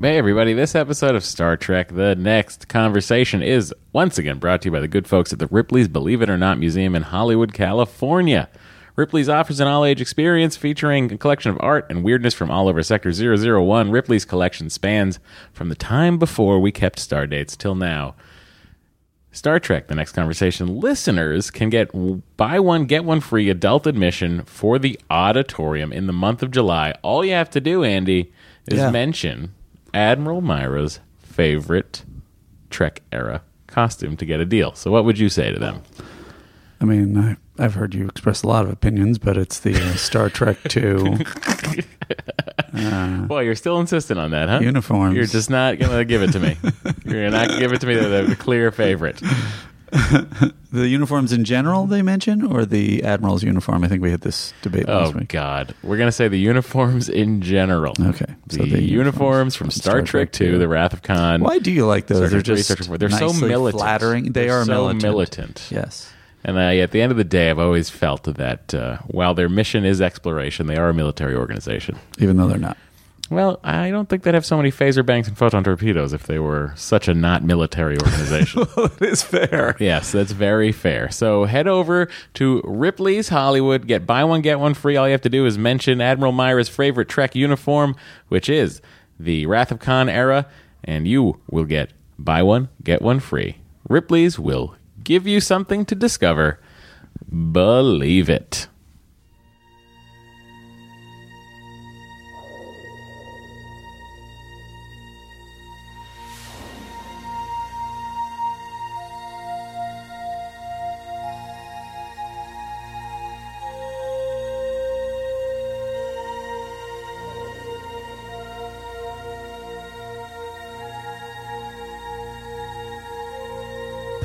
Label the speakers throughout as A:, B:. A: Hey, everybody. This episode of Star Trek The Next Conversation is once again brought to you by the good folks at the Ripley's Believe It or Not Museum in Hollywood, California. Ripley's offers an all age experience featuring a collection of art and weirdness from all over Sector 001. Ripley's collection spans from the time before we kept star dates till now. Star Trek The Next Conversation listeners can get w- buy one, get one free adult admission for the auditorium in the month of July. All you have to do, Andy, is
B: Yeah.
A: mention Admiral Myra's favorite Trek era costume to get a deal. So, what would you say to them?
B: I mean, I, I've heard you express a lot of opinions, but it's the uh, Star Trek Two
A: Boy, you're still insistent on that, huh?
B: Uh, Uniforms.
A: You're just not going to give it to me. you're not going to give it to me. They're the clear favorite.
B: the uniforms in general they mention, or the admiral's uniform. I think we had this debate
A: Oh,
B: last week.
A: God. We're going to say the uniforms in general.
B: Okay,
A: The, uniforms, from Star, Trek, II, The Wrath of Khan.
B: Why do you like those?
A: Search
B: they're
A: and Destroy,
B: just
A: Search and Destroy. They're so
B: nicely
A: militant.
B: flattering. They
A: They're
B: are
A: so
B: militant.
A: militant.
B: Yes.
A: And I, at the end of the day, I've always felt that uh, while their mission is exploration, they are a military organization.
B: Even though they're not.
A: Well, I don't think they'd have so many phaser banks and photon torpedoes if they were such a not military organization.
B: that is fair.
A: Yes, that's very fair. So head over to Ripley's Hollywood, get buy one get one free. All you have to do is mention Admiral Myra's favorite Trek uniform, which is the Wrath of Khan era, and you will get buy one get one free. Ripley's will give you something to discover. Believe it.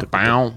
A: Bo,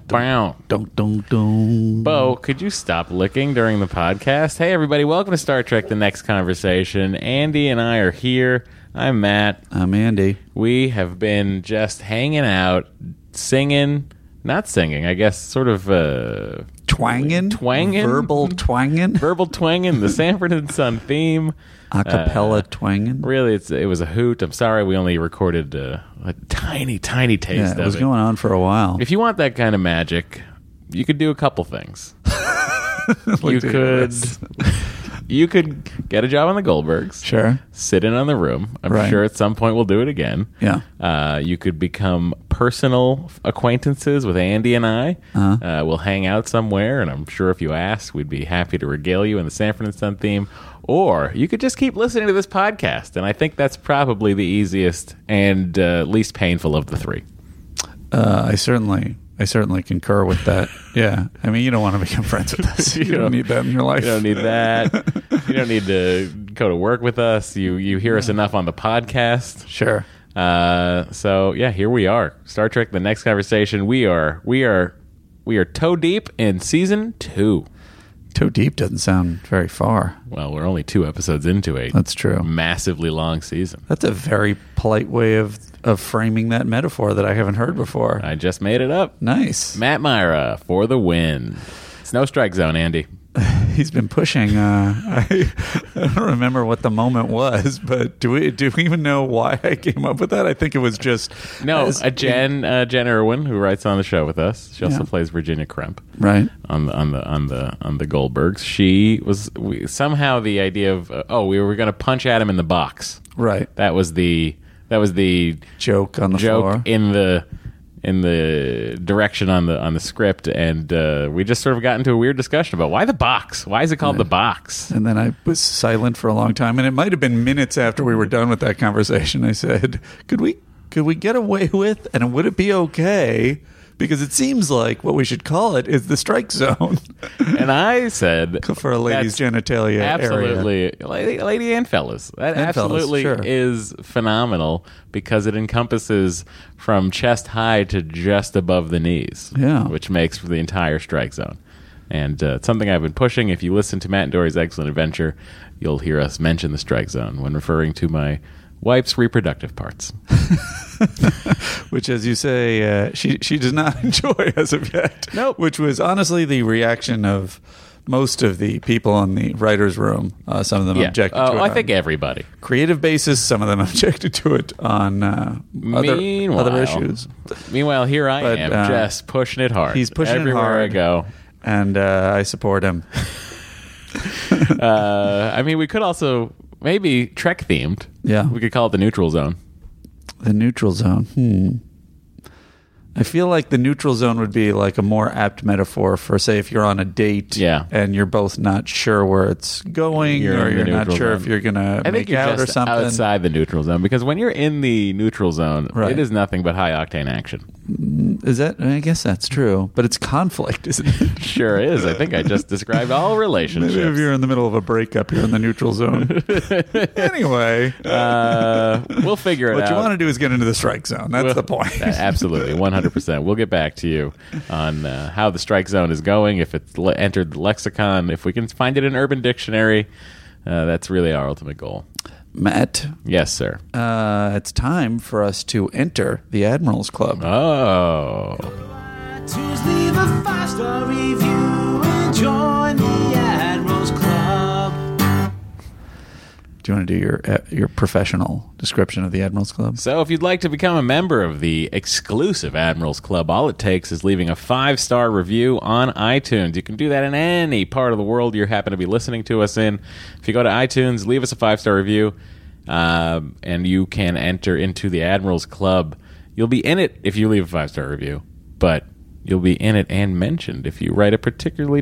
B: Dun, dun, dun.
A: could you stop licking during the podcast? Hey, everybody, welcome to Star Trek The Next Conversation. Andy and I are here. I'm Matt.
B: I'm Andy.
A: We have been just hanging out, singing, not singing, I guess, sort of uh,
B: Twangin?
A: Twangin'?
B: Verbal twangin?
A: verbal twanging the Sanford and Son theme.
B: A cappella twangin?
A: Uh, Really, it's it was a hoot. I'm sorry we only recorded uh, a tiny, tiny taste
B: Yeah, it
A: of
B: was
A: it.
B: going on for a while.
A: If you want that kind of magic, you could do a couple things. you
B: Looked at
A: could
B: this.
A: you could get a job on the Goldbergs,
B: Sure.
A: sit in on the room. I'm
B: Right.
A: sure at some point we'll do it again.
B: Yeah.
A: Uh, you could become personal acquaintances with Andy and I. Uh-huh. we will hang out somewhere, and I'm sure if you asked, we'd be happy to regale you in the Sanford and Son theme. Or you could just keep listening to this podcast, and I think that's probably the easiest and uh, least painful of the three.
B: Uh, I certainly, I certainly concur with that. yeah, I mean, you don't want to become friends with us. You, don't,
A: don't-
B: need that in your life.
A: You don't need that. you don't need to go to work with us. You you hear us enough on the podcast.
B: Sure.
A: Uh, so yeah, here we are. Star Trek: The Next Conversation. We are we are we are toe deep in season two.
B: Toe deep doesn't sound very far.
A: Well, we're only two episodes into a
B: That's true.
A: massively long season.
B: That's a very polite way of of framing that metaphor that I haven't heard before.
A: I just made it up.
B: Nice.
A: Matt Myra for the win. Snow strike zone, Andy.
B: He's been pushing. Uh, I, I don't remember what the moment was, but do we do we even know why I came up with that? I think it was just
A: No,
B: as-
A: uh, Jen uh, Jen Irwin, who writes on the show with us. She also
B: Yeah.
A: plays Virginia Kremp.
B: right.
A: on the on the on the on the Goldbergs. She was we, somehow the idea of uh, oh we were going to punch Adam in the box.
B: Right.
A: That was the that was the
B: Joke on the
A: joke
B: floor.
A: in the in the direction on the on the script, and uh, we just sort of got into a weird discussion about why the box. Why is it called the box?
B: And then I was silent for a long time, and it might have been minutes after we were done with that conversation. I said, "Could we, could we get away with, and would it be okay because it seems like what we should call it is the strike zone
A: And I said,
B: for a lady's genitalia area.
A: absolutely, lady, lady and fellas. That
B: And fellas,
A: absolutely
B: sure.
A: is phenomenal because it encompasses from chest high to just above the knees,
B: Yeah.
A: which makes for the entire strike zone. And uh, it's something I've been pushing. If you listen to Matt and Dory's Excellent Adventure, you'll hear us mention the strike zone when referring to my wife's reproductive parts.
B: which, as you say, uh, she she does not enjoy as of yet.
A: Nope.
B: Which was honestly the reaction of most of the people in the writers' room. Uh, some of them objected
A: Uh,
B: to it.
A: I
B: on
A: think everybody.
B: creative basis. Some of them objected to it on uh, other
A: meanwhile,
B: other issues.
A: Meanwhile, here I
B: But,
A: am,
B: uh,
A: just pushing it hard.
B: He's pushing it
A: everywhere I
B: hard.
A: go.
B: and uh, I support him.
A: Uh, I mean, we could also maybe Trek themed.
B: Yeah.
A: we could call it the neutral zone.
B: The neutral zone. Hmm. I feel like the neutral zone would be like a more apt metaphor for, say, if you're on a date
A: Yeah.
B: and you're both not sure where it's going
A: You're
B: or
A: in the
B: you're not
A: neutral
B: sure
A: zone.
B: if you're going to
A: I
B: make
A: think you're
B: out
A: just
B: or something.
A: outside the neutral zone because when you're in the neutral zone,
B: Right.
A: it is nothing but high octane action.
B: Is that? I guess that's true, but it's conflict, isn't it?
A: Sure is. I think I just described all
B: Maybe if
A: relationships.
B: you're in the middle of a breakup, you're in the neutral zone. anyway,
A: Uh, we'll figure it
B: what
A: out.
B: you want to do is get into the strike zone. That's the point.
A: Absolutely, 100%. We'll get back to you on uh, how the strike zone is going, if it's le- entered the lexicon, if we can find it in Urban Dictionary. Uh, that's really our ultimate goal.
B: Matt,
A: Yes, sir.
B: uh, it's time for us to enter the Admirals Club.
A: Oh.
C: iTunes, leave a five star review and join the Admirals Club.
B: Do you want to do your uh, your professional description of the Admirals Club?
A: So, if you'd like to become a member of the exclusive Admirals Club, all it takes is leaving a five star review on iTunes. You can do that in any part of the world you happen to be listening to us in. If you go to iTunes, leave us a five star review, um, and you can enter into the Admirals Club. You'll be in it if you leave a five star review, but you'll be in it and mentioned if you write a particularly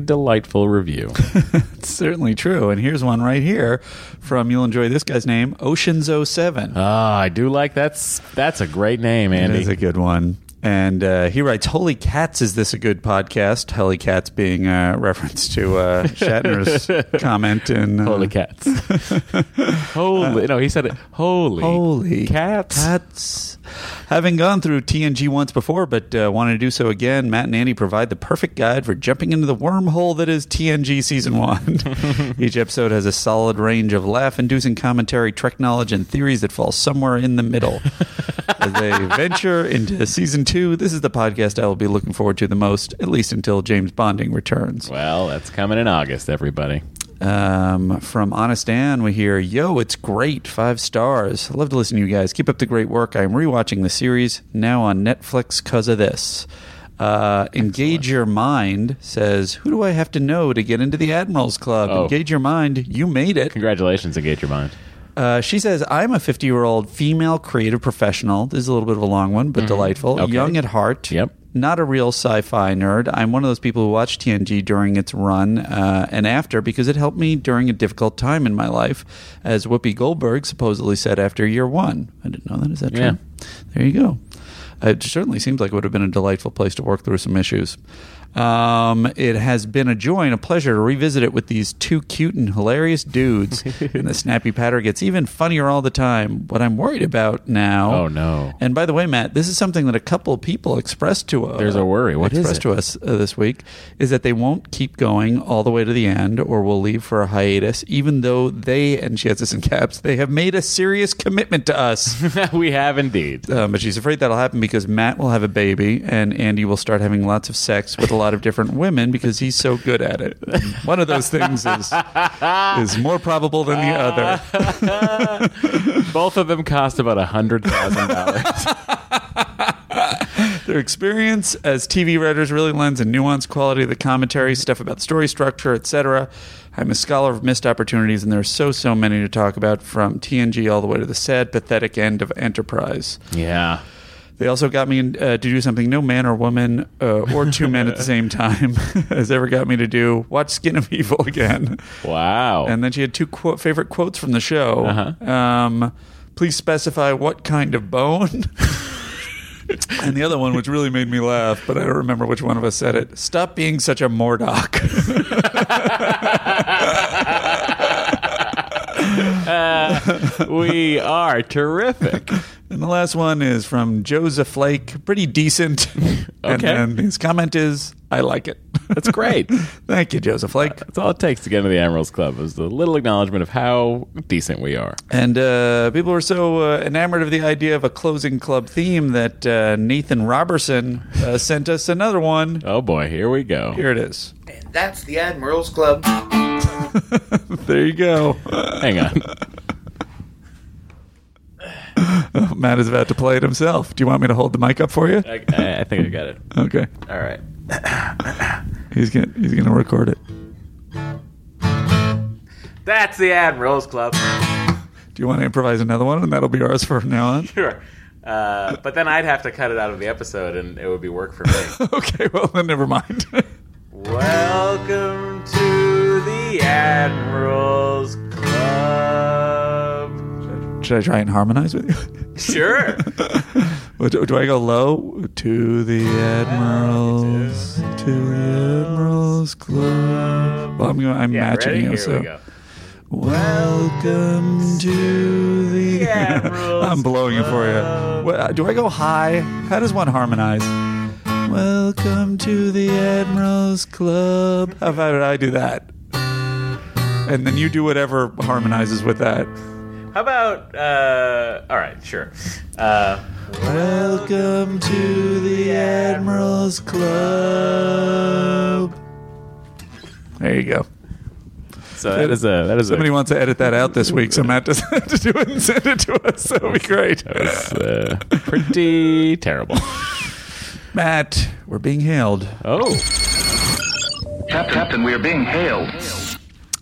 A: delightful review.
B: It's certainly true. And here's one right here from you'll enjoy this guy's name, Oceans 07.
A: Ah, I do like that's that's a great name,
B: That
A: Andy.
B: is a good one. And uh, he writes, "Holy cats, is this a good podcast?" Holy cats being a reference to uh, Shatner's comment in uh,
A: Holy cats. holy. no, he said it. Holy.
B: Holy
A: cats.
B: Cats. Having gone through TNG once before, but uh, wanted to do so again, Matt and Andy provide the perfect guide for jumping into the wormhole that is TNG Season 1. Each episode has a solid range of laugh inducing commentary, trek knowledge, and theories that fall somewhere in the middle. As they venture into Season 2, this is the podcast I will be looking forward to the most, at least until James Bonding returns.
A: Well, that's coming in August, everybody.
B: Um, from Honest Ann, we hear, "Yo, it's great, five stars. Love to listen to you guys. Keep up the great work. I am rewatching the series now on Netflix because of this." Uh, engage your mind says, "Who do I have to know to get into the Admirals Club?"
A: Oh.
B: Engage your mind. You made it.
A: Congratulations, Engage Your Mind.
B: Uh, she says, I'm a 50 year old female creative professional. This is a little bit of a long one, but delightful.
A: Mm-hmm. Okay.
B: Young at heart.
A: Yep.
B: Not a real sci fi nerd. I'm one of those people who watched TNG during its run uh, and after because it helped me during a difficult time in my life, as Whoopi Goldberg supposedly said after year one. I didn't know that. Is that true?
A: Yeah.
B: There you go. It certainly seems like it would have been a delightful place to work through some issues. Um, it has been a joy and a pleasure to revisit it with these two cute and hilarious dudes. and the snappy patter gets even funnier all the time. What I'm worried about now.
A: Oh, no.
B: And by the way, Matt, this is something that a couple of people expressed to us.
A: There's a worry. What is
B: expressed
A: it?
B: to us uh, this week is that they won't keep going all the way to the end, or will leave for a hiatus, even though they and she has this in caps. They have made a serious commitment to us.
A: we have indeed.
B: Um, but she's afraid that'll happen because Matt will have a baby and Andy will start having lots of sex with a lot of different women because he's so good at it. And one of those things is is more probable than the other.
A: Both of them cost about a $100,000.
B: Their experience as TV writers really lends a nuanced quality to the commentary, stuff about story structure, etc. I'm a scholar of missed opportunities, and there are so so many to talk about from TNG all the way to the sad, pathetic end of Enterprise.
A: yeah.
B: They also got me in, uh, to do something no man or woman uh, or two men at the same time has ever got me to do. Watch Skin of Evil again.
A: Wow.
B: And then she had two quote, favorite quotes from the show.
A: Uh-huh.
B: Um, Please specify what kind of bone. And the other one, which really made me laugh, but I don't remember which one of us said it. Stop being such a Mordock. Uh,
A: we are terrific.
B: and the last one is from Joseph Flake. Pretty decent. And
A: Okay.
B: then his comment is, I like it.
A: That's great.
B: Thank you, Joseph Flake.
A: That's all it takes to get into the Emeralds Club is the little acknowledgement of how decent we are.
B: And uh, people were so uh, enamored of the idea of a closing club theme that uh, Nathan Robertson uh, sent us another one.
A: Oh boy, here we go.
B: Here it is.
D: And that's the Admiral's Club.
B: There you go.
A: Hang on.
B: Oh, Matt is about to play it himself. Do you want me to hold the mic up for you?
A: I, I think I got it.
B: Okay.
A: All right.
B: He's gonna he's gonna record it.
D: That's the Admiral's Club.
B: Do you want to improvise another one, and that'll be ours from now on?
A: Sure. Uh, but then I'd have to cut it out of the episode, and it would be work for me.
B: okay. Well, then never mind.
A: Welcome to the Admirals Club.
B: Should I try and harmonize with you?
A: Sure.
B: Well, do, do I go low to the admirals? To the admirals club. Well, I'm going. I'm matching
A: Ready?
B: you.
A: Here
B: so
A: we go.
B: welcome to the.
A: Admirals
B: I'm blowing it for you. Well, do I go high? How does one harmonize? Welcome to the admirals club. How about I do that? And then you do whatever harmonizes with that.
A: How about? Uh, all right. Sure. Uh,
B: Welcome to the Admiral's Club. There you go.
A: so that is a that is
B: Somebody
A: a,
B: wants to edit that out this week, so Matt doesn't have to do it and send it to us. That would be great.
A: that's, uh, pretty terrible.
B: Matt, we're being hailed.
A: Oh,
E: Cap- Captain, we are being hailed.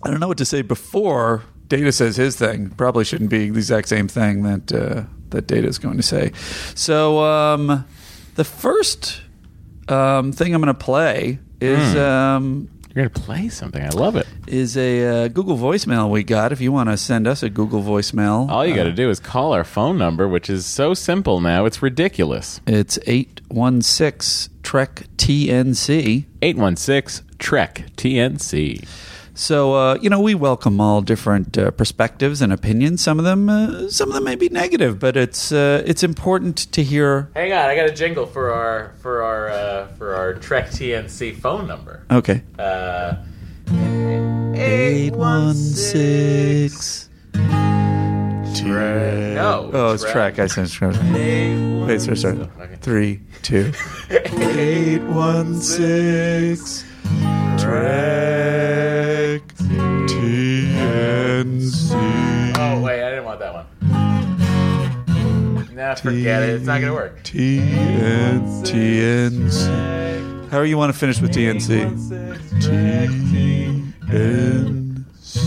B: I don't know what to say before Data says his thing. Probably shouldn't be the exact same thing that uh, that Data is going to say. So um, the first um, thing I'm going to play is um,
A: Hmm. you're gonna play something. I love it.
B: is a uh, Google voicemail we got. If you want to send us a Google voicemail,
A: All you got
B: uh,
A: to do is call our phone number, which is so simple now. It's ridiculous.
B: it's eight one six Trek TNC.
A: 816 Trek TNC.
B: So uh, you know we welcome all different uh, perspectives and opinions. Some of them, uh, some of them may be negative, but it's uh, it's important to hear.
A: Hang on, I got a jingle for our for our uh, for our Trek TNC phone number.
B: Okay,
A: Uh,
B: eight one six. Trek.
A: no.
B: Oh, it's Trek. I said Trek. Wait, sorry, sorry. Three, two, eight, one, six. Trek TNC.
A: Oh wait, I didn't want that one. Nah, forget it. It's not gonna work.
B: TN, TNC. How you want to finish with TNC?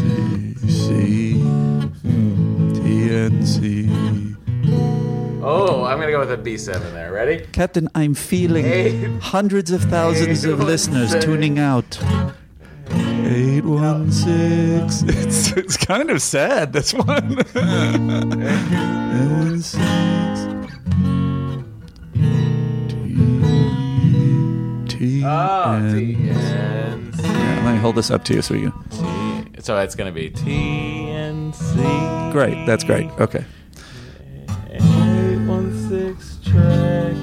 B: TNCC. TNC.
A: Oh, I'm gonna go with a B7 there. Ready?
B: Captain, I'm feeling
A: Eight-
B: hundreds of thousands
A: eight
B: of
A: one
B: listeners
A: six.
B: tuning out. 816. It's, it's kind of sad, this one. 816. Ah, T. T.
A: Oh,
B: N.
A: TNC.
B: Yeah, Let me hold this up to you so you can.
A: So it's gonna be TNC.
B: Great, that's great. Okay.
A: 816 Trek.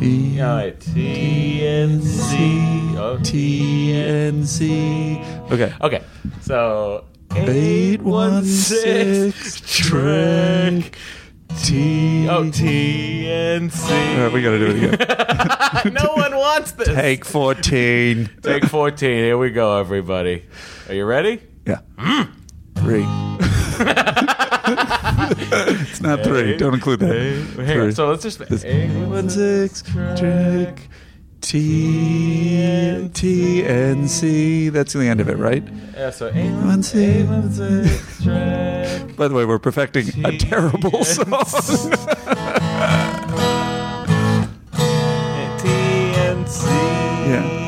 B: T.
A: All right, TNC. Oh,
B: TNC. Okay.
A: Okay, so
B: 816 Trek T.
A: Oh, TNC.
B: All right, we gotta do it again.
A: no one wants this.
B: Take 14.
A: Take 14. Here we go, everybody. Are you ready? Hmm.
B: Yeah. Three. it's not three. Don't include that.
A: Here,
B: Three.
A: so let's just.
B: One six Trek T T N C. That's the end of it, right?
A: Yeah, so
B: One six.
A: 816 Trek.
B: By the way, we're perfecting a terrible song.
A: TNC.
B: Yeah.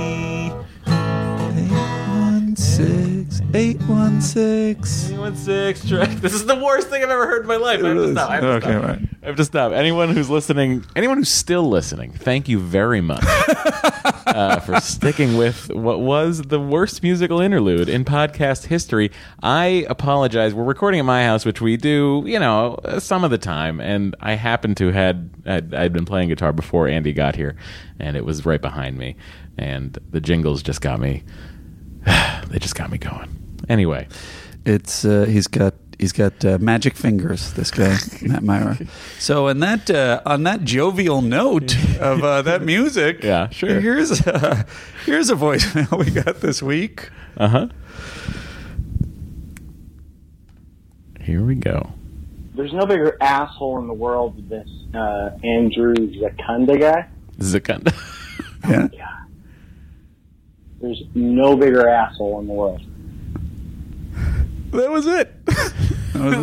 B: Eight, one, six, 816.
A: Anyone six track. This is the worst thing I've ever heard in my life. I have to stop. I have to
B: Okay,
A: stop.
B: right.
A: I have to stop. Anyone who's listening, anyone who's still listening, thank you very much uh, for sticking with what was the worst musical interlude in podcast history. I apologize. We're recording at my house, which we do, you know, uh, some of the time, and I happened to had I'd, I'd been playing guitar before Andy got here, and it was right behind me, and the jingles just got me. they just got me going. Anyway.
B: It's uh, he's got he's got uh, magic fingers. This guy Matt Myra. So on that uh, on that jovial note of uh, that music,
A: Yeah, sure.
B: Here's uh, here's a voicemail we got this week.
A: Uh huh. Here we go.
F: There's no bigger asshole in the world than this uh, Andrew Zakunda guy.
A: Zakunda.
B: Yeah,
F: There's no bigger asshole in the world.
B: that was it. That was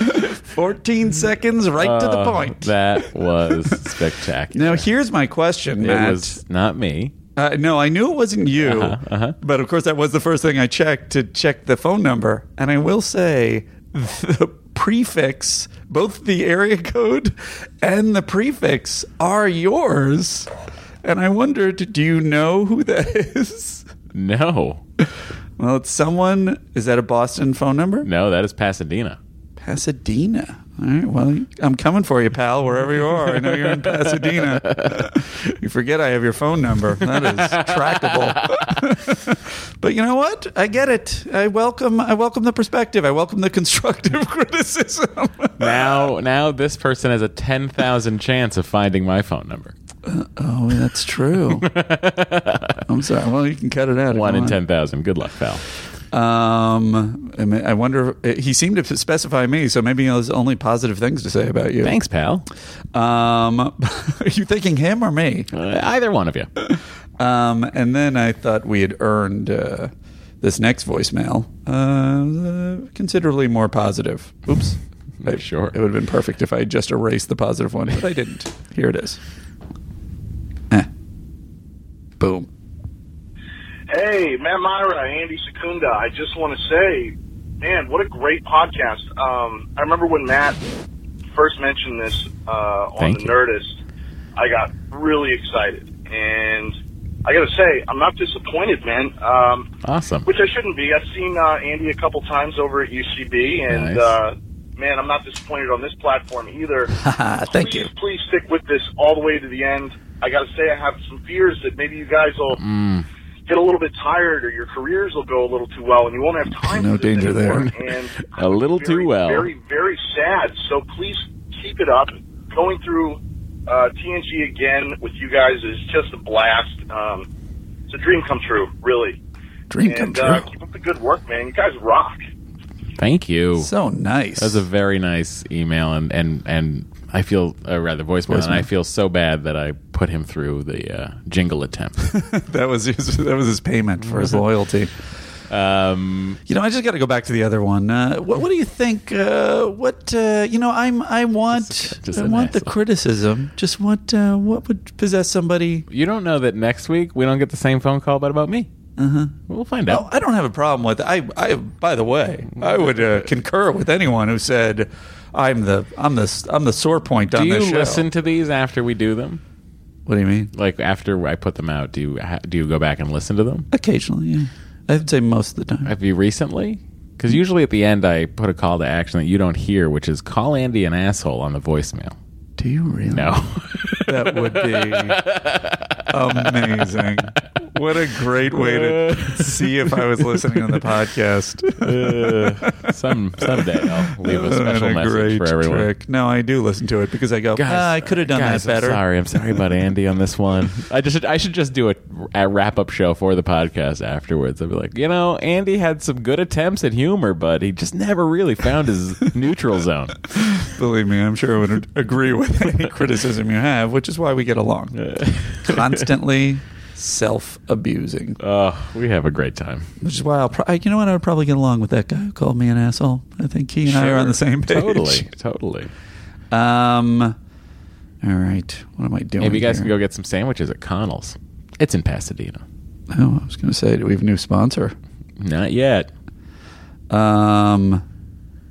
B: the whole thing. Fourteen seconds, right to the point.
A: Oh, that was spectacular.
B: now here's my question,
A: it
B: Matt.
A: was Uh-huh, not me.
B: Uh, no, I knew it wasn't you. But of course, that was the first thing I checked to check the phone number. And I will say the prefix, both the area code and the prefix are yours. And I wondered, do you know who that is?
A: No,
B: Well, it's someone. Is that a Boston phone number?
A: no, that is Pasadena.
B: Pasadena. All right. Well, I'm coming for you, pal, wherever you are. I know you're in Pasadena. you forget I have your phone number. That is trackable. but you know what? I get it. I welcome. I welcome the perspective. I welcome the constructive criticism.
A: Now, now this person has a ten thousand chance of finding my phone number.
B: oh, that's true. I'm sorry. Well, you can cut it out. if
A: One
B: you
A: in
B: want.
A: ten thousand. Good luck, pal.
B: Um, I, mean, I wonder. He seemed to specify me, so maybe there's only positive things to say about you.
A: Thanks, pal.
B: Um, are you thinking him or me?
A: Uh, either one of you.
B: Um, and then I thought we had earned uh, this next voicemail uh, considerably more positive. Oops. I-
A: Sure.
B: It would have been perfect if I had just erased the positive one, but I didn't. Here it is. Eh. Boom.
G: Hey, Matt Myra, Andy Secunda. I just want to say, man, what a great podcast. Um, I remember when Matt first mentioned this uh, on
A: Thank
G: the
A: you.
G: Nerdist, I got really excited. And I got to say, I'm not disappointed, man, um,
A: Awesome.
G: which I shouldn't be. I've seen uh, Andy a couple times over at UCB, and,
A: Nice.
G: uh, man, I'm not disappointed on this platform either.
B: Ah, thank
G: please,
B: you.
G: Please stick with this all the way to the end. I got to say, I have some fears that maybe you guys will
A: Mm.
B: Mm-hmm.
G: get a little bit tired, or your careers will go a little too well, and you won't have time.
B: No
G: for this
B: danger there.
G: anymore. And
A: A little too
G: very,
A: well.
G: Very, very sad. So please keep it up. Going through uh, TNG again with you guys is just a blast. Um, it's a dream come true, really.
B: Dream come
G: And
B: true.
G: uh, keep up the good work, man. You guys rock.
A: Thank you.
B: so nice.
A: That was a very nice email, and and and I feel uh, rather voicemail, and I feel so bad that I put him through the uh, jingle attempt.
B: that was his, that was his payment for his loyalty.
A: Um,
B: You know, I just got to go back to the other one. Uh, what, what do you think? Uh, what uh, you know? I'm I want
A: Just
B: I
A: an
B: want the
A: asshole.
B: criticism. Just what uh, what would possess somebody?
A: you don't know that next week we don't get the same phone call, but about me. Uh huh. We'll find
B: Oh,
A: out.
B: I don't have a problem with. I I by the way, I would uh, concur with anyone who said I'm the I'm the I'm the sore point
A: do
B: on
A: you
B: this show.
A: listen to these after we do them?
B: What do you mean?
A: Like after I put them out, do you ha- do you go back and listen to them?
B: Occasionally, yeah. I'd say most of the time.
A: Have you recently? Because usually at the end I put a call to action that you don't hear, which is call Andy an asshole on the voicemail.
B: Do you really?
A: No.
B: That would be amazing. What a great way to see if I was listening on the podcast.
A: Uh, some someday I'll leave a special
B: What a
A: message for everyone.
B: No, I do listen to it because I go,
A: Guys,
B: "Ah, I could have done
A: guys,
B: that better.
A: I'm sorry, I'm sorry about Andy on this one. I just I should just do a, a wrap up show for the podcast afterwards. I'd be like, you know, Andy had some good attempts at humor, but he just never really found his neutral zone.
B: Believe me, I'm sure I would agree with any criticism you have, which is why we get along. Constantly self abusing,
A: Oh, we have a great time.
B: which is why I'll, pro- I- you know what, I would probably get along with that guy who called me an asshole. I think he and I are on the same page.
A: Totally, totally.
B: Um, all right. What am I doing?
A: Maybe you guys
B: here?
A: can go get some sandwiches at Connell's. It's in Pasadena.
B: Oh, I was going to say, do we have a new sponsor?
A: Not yet.
B: Um,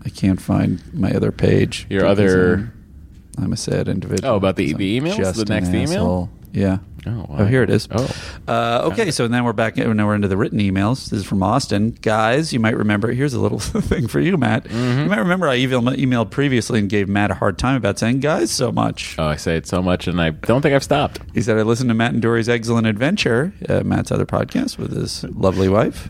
B: I can't find my other page.
A: Your
B: because
A: other-
B: I'm, I'm a sad individual.
A: Oh, about the-
B: Because
A: the
B: I'm
A: emails?
B: just
A: The next
B: an
A: email?
B: asshole. Yeah.
A: Oh, wow.
B: Oh, here it is.
A: Oh.
B: Uh, okay, so now we're back. Now we're into the written emails. This is from Austin, guys. You might remember. Here's a little thing for you, Matt.
A: Mm-hmm.
B: You might remember I email, emailed previously and gave Matt a hard time about saying "guys" so much.
A: Oh, I say it so much, and I don't think I've stopped.
B: He said, I listened to Matt and Dory's Excellent Adventure, uh, Matt's other podcast with his lovely wife.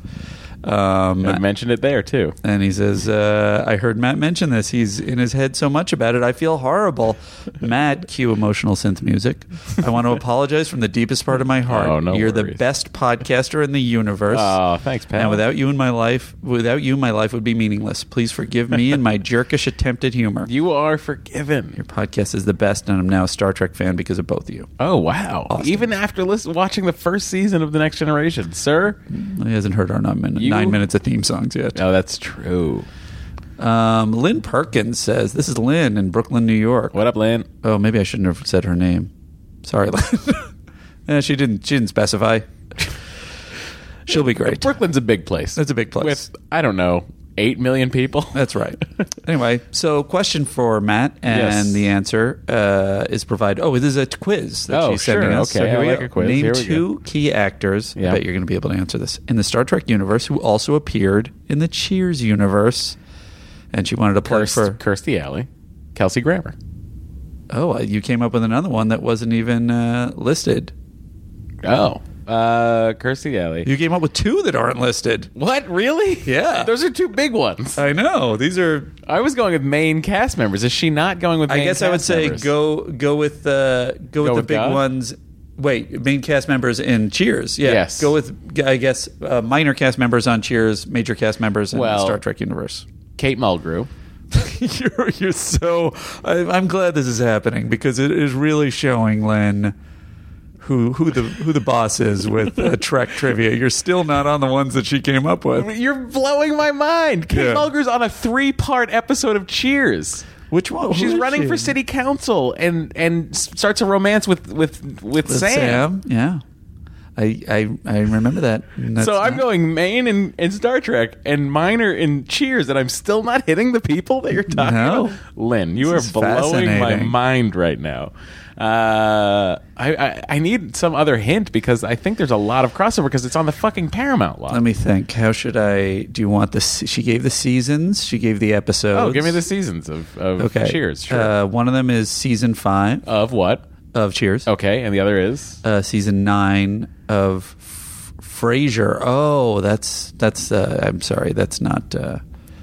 B: Um,
A: I mentioned it there too.
B: and he says, uh, I heard Matt mention this. He's in his head so much about it. I feel horrible. Matt, cue emotional synth music. I want to apologize from the deepest part of my heart.
A: Oh, no
B: You're the
A: worries.
B: best podcaster in the universe.
A: Oh, thanks, pal.
B: And without you in my life, without you, my life would be meaningless. Please forgive me and my jerkish attempt at humor.
A: You are forgiven.
B: Your podcast is the best, and I'm now a Star Trek fan because of both of you.
A: Oh wow!
B: Awesome.
A: Even after listen, watching the first season of the Next Generation, sir.
B: He hasn't heard our nine, min-
A: You-
B: nine minutes of theme songs yet.
A: No, that's true.
B: Um, Lynn Perkins says, This is Lynn in Brooklyn, New York.
A: What up, Lynn?
B: Oh, maybe I shouldn't have said her name. Sorry, Lynn. Eh, she didn't. She didn't specify. She'll be great.
A: Brooklyn's a big place.
B: It's a big place.
A: With I don't know eight million people.
B: That's right. Anyway, so question for Matt, and
A: Yes.
B: the answer uh, is provided. Oh, this is a quiz that
A: Oh,
B: she's sending
A: sure.
B: us.
A: Okay,
B: So here
A: I
B: we
A: like
B: go.
A: a quiz.
B: Name
A: Here we
B: two key actors. I
A: Yeah.
B: bet you're going to be able to answer this in the Star Trek universe who also appeared in the Cheers universe, and she wanted to play
A: Cursed,
B: for.
A: Kirstie Alley, Kelsey Grammer.
B: Oh, you came up with another one that wasn't even uh, listed.
A: Oh, uh, Kirstie Alley.
B: You came up with two that aren't listed.
A: what really?
B: Yeah.
A: those are two big ones.
B: I know these are.
A: I was going with main cast members. Is she not going with?
B: I
A: Main
B: guess I would
A: cast
B: say
A: members?
B: go go with the go, with the
A: with
B: big
A: God?
B: ones. Wait, main cast members in Cheers. Yeah.
A: Yes.
B: Go with I guess uh, minor cast members on Cheers, major cast members in
A: Well-
B: the Star Trek universe.
A: Kate Mulgrew.
B: you're you're so. I, I'm glad this is happening because it is really showing Len. Who, who the who the boss is with uh, Trek trivia? You're still not on the ones that she came up with.
A: You're blowing my mind. Kate
B: Yeah.
A: Mulgrew's on a three-part episode of Cheers.
B: Which one? Who
A: She's
B: is
A: running
B: she?
A: for city council and and s- starts a romance with with with,
B: With
A: Sam.
B: Yeah, I I, I remember that. And that's
A: So I'm
B: not-
A: going main in, in Star Trek and minor in Cheers, and I'm still not hitting the people that you're talking
B: No.
A: about. Lynn, you
B: This is
A: are blowing my
B: fascinating.
A: mind right now. Uh, I, I I need some other hint because I think there's a lot of crossover because it's on the fucking Paramount lot.
B: Let me think. How should I? Do you want the? se- She gave the seasons. She gave the episodes.
A: oh, give me the seasons of, of
B: Okay.
A: Cheers. Sure.
B: Uh, one of them is season five
A: of what?
B: of Cheers.
A: Okay, and the other is
B: Uh, season nine of F- Frasier. Oh, that's that's. Uh, I'm sorry. That's not. Uh,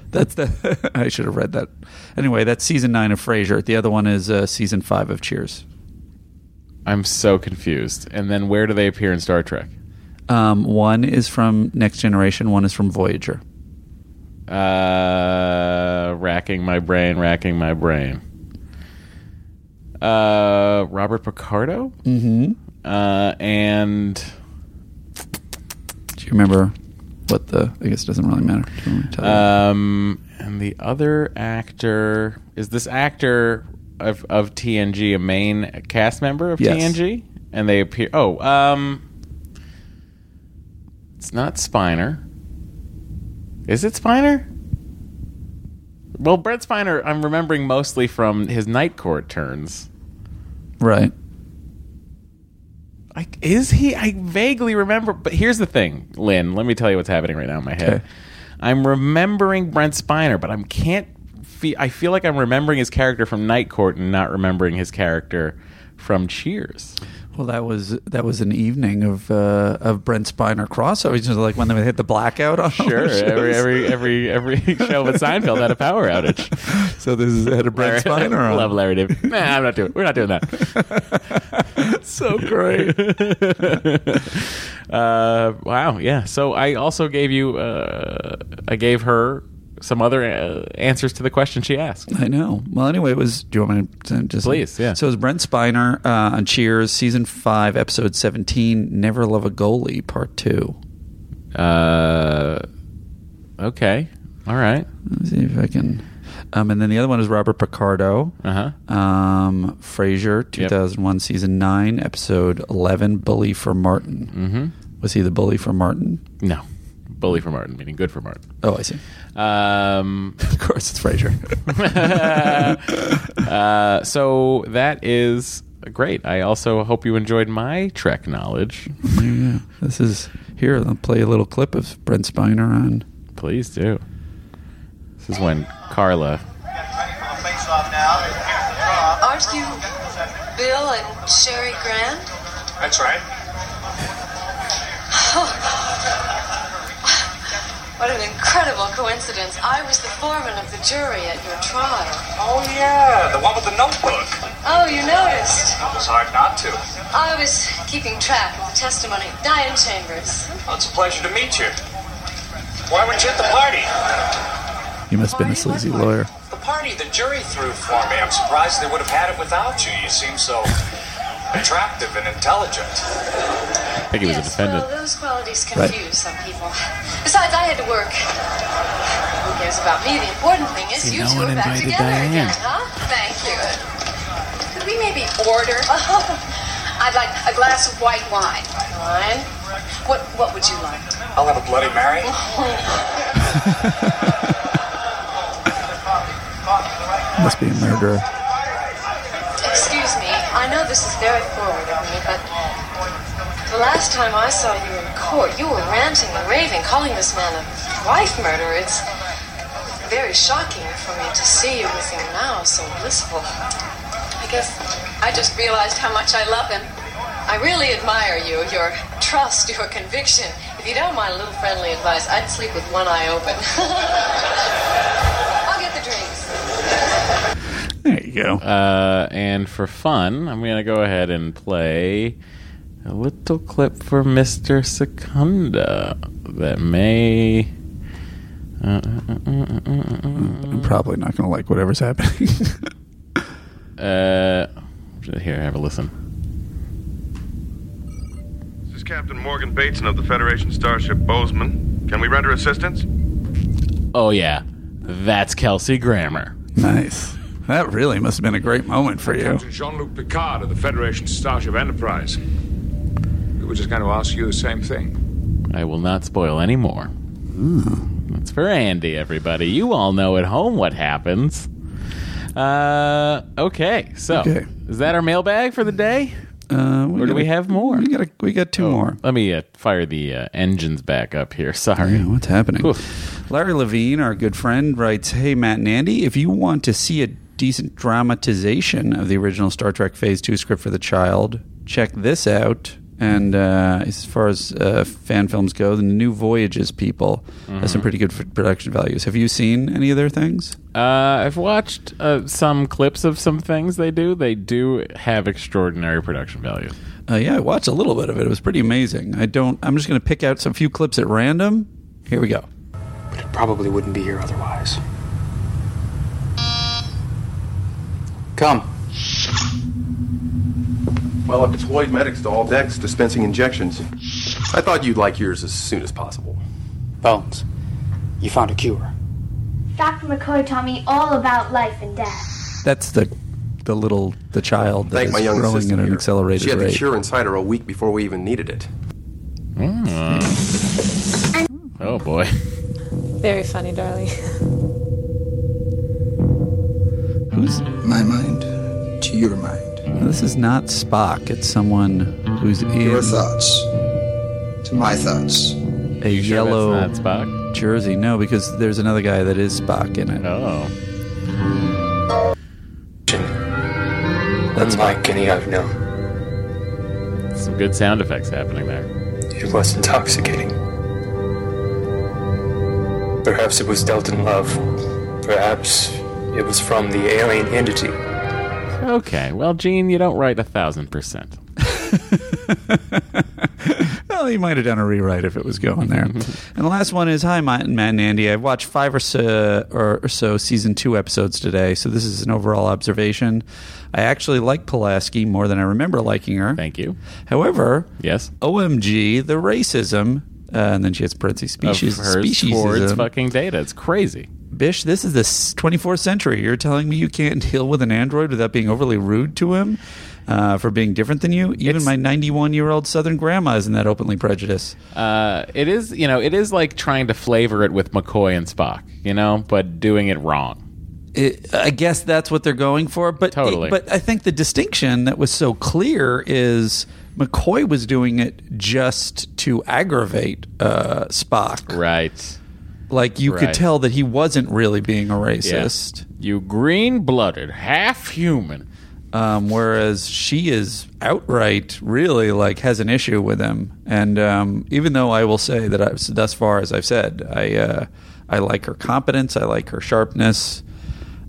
B: that's the. I should have read that. Anyway, that's season nine of Frasier. The other one is uh, season five of Cheers.
A: I'm so confused. And then where do they appear in Star Trek?
B: Um, one is from Next Generation. One is from Voyager.
A: Uh, racking my brain, racking my brain. Uh, Robert Picardo. Mm-hmm. Uh, and
B: Do you remember what the? I guess it doesn't really matter. Do you want me to tell you?
A: um, and the other actor is this actor of of TNG a main cast member of
B: Yes.
A: TNG, and they appear. Oh, um, it's not Spiner. Is it Spiner? Well, Brett Spiner, I'm remembering mostly from his Night Court turns.
B: right.
A: I, is he? I vaguely remember. But here's the thing, Lynn. Let me tell you what's happening right now in my head.
B: Okay.
A: I'm remembering Brent Spiner, but I can't. Fe- I feel like I'm remembering his character from Night Court and not remembering his character from Cheers.
B: Well, that was that was an evening of uh, of Brent Spiner crossover. Just like when they hit the blackout on all
A: Sure,
B: the shows.
A: every every every every show with Seinfeld had a power outage.
B: so this is had a Brent
A: Larry-
B: Spiner on.
A: Love Larry David. Nah, I'm not doing. We're not doing that. so great. uh, wow. Yeah. So I also gave you. Uh, I gave her some other uh, answers to the question she asked.
B: I know. Well, anyway, it was. Do you want me to to just
A: Please, yeah.
B: So it was Brent Spiner uh, on Cheers, season five, episode seventeen, "Never Love a Goalie," part two.
A: Uh, okay. All right.
B: Let me see if I can. Um, and then the other one is Robert Picardo.
A: Uh huh.
B: Um, Frasier, 2001, season 9, episode 11, Bully for Martin. Was he the bully for Martin?
A: Mm-hmm. No. Bully for Martin, meaning good for Martin.
B: Oh, I see.
A: Um,
B: Of course, it's Frasier.
A: uh, so that is great. I also hope you enjoyed my Trek knowledge.
B: yeah, this is here. I'll play a little clip of Brent Spiner on.
A: Please do. This is when Carla.
H: Aren't you Bill and Sherry Grant?
I: That's right.
H: What an incredible coincidence. I was the foreman of the jury at your trial.
I: Oh, yeah, the one with the notebook.
H: Oh, you noticed.
I: That was hard not to.
H: I was keeping track of the testimony. Diane Chambers.
I: Well, it's a pleasure to meet you. Why weren't you at the party?
B: You must have been a sleazy lawyer.
I: The party the jury threw for me. I'm surprised they would have had it without you. You seem so attractive and intelligent.
A: I think he was a
H: Yes,
A: defendant.
H: well, those qualities
B: Right.
H: confuse some people. Besides, I had to work. Who cares about me? The important thing is
A: See,
H: you
A: no
H: two
A: one
H: are back
A: invited
H: together
A: Diane.
H: again, huh? Thank you. Could we maybe order? Oh, I'd like a glass of white wine. Wine? What What would you like?
I: I'll have a Bloody Mary.
B: Must be a murderer.
H: Excuse me. I know this is very forward of me, but the last time I saw you in court, you were ranting and raving, calling this man a wife murderer. It's very shocking for me to see you with him now, so blissful. I guess I just realized how much I love him. I really admire you, your trust, your conviction. If you don't mind a little friendly advice, I'd sleep with one eye open. I'll get the drinks.
B: There you go.
A: Uh, and for fun, I'm going to go ahead and play a little clip for Mr. Secunda that may. Uh, uh, Mm-hmm.
B: I'm probably not going to like whatever's happening.
A: uh, uh, here, have a listen.
J: This is Captain Morgan Bateson of the Federation starship Bozeman. Can we render assistance?
A: Oh, yeah. That's Kelsey Grammer.
B: nice. That really must have been a great moment for you.
I: Jean Luc Picard of the Federation Starship Enterprise. We were just going to ask you the same thing.
A: I will not spoil any more. That's for Andy, everybody. You all know at home what happens. Uh, okay, so
B: Okay.
A: is that our mailbag for the day?
B: Uh,
A: Or do we have more?
B: We got a, we got two more.
A: Let me uh, fire the uh, engines back up here.
B: Yeah,
A: Sorry.
B: what's happening?
A: Oof.
B: Larry Levine, our good friend, writes Hey, Matt and Andy, if you want to see a decent dramatization of the original Star Trek Phase 2 script for the child, check this out. And uh, as far as uh, fan films go, the New Voyages people has some pretty good f- production values. Have you seen any of their things?
A: Uh, I've watched uh, some clips of some things they do. They do have extraordinary production value.
B: Uh, yeah, I watched a little bit of it. It was pretty amazing. I don't. I'm just going to pick out some few clips at random. Here we go.
I: But it probably wouldn't be here otherwise.
E: Come.
J: Well, I deployed medics to all decks dispensing injections. I thought you'd like yours as soon as possible.
I: Bones, you found a cure.
K: Dr. McCoy taught me all about life and death.
B: That's the the little the child that
J: Thank
B: is
J: my young
B: growing
J: assistant
B: at an
J: here.
B: accelerated
J: She had
B: rate.
J: the cure inside her a week before we even needed it.
B: Mm.
A: Oh boy.
H: Very funny, darling.
B: Who's
E: My mind to your mind.
B: This is not Spock. It's someone who's in
E: Your thoughts to my thoughts.
B: a
A: Sure
B: yellow
A: that's not Spock.
B: jersey. No, because there's another guy that is Spock in it.
A: Oh,
I: Unlike any I've known,
A: some good sound effects happening there.
I: it was intoxicating. Perhaps it was dealt in love. Perhaps it was from the alien entity.
A: Okay, well, Gene, you don't write a thousand percent.
B: Well, he might have done a rewrite if it was going there. and the last one is Hi, Matt and, Matt and Andy. I've watched five or so, or so season two episodes today, so this is an overall observation. I actually like Pulaski more than I remember liking her.
A: Thank you.
B: However,
A: Yes.
B: OMG, the racism. Uh, and then she has parentheses species.
A: of hers towards
B: speciesism.
A: fucking data. It's crazy.
B: Bish, this is the s- 24th century. You're telling me you can't deal with an android without being overly rude to him? uh, for being different than you. Even my 91 year old Southern grandma isn't that openly prejudiced.
A: Uh, it is, you know, it is like trying to flavor it with McCoy and Spock, you know, but doing it wrong.
B: It, I guess that's what they're going for. But
A: Totally.
B: but I think the distinction that was so clear is McCoy was doing it just to aggravate uh, Spock.
A: Right.
B: Like you
A: Right.
B: could tell that he wasn't really being a racist.
A: You green blooded, half human.
B: Um, whereas she is outright really like has an issue with him. And um, even though I will say that I've, thus far, as I've said, I uh, I like her competence, I like her sharpness.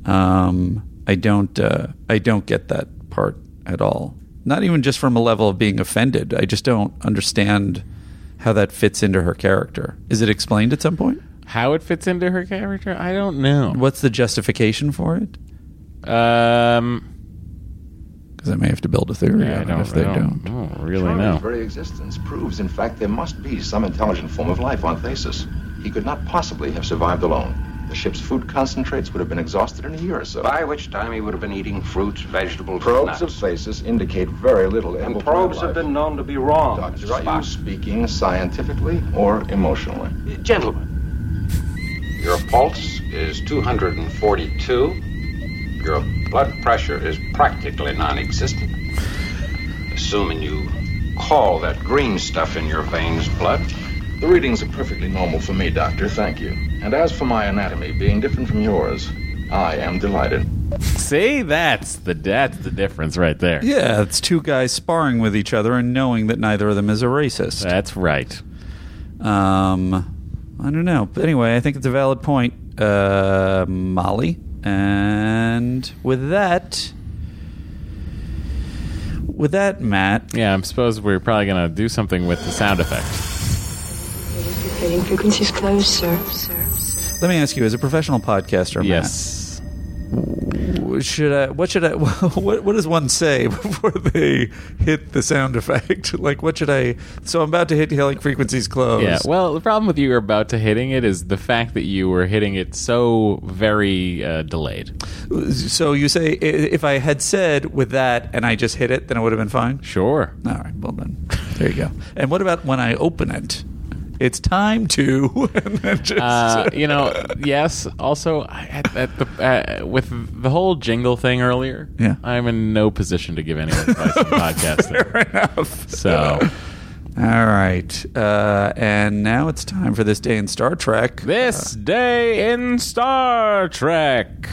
B: Um, I don't uh, I don't get that part at all. Not even just from a level of being offended. I just don't understand how that fits into her character. Is it explained at some point?
A: How it fits into her character, I don't know.
B: What's the justification for it?
A: Um,
B: Because I may have to build a theory
A: Yeah, I
B: on
A: don't-
B: it if they
A: I
B: don't.
A: don't- I don't really know.
L: His very existence proves, in fact, there must be some intelligent form of life on Thasus. He could not possibly have survived alone. The ship's food concentrates would have been exhausted in a year or so.
M: By which time he would have been eating fruits, vegetables,
L: Probes
M: nuts.
L: of Thasus indicate very little.
M: And
L: able form
M: probes
L: of
M: have
L: life.
M: been known to be wrong.
L: Doctor,
M: Spock.
L: are you speaking scientifically or emotionally?
M: Gentlemen, your pulse is 242. Your blood pressure is practically non existent. Assuming you call that green stuff in your veins blood.
L: The readings are perfectly normal for me, Doctor. Thank you. And as for my anatomy being different from yours, I am delighted.
A: See, that's the that's the difference right there.
B: Yeah, it's two guys sparring with each other and knowing that neither of them is a racist.
A: That's right.
B: Um, I don't know. But anyway, I think it's a valid point, uh, Molly. And with that, with that, Matt.
A: Yeah, I am suppose we're probably gonna do something with the sound effect.
N: Fading frequencies closed, sir.
B: let me ask you, as a professional podcaster, Matt,
A: Yes.
B: w- Should I? What should I? What, what does one say before they hit the sound effect? Like, what should I? So I'm about to hit healing frequencies close.
A: Yeah. Well, the problem with you about to hitting it is the fact that you were hitting it so very uh, delayed.
B: So you say i- if I had said with that and I just hit it, then it would have been fine.
A: Sure.
B: All right. Well then, there you go. And what about when I open it? It's time to. and then just-
A: Uh, you know, yes. Also, I- at, at the uh, with the whole jingle thing earlier,
B: Yeah.
A: I'm in no position to give any advice on podcasting. So,
B: All right. Uh, and now it's time for this day in Star Trek. Uh,
A: This day in Star Trek.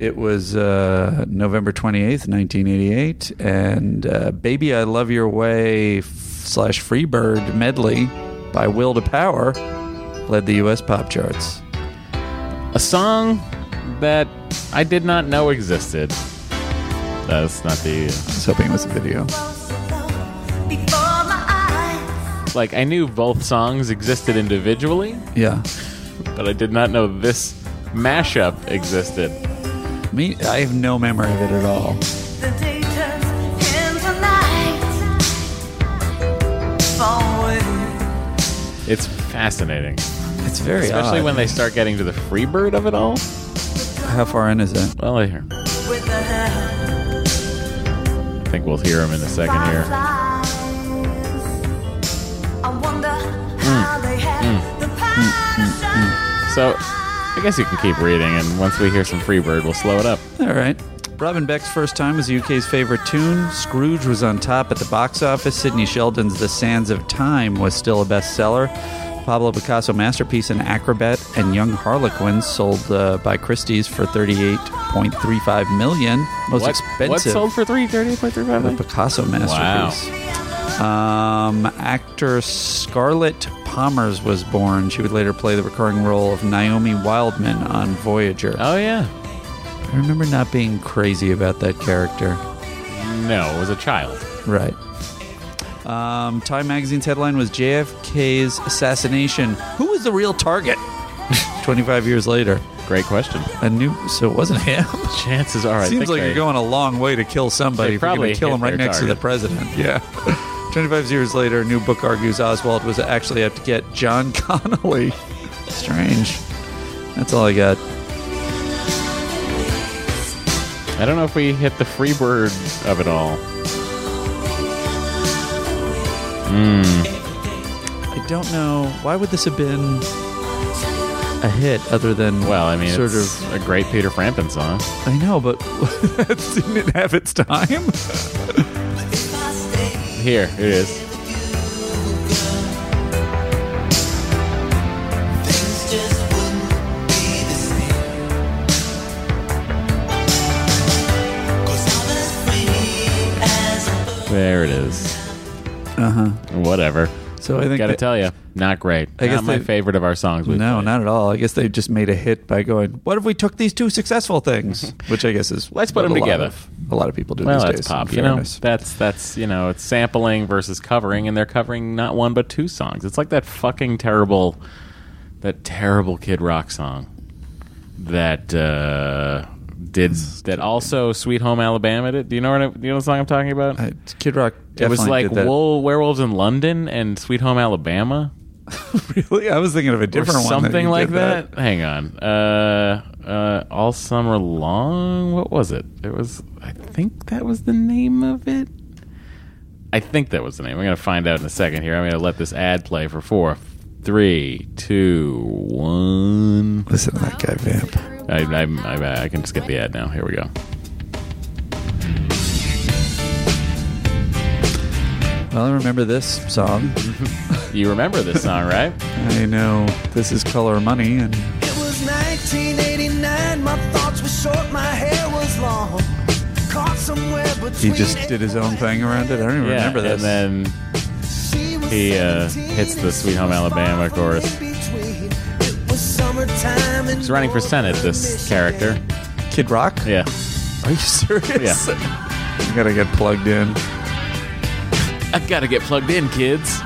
B: It was uh, November 28th, 1988. And uh, Baby, I Love Your Way f- slash Freebird medley by Will to Power led the U.S. pop charts.
A: a song that I did not know existed. That's not the. I
B: was hoping it was a video.
A: Like I knew both songs existed individually,
B: Yeah.
A: but I did not know this mashup existed.
B: Me, I have no memory of it at all.
O: The day turns into night. Forward.
A: It's fascinating.
B: It's very
A: especially
B: odd.
A: when they start getting to the freebird of it all.
B: How far in is it?
A: Well, I hear.
O: With the
A: I think we'll hear him in a second here.
O: fireflies. I wonder how
A: Hmm.
O: they have the
A: So, I guess you can keep reading, and once we hear some freebird, we'll slow it up.
B: All right. Robin Beck's first time was the UK's favorite tune. Scrooge was on top at the box office. Sidney Sheldon's The Sands of Time was still a bestseller. Pablo Picasso masterpiece and Acrobat and Young Harlequin sold uh, by Christie's for 38.35 million. Most
A: What-
B: expensive.
A: What sold for three thirty point three five?
B: The Picasso masterpiece. Um, actor Scarlett Palmers was born. She would later play the recurring role of Naomi Wildman on Voyager.
A: Oh yeah,
B: I remember not being crazy about that character.
A: No, it was a child.
B: Right. Um, Time magazine's headline was JFK's assassination. Who was the real target? 25 years later.
A: Great question.
B: I knew, so it wasn't him.
A: Chances are, I
B: Seems
A: think
B: like
A: they-
B: you're going a long way to kill somebody.
A: They
B: if you're gonna
A: probably
B: kill
A: hit
B: him right
A: their
B: next to the
A: target.
B: president. Yeah. 25 years later, a new book argues Oswald was actually out to get John Connolly. Strange. That's all I got.
A: I don't know if we hit the free bird of it all. Mm.
B: I don't know. Why would this have been a hit other than
A: well? I mean,
B: sort
A: it's
B: of.
A: a great Peter Frampton song.
B: I know, but didn't it have its time?
A: Here, here it is. There it is.
B: Uh huh.
A: Whatever.
B: So I think
A: gotta
B: that-
A: tell you, not great.
B: I guess
A: not my
B: they-
A: favorite of our songs. We've
B: No, not at all. I guess they just made a hit by going, "What if we took these two successful things?" Which I guess is
A: Let's put
B: what
A: them
B: a lot
A: together.
B: of- a lot of people do
A: well,
B: these
A: that's
B: days.
A: pop.
B: in
A: You know,
B: fairness.
A: that's that's you know, it's sampling versus covering, and they're covering not one but two songs. It's like that fucking terrible, that terrible Kid Rock song that uh, did that. Also, Sweet Home Alabama. Did do you know what I, do you know the song I'm talking about?
B: Kid Rock.
A: it was
B: definitely
A: like
B: did that.
A: Wo- Werewolves in London and Sweet Home Alabama.
B: really? I was thinking of a different
A: or
B: one.
A: something
B: you
A: like
B: did
A: that. Hang on. Uh, uh, all summer long. What was it? It was. I think that was the name of it. I think that was the name. I'm gonna find out in a second here. I'm gonna let this ad play for four, three, two, one.
B: Listen to that guy vamp.
A: I I, I, I can skip the ad now. Here we go.
B: Well, I remember this song.
A: you remember this song, right?
B: I know. This is Color Money, and
C: It was 1989. My thoughts were short. My hair was long. Caught somewhere
B: he
C: between.
B: just did his own thing around it. I don't even
A: Yeah,
B: remember this.
A: And then he uh, hits the Sweet Home Alabama chorus.
C: It was summertime and
A: He's running for Senate. This character.
B: Kid Rock.
A: Yeah.
B: Are you serious? Yeah. you gotta get plugged in,
A: I gotta get plugged in, kids.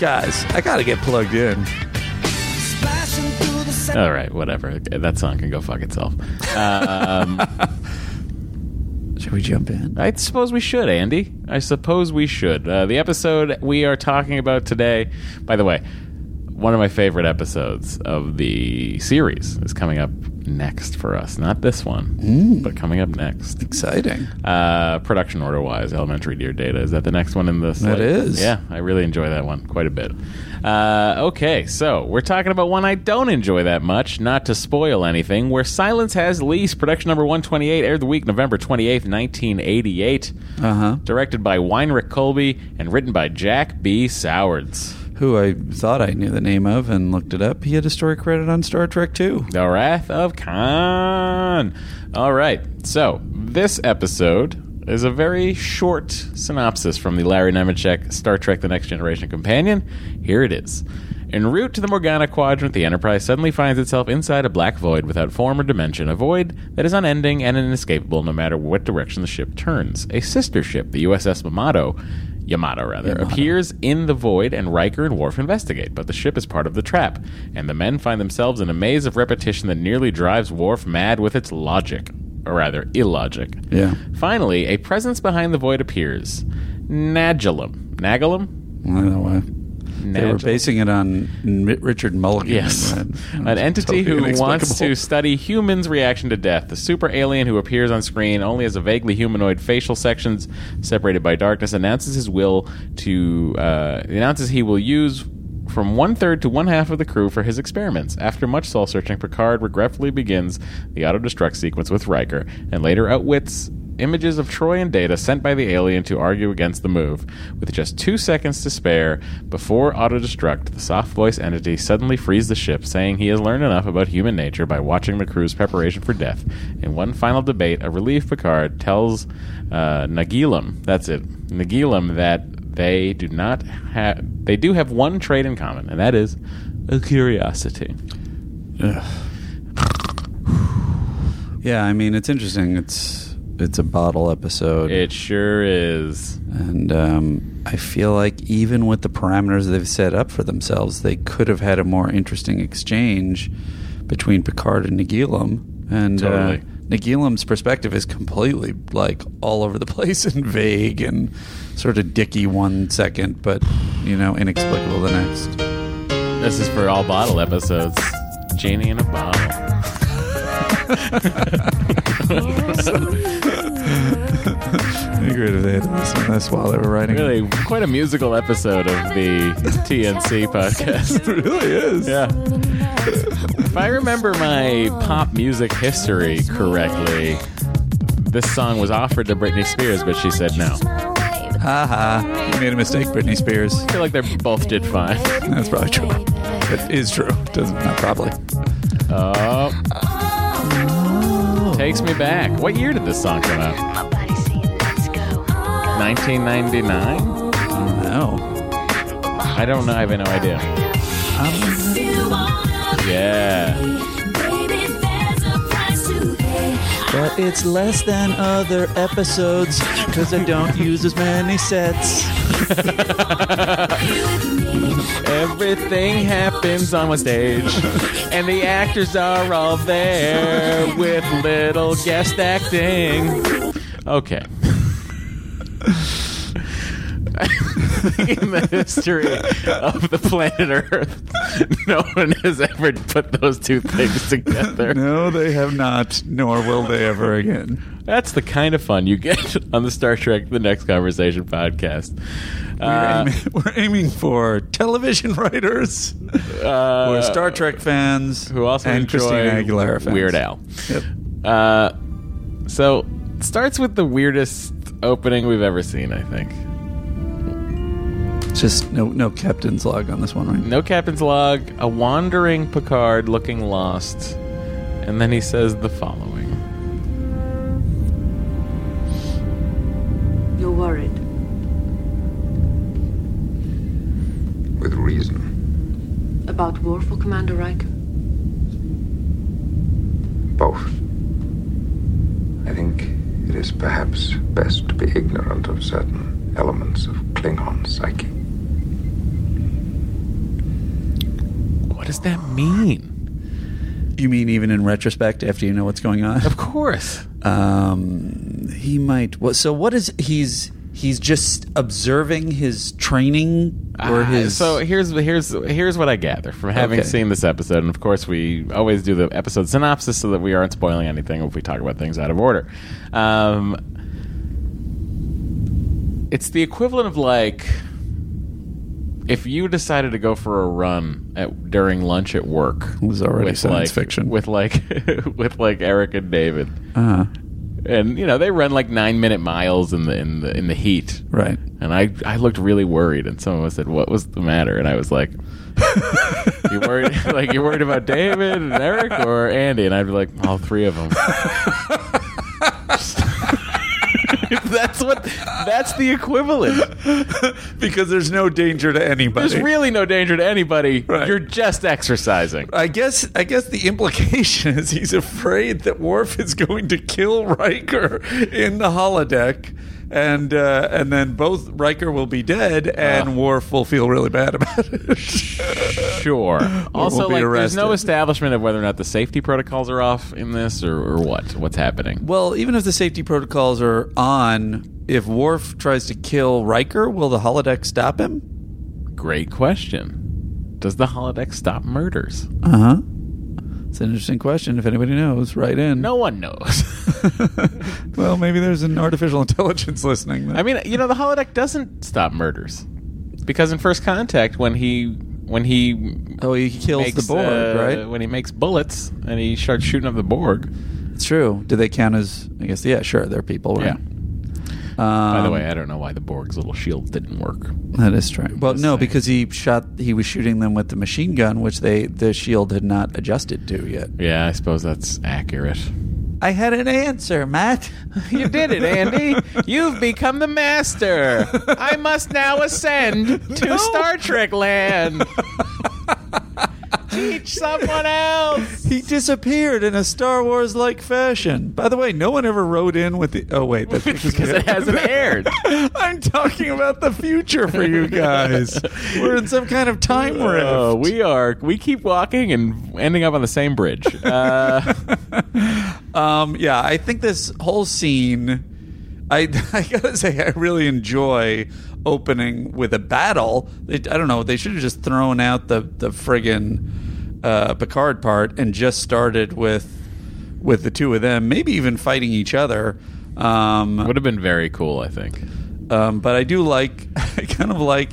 B: guys. I gotta get plugged in.
C: splashing through the sand.
A: All right, whatever. That song can go fuck itself. Um,
B: Should we jump in?
A: I suppose we should, Andy. I suppose we should. Uh, the episode we are talking about today, by the way, one of my favorite episodes of the series is coming up next for us. Not this one, but coming up next.
B: Mm. Exciting.
A: Uh, production order wise, Elementary Deer Data. Is that the next one in the slate?
B: is.
A: Yeah, I really enjoy that one quite a bit. Uh, okay, so we're talking about one I don't enjoy that much, not to spoil anything, where Silence Has Lease, production number 128, aired the week November 28th, 1988.
B: Uh huh.
A: Directed by Weinrich Colby and written by Jack B. Sowards.
B: Who I thought I knew the name of and looked it up. He had a story credit on Star Trek too.
A: The Wrath of Khan. All right. So, this episode is a very short synopsis from the Larry Nemechek Star Trek The Next Generation companion. Here it is. En route to the Morgana Quadrant, the Enterprise suddenly finds itself inside a black void without form or dimension, a void that is unending and inescapable no matter what direction the ship turns. A sister ship, the USS Yamato, Yamato rather, appears in the void and Riker and Worf investigate, but the ship is part of the trap, and the men find themselves in a maze of repetition that nearly drives Worf mad with its logic, or rather, illogic.
B: Yeah.
A: Finally, a presence behind the void appears. Nagilum. Nagilum?
B: I don't know why. They were
A: Nagilum.
B: basing it on M- Richard Mulligan.
A: Yes.
B: And-
A: An
B: totally
A: entity who wants
B: inexplicable.
A: to study humans' reaction to death. The super alien who appears on screen only as a vaguely humanoid facial sections separated by darkness announces his will to uh, announces he will use from one third to one half of the crew for his experiments. After much soul searching, Picard regretfully begins the auto destruct sequence with Riker and later outwits images of Troy and Data sent by the alien to argue against the move. With just two seconds to spare before auto destruct, the soft voice entity suddenly frees the ship, saying he has learned enough about human nature by watching the crew's preparation for death. In one final debate, a relief Picard tells uh, Nagilum, that's it, Nagilum, that they do not have, they do have one trait in common, and that is a curiosity.
B: Yeah, I mean it's interesting. It's it's a bottle episode.
A: It sure is.
B: And um, I feel like even with the parameters they've set up for themselves, they could have had a more interesting exchange between Picard and Nagilum. And
A: Totally.
B: uh, Nagilum's perspective is completely like all over the place and vague and sort of dicky one second, but you know inexplicable the next.
A: This is for all bottle episodes. Genie in a bottle.
B: Great if they had listened to this while they were writing.
A: Really, quite a musical episode of the TNC podcast.
B: it really is.
A: Yeah. If I remember my pop music history correctly, this song was offered to Britney Spears, but she said no.
B: Haha. You made a mistake, Britney Spears. I
A: feel like they both did fine.
B: That's probably true. That is true. Doesn't not probably.
A: Oh. Takes me back. What year did this song come out? 1999?
B: No.
A: I don't know. I have no idea. Yeah.
B: But it's less than other episodes because I don't use as many sets.
A: Everything happens on one stage, and the actors are all there with little guest acting. Okay. In the history of the planet Earth, no one has ever put those two things together.
B: No, they have not, nor will they ever again.
A: That's the kind of fun you get on the Star Trek The Next Conversation podcast.
B: We're, aiming, we're aiming for television writers,
A: uh,
B: we're Star Trek fans,
A: who also
B: and
A: enjoy
B: Christina Aguilera fans.
A: Weird Al.
B: Yep.
A: Uh, so it starts with the weirdest opening we've ever seen. I think
B: It's just no no captain's log on this one, right?
A: no captain's log, a wandering Picard looking lost, and then he says the following.
P: You're worried.
I: With reason.
P: About war for Commander Riker?
I: Both. I think it is perhaps best to be ignorant of certain elements of Klingon psyche.
A: What does that mean?
B: You mean even in retrospect, after you know what's going on?
A: Of course.
B: Um, he might. What, so what is he's he's just observing his training or
A: Ah,
B: his
A: so here's here's here's what I gather from having
B: Okay.
A: seen this episode, and of course we always do the episode synopsis so that we aren't spoiling anything if we talk about things out of order. Um, it's the equivalent of like if you decided to go for a run at during lunch at work. It
B: was already science
A: like,
B: fiction.
A: with like with like Eric and David,
B: uh,
A: and you know they run like nine minute miles in the in the in the heat,
B: right.
A: and I, I looked really worried, and someone was said, "What was the matter?" And I was like, "You worried? like you worried about David and Eric or Andy?" And I'd be like, "All three of them." that's what. That's the equivalent.
B: because there's no danger to anybody.
A: There's really no danger to anybody.
B: Right.
A: You're just exercising.
B: I guess I guess the implication is he's afraid that Worf is going to kill Riker in the holodeck, and uh, and then both Riker will be dead, and Worf will feel really bad about it.
A: Sure. Also,
B: be
A: like, there's no
B: arrested.
A: establishment of whether or not the safety protocols are off in this, or, or what. What's happening?
B: well, even if the safety protocols are on, if Worf tries to kill Riker, will the holodeck stop him?
A: Great question. Does the holodeck stop murders?
B: Uh huh. It's an interesting question. If anybody knows, write in.
A: No one knows.
B: Well, maybe there's an artificial intelligence listening. Then.
A: I mean, you know, the holodeck doesn't stop murders because in First Contact, when he when he
B: oh, he kills
A: makes,
B: the Borg,
A: uh,
B: right?
A: When he makes bullets and he starts shooting up the Borg.
B: It's true. Do they count as? I guess yeah, sure. They're people, right?
A: Yeah.
B: Um,
A: By the way, I don't know why the Borg's little shield didn't work.
B: that is true. Well,
A: Just
B: no,
A: saying.
B: because he shot. He was shooting them with the machine gun, which they the shield had not adjusted to yet.
A: Yeah, I suppose that's accurate.
B: I had an answer, Matt.
A: You did it, Andy. You've become the master. I must now ascend to
B: No.
A: Star Trek land. Teach someone else.
B: He disappeared in a Star Wars like fashion. By the way, no one ever rode in with the. Oh wait, that's
A: Because it hasn't aired.
B: I'm talking about the future for you guys. We're in some kind of time rift.
A: Oh, we are. We keep walking and ending up on the same bridge. Uh,
B: Um, yeah, I think this whole scene, I, I gotta say, I really enjoy opening with a battle. They, I don't know, they should have just thrown out the the friggin' uh, Picard part and just started with with the two of them, maybe even fighting each other. Um,
A: Would have been very cool, I think.
B: Um, but I do like, I kind of like.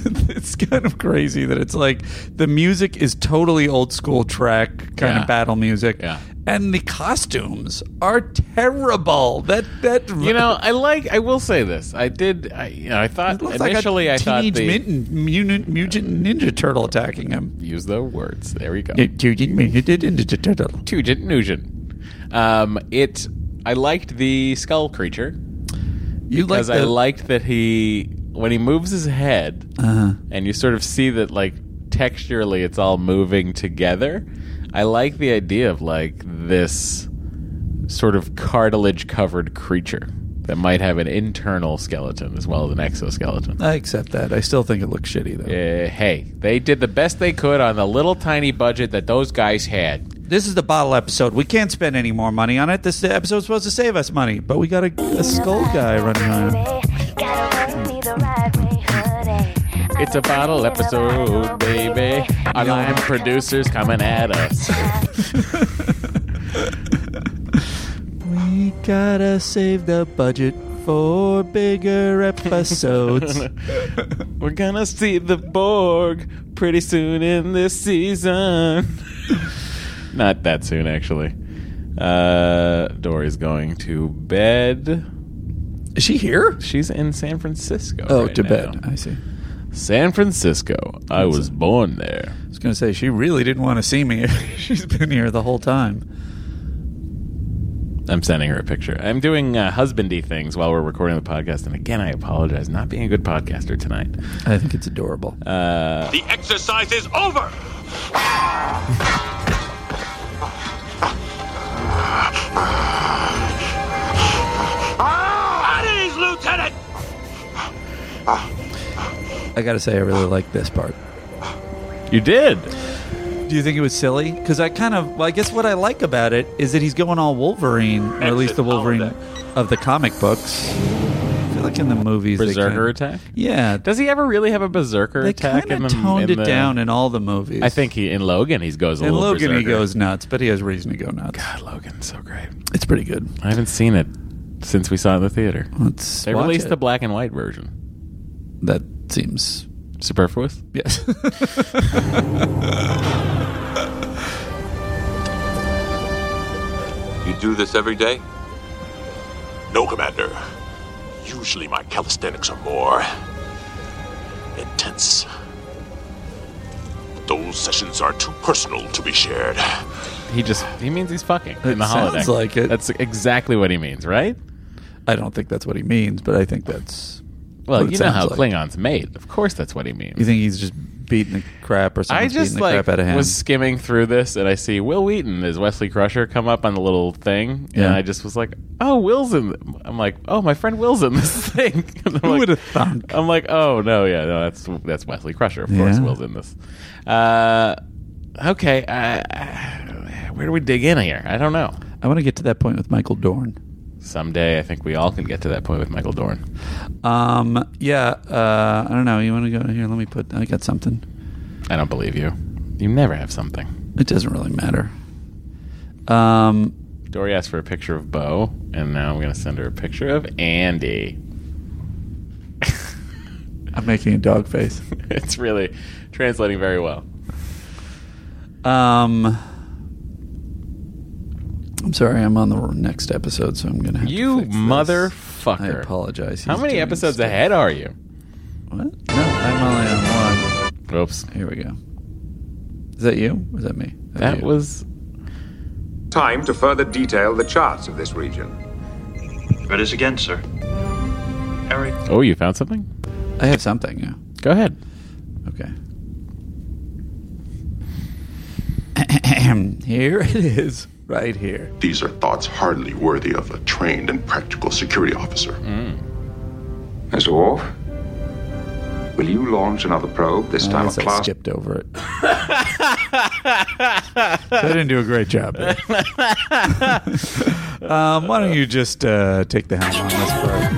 B: it's kind of crazy that it's like the music is totally old school track kind
A: Yeah.
B: of battle music.
A: Yeah.
B: And the costumes are terrible. That that
A: You know, I like. I will say this. I did. I, you know, I thought
B: looks
A: initially.
B: like
A: I
B: a
A: thought
B: teenage
A: the
B: mutant, mutant, mutant ninja turtle attacking him.
A: use the words. There we go.
B: Mutant ninja turtle.
A: Tugent Nugent. Um, it. I liked the skull creature.
B: You like
A: because I
B: the-
A: liked that he when he moves his head,
B: Uh-huh.
A: and you sort of see that like texturally it's all moving together. I like the idea of like this sort of cartilage covered creature that might have an internal skeleton as well as an exoskeleton.
B: I accept that. I still think it looks shitty though.
A: Uh, hey, they did the best they could on the little tiny budget that those guys had.
B: This is the bottle episode. We can't spend any more money on it. This episode's supposed to save us money, but we got a, a skull guy running around.
A: It's a bottle episode, baby. Our line producers coming at us.
B: We gotta save the budget for bigger episodes.
A: We're gonna see the Borg pretty soon in this season. Not that soon, actually. Uh, Dory's going to bed.
B: Is she here?
A: She's in San Francisco.
B: oh,
A: right
B: to
A: now.
B: bed. I see.
A: San Francisco. I was born there.
B: I was gonna say she really didn't want to see me. She's been here the whole time.
A: I'm sending her a picture. I'm doing uh, husbandy things while we're recording the podcast. And again, I apologize not being a good podcaster tonight.
B: I think it's adorable.
A: Uh,
Q: The exercise is over! Out of these, Lieutenant!
B: I gotta say, I really like this part.
A: You did.
B: Do you think it was silly? Because I kind of, well, I guess what I like about it is that he's going all Wolverine, or at least the Wolverine of the comic books. I feel like in the movies, they
A: berserker
B: kind
A: attack.
B: Yeah.
A: Does he ever really have a berserker
B: They
A: attack?
B: kinda
A: in the-
B: toned
A: in
B: it
A: the-
B: down in all the movies.
A: I think he in Logan he goes a
B: In
A: little.
B: Logan, he
A: berserker.
B: goes nuts, but he has reason to go nuts. God,
A: Logan's so great.
B: It's pretty good.
A: I haven't seen it since we saw it in the theater.
B: Let's
A: they
B: watch
A: released
B: it.
A: the black and white version.
B: That seems
A: superfluous.
B: Yes.
R: You do this every day?
Q: No, Commander. Usually my calisthenics are more intense. But those sessions are too personal to be shared.
A: He just he means he's fucking in the
B: sounds
A: holodeck.
B: like it.
A: That's exactly what he means, right?
B: I don't think that's what he means, but I think that's.
A: Well,
B: what it
A: you know
B: sounds
A: how
B: like.
A: Klingons made. Of course, that's what he means.
B: You think he's just beating the crap or something?
A: I just
B: the
A: like
B: crap out of him.
A: was skimming through this and I see Will Wheaton as Wesley Crusher come up on the little thing,
B: Yeah.
A: and I just was like, "Oh, Will's in." th- I'm like, "Oh, my friend Will's in this thing." Who would have
B: thunk?
A: I'm like, "Oh no, yeah, no, that's that's Wesley Crusher. Of course,
B: Yeah.
A: Will's in this." Uh, okay, uh, uh, where do we dig in here? I don't know.
B: I want to get to that point with Michael Dorn.
A: Someday, I think we all can get to that point with Michael Dorn.
B: Um. Yeah. Uh. I don't know. You want to go here? Let me put. I got something.
A: I don't believe you. You never have something.
B: It doesn't really matter. Um.
A: Dory asked for a picture of Bo, and now I'm going to send her a picture of Andy.
B: I'm making a dog face.
A: it's really translating very well.
B: Um. I'm sorry. I'm on the next episode, so I'm gonna. Have to
A: You
B: fix this.
A: motherfucker.
B: I apologize.
A: How
B: He's
A: many
B: doing
A: episodes ahead are you?
B: What? No, I'm only on
A: one. Oops.
B: Here we go. Is that you? Or is that me?
A: That was.
R: Time to further detail the charts of this region.
S: Read us again, sir. Harry.
A: Oh, you found something?
B: I have something. Yeah.
A: Go ahead.
B: Okay. here it is, right here.
T: These are thoughts hardly worthy of a trained and practical security officer.
S: Mm.
I: Mr. Worf, will you launch another probe, this
B: I
I: time a
B: guess Oh, I
I: class?
B: skipped over it. I didn't do a great job. there. um, why don't you just uh, take the helm on this part?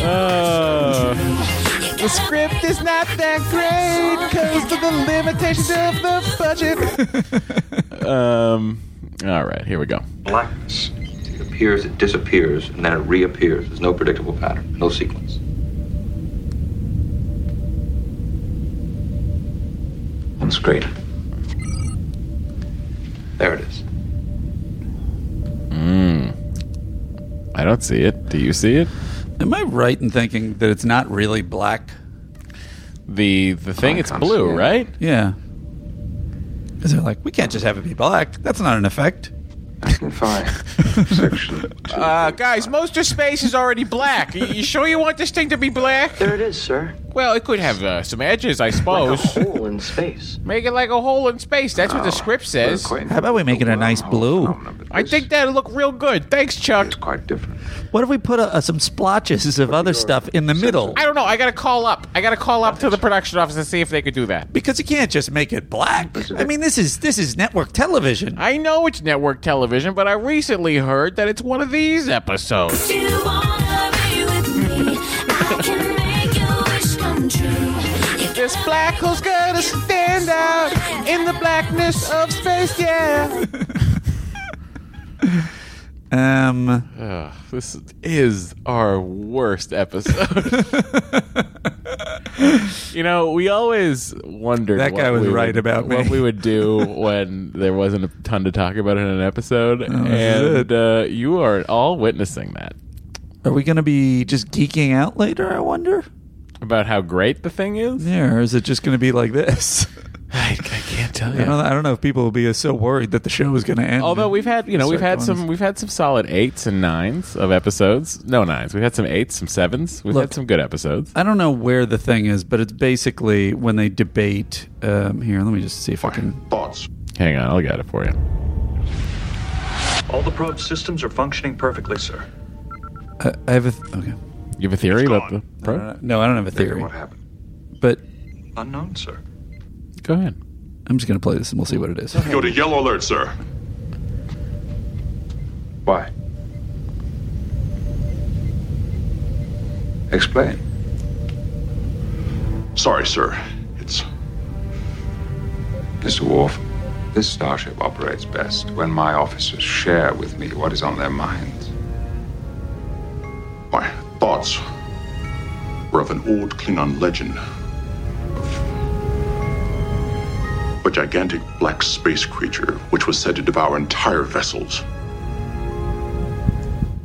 A: Uh,
C: The script is not that great because of the limitations of the budget.
A: Um, all right, here we go.
L: Blackness. It appears, it disappears, and then it reappears. There's no predictable pattern, no sequence. On screen. There it is.
A: Mm. I don't see it. Do you see it?
B: Am I right in thinking that it's not really black?
A: The the thing, it's blue, right?
B: Yeah. Because they're like, we can't just have it be black. That's not an effect. Section.
C: Uh, guys, most of space is already black. You, you sure you want this thing to be black? There it is, sir.
A: Well, it could have uh, some edges, I suppose.
C: hole in space. Oh, Make it like a hole in space. That's what the script says.
B: How about we make it a nice blue?
C: I think that'll look real good. Thanks, Chuck. It's
L: quite different.
B: What if we put a, uh some splotches of other stuff in the middle?
C: I don't know. I gotta call up. I gotta call up to the production office and see if they could do that.
B: Because you can't just make it black. I mean, this is this is network television.
C: I know it's network television, but I recently heard that it's one of these episodes.
O: This black hole's gonna stand out in the blackness of space, yeah.
B: Um,
A: Ugh, this is our worst episode. you know, we always wondered
B: That
A: what
B: guy was
A: we
B: right
A: would-
B: about me.
A: what we would do when there wasn't a ton to talk about in an episode,
B: Oh, this
A: and uh, you are all witnessing that
B: Are we going to be just geeking out later? I wonder.
A: about how great the thing is.
B: Yeah, or is it just going to be like this?
A: I, I can't tell
B: I don't, I don't know if people will be so worried that the show is going to end.
A: Although we've had, you know, we've
B: Start
A: had
B: doing
A: some, we've had some solid eights and nines of episodes. No nines. We've had some eights, some sevens. We've had
B: Look.
A: some good episodes.
B: I don't know where the thing is, but it's basically when they debate. Um, here, let me just see if I can.
T: Thoughts.
A: Hang on, I'll get it for you.
S: All the probe systems are functioning perfectly, sir.
B: I, I have a th- okay.
A: You have a theory about the probe?
B: No, I don't have a theory.
S: what happened?
B: But
S: Unknown, sir.
A: Go ahead.
B: I'm just going to play this and we'll see what it is.
T: Go to yellow alert, sir.
L: Why? Explain.
T: Sorry, sir. It's
L: Mr. Worf, this starship operates best when my officers share with me what is on their minds.
T: my thoughts were of an old Klingon legend of a gigantic black space creature which was said to devour entire vessels.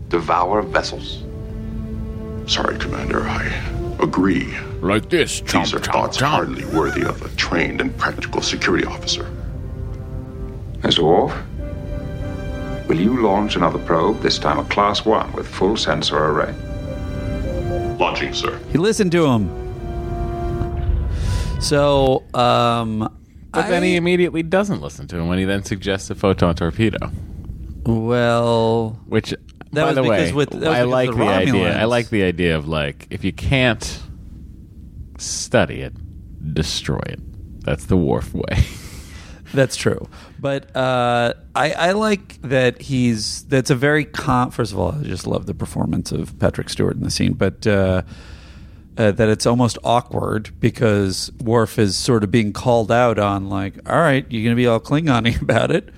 L: Devour vessels?
T: Sorry, Commander, I agree.
Q: Like this,
T: These are thoughts hardly worthy of a trained and practical security officer.
L: Mr. Worf, will you launch another probe, this time a Class 1 with full sensor array?
T: Launching, sir.
B: He listened to him. So, um,
A: But then
B: I-
A: he immediately doesn't listen to him when he then suggests a photon torpedo,
B: well,
A: which
B: That
A: by
B: was
A: the way,
B: because with- that was
A: I
B: because
A: like
B: of
A: the,
B: the
A: idea. I
B: Romulans.
A: like the idea of like if you can't study it, destroy it. That's the wharf way.
B: That's true. But uh, I, I like that he's. That's a very calm. First of all, I just love the performance of Patrick Stewart in the scene, but uh, uh, that it's almost awkward because Worf is sort of being called out on, like, all right, you're going to be all Klingon about it.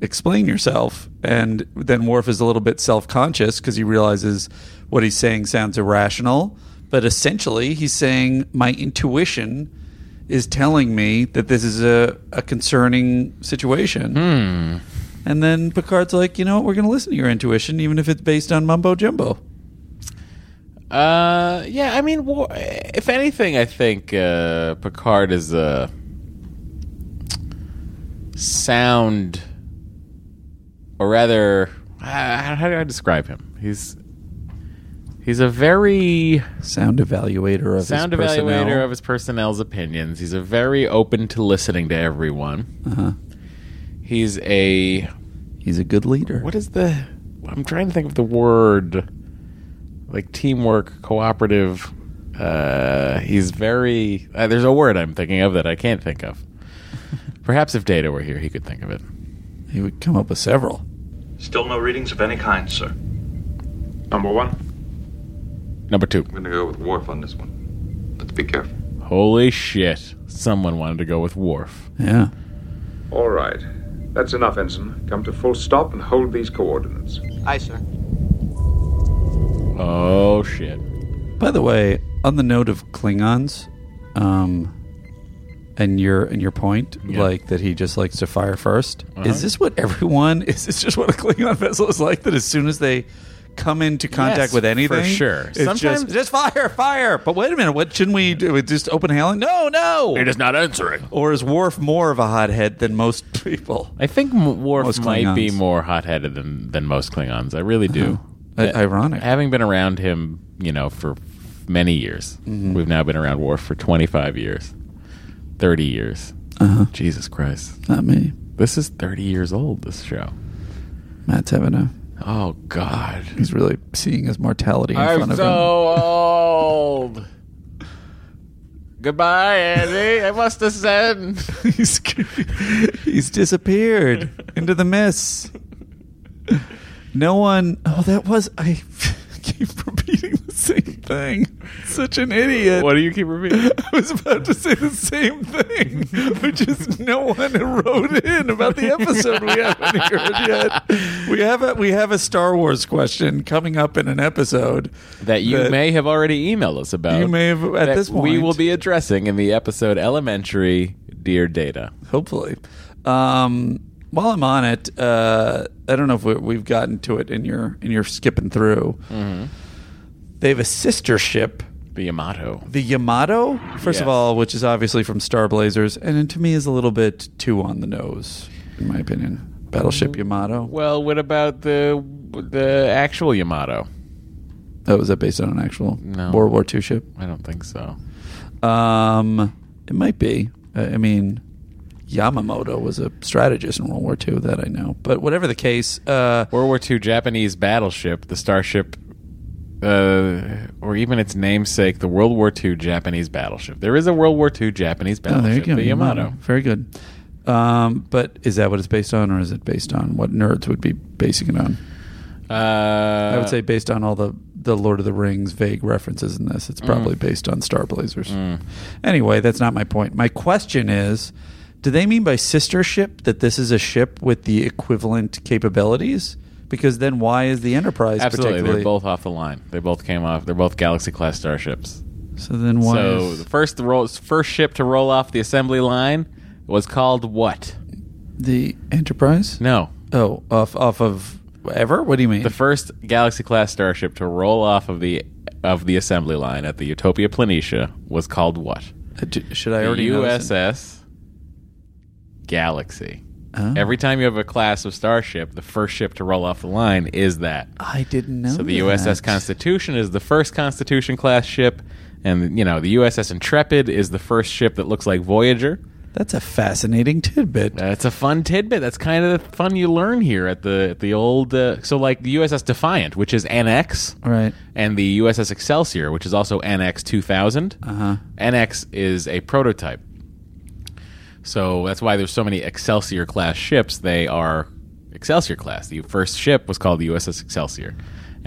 B: Explain yourself. And then Worf is a little bit self conscious because he realizes what he's saying sounds irrational. But essentially, he's saying, my intuition is telling me that this is a, a concerning situation.
A: Hmm.
B: And then Picard's like, you know what? We're going to listen to your intuition, even if it's based on mumbo jumbo.
A: Uh, yeah. I mean, war, if anything, I think uh, Picard is a sound, or rather, uh, how how do I describe him? He's he's a very
B: Sound evaluator of
A: sound
B: his
A: evaluator
B: personnel.
A: of his personnel's opinions. He's a very open to listening to everyone.
B: Uh-huh.
A: He's a
B: He's a good leader.
A: what is the? I'm trying to think of the word, like teamwork, cooperative. Uh, he's very. Uh, there's a word I'm thinking of that I can't think of. Perhaps if Data were here, he could think of it.
B: He would come up with several.
S: Still no readings of any kind, sir.
L: Number one.
A: Number two.
L: I'm going to go with Worf on this one. Let's
I: Be careful.
A: Holy shit. Someone wanted to go with Worf.
B: Yeah.
R: All right. That's enough, Ensign. Come to full stop and hold these coordinates.
D: Aye, sir.
A: Oh, shit.
B: By the way, on the note of Klingons, um, and your and your point,
A: Yeah.
B: like that he just likes to fire 1st
A: Uh-huh.
B: Is this what everyone? Is this just what a Klingon vessel is like? That as soon as they come into contact
A: Yes,
B: with
A: for
B: anything,
A: sure.
B: it's
A: Sometimes-
B: just just fire, fire. But wait a minute, what shouldn't we do? Just open hailing? No, no.
A: It is not answering.
B: Or is Worf more of a hothead than most people?
A: I think M- Worf
B: Most
A: might be
B: Klingons.
A: more hot-headed than, than most Klingons. I really do.
B: I- ironic.
A: Having been around him, you know, for many years.
B: Mm-hmm.
A: We've now been around Worf for 25 years. 30 years. Jesus Christ.
B: Uh-huh. Not me.
A: This is 30 years old, this show.
B: Matt's having a.
A: Oh, God.
B: He's really seeing his mortality in front
A: I'm
B: of
A: so old. Goodbye, Andy. I must ascend.
B: him. He's, he's disappeared into the mist. No one. Oh, that was. I keep repeating the same thing. Such an idiot.
A: What do you keep repeating?
B: I was about to say the same thing, which is no one wrote in about the episode we haven't heard yet. We have a we have a Star Wars question coming up in an episode
A: That you
B: that-
A: may have already emailed us about.
B: You may have- at
A: that
B: this
A: We
B: point.
A: will be addressing in the episode Elementary Dear Data.
B: hopefully. Um, while I'm on it, uh, I don't know if we, we've gotten to it in your in your skipping through. They have a sister ship,
A: Mm-hmm. The Yamato.
B: the Yamato. First of
A: Yes.
B: all, which is obviously from Star Blazers, and to me is a little bit too on the nose, in my opinion.
A: Mm.
B: Battleship Yamato.
A: Well, what about the the actual Yamato?
B: Oh, was that based on an actual
A: No.
B: World War II ship?
A: I don't think so.
B: Um, it might be. Uh, I mean, Yamamoto was a strategist in World War II, that I know. But whatever the case, uh,
A: World War II Japanese battleship, the starship, uh, or even its namesake, the World War II Japanese battleship. There is a World War II Japanese
B: oh, there you
A: battleship,
B: go,
A: the Yamato.
B: Very good. Um, but is that what it's based on, or is it based on what nerds would be basing it on?
A: Uh,
B: I would say based on all the the Lord of the Rings vague references in this, it's
A: Mm.
B: probably based on Star Blazers. Anyway, that's not my point. My question is, do they mean by sister ship that this is a ship with the equivalent capabilities? Because then why is the Enterprise
A: absolutely. They're
B: particularly
A: both off the line. They both came off. They're both Galaxy class starships.
B: So then why
A: so
B: is-
A: the first the roll, first ship to roll off the assembly line was called what?
B: the Enterprise?
A: No,
B: Oh, off off of ever? What do you mean?
A: the first Galaxy class starship to roll off of the of the assembly line at the Utopia Planitia was called what?
B: Uh, d- Should I
A: The
B: already know this?
A: USS Galaxy.
B: Oh.
A: Every time you have a class of starship, the first ship to roll off the line is that.
B: I didn't know.
A: So the USS
B: that.
A: Constitution is the first Constitution class ship, and you know the USS Intrepid is the first ship that looks like Voyager.
B: That's a fascinating tidbit.
A: That's a fun tidbit. That's kind of the fun you learn here at the at the old. Uh, so like the USS Defiant, which is NX,
B: Right.
A: and the USS Excelsior, which is also NX 2000.
B: Uh-huh.
A: NX is a prototype. So that's why there's so many Excelsior class ships. They are Excelsior class. The first ship was called the USS Excelsior.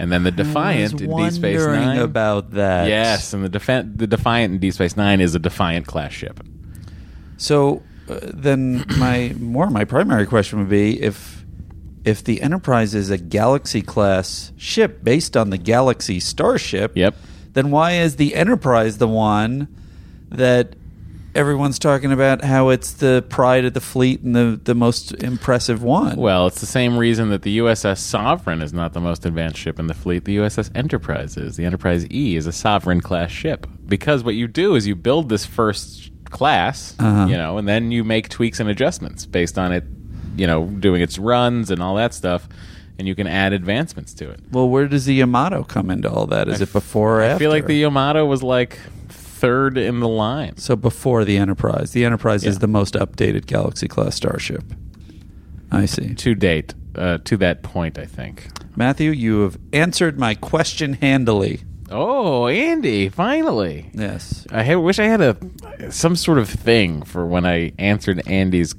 A: And then the Defiant in D Space
B: wondering
A: Nine.
B: about that.
A: Yes, and the Defiant, the Defiant in D Space Nine is a Defiant class ship.
B: So uh, then, my more my primary question would be if if the Enterprise is a Galaxy class ship based on the Galaxy starship.
A: Yep.
B: Then why is the Enterprise the one that everyone's talking about? How it's the pride of the fleet and the the most impressive one.
A: Well, it's the same reason that the USS Sovereign is not the most advanced ship in the fleet. The USS Enterprise is. The Enterprise E is a Sovereign class ship because what you do is you build this first class,
B: Uh-huh.
A: you know, and then you make tweaks and adjustments based on it, you know, doing its runs and all that stuff, and you can add advancements to it.
B: Well, where does the Yamato come into all that? Is it before or
A: I
B: after?
A: feel like the Yamato was like third in the line.
B: So before the Enterprise, the Enterprise is
A: Yeah.
B: the most updated Galaxy class starship. I see.
A: to date uh, to that point, I think.
B: Matthew, you have answered my question handily.
A: Oh, Andy, finally.
B: Yes.
A: I ha- wish I had a some sort of thing for when I answered Andy's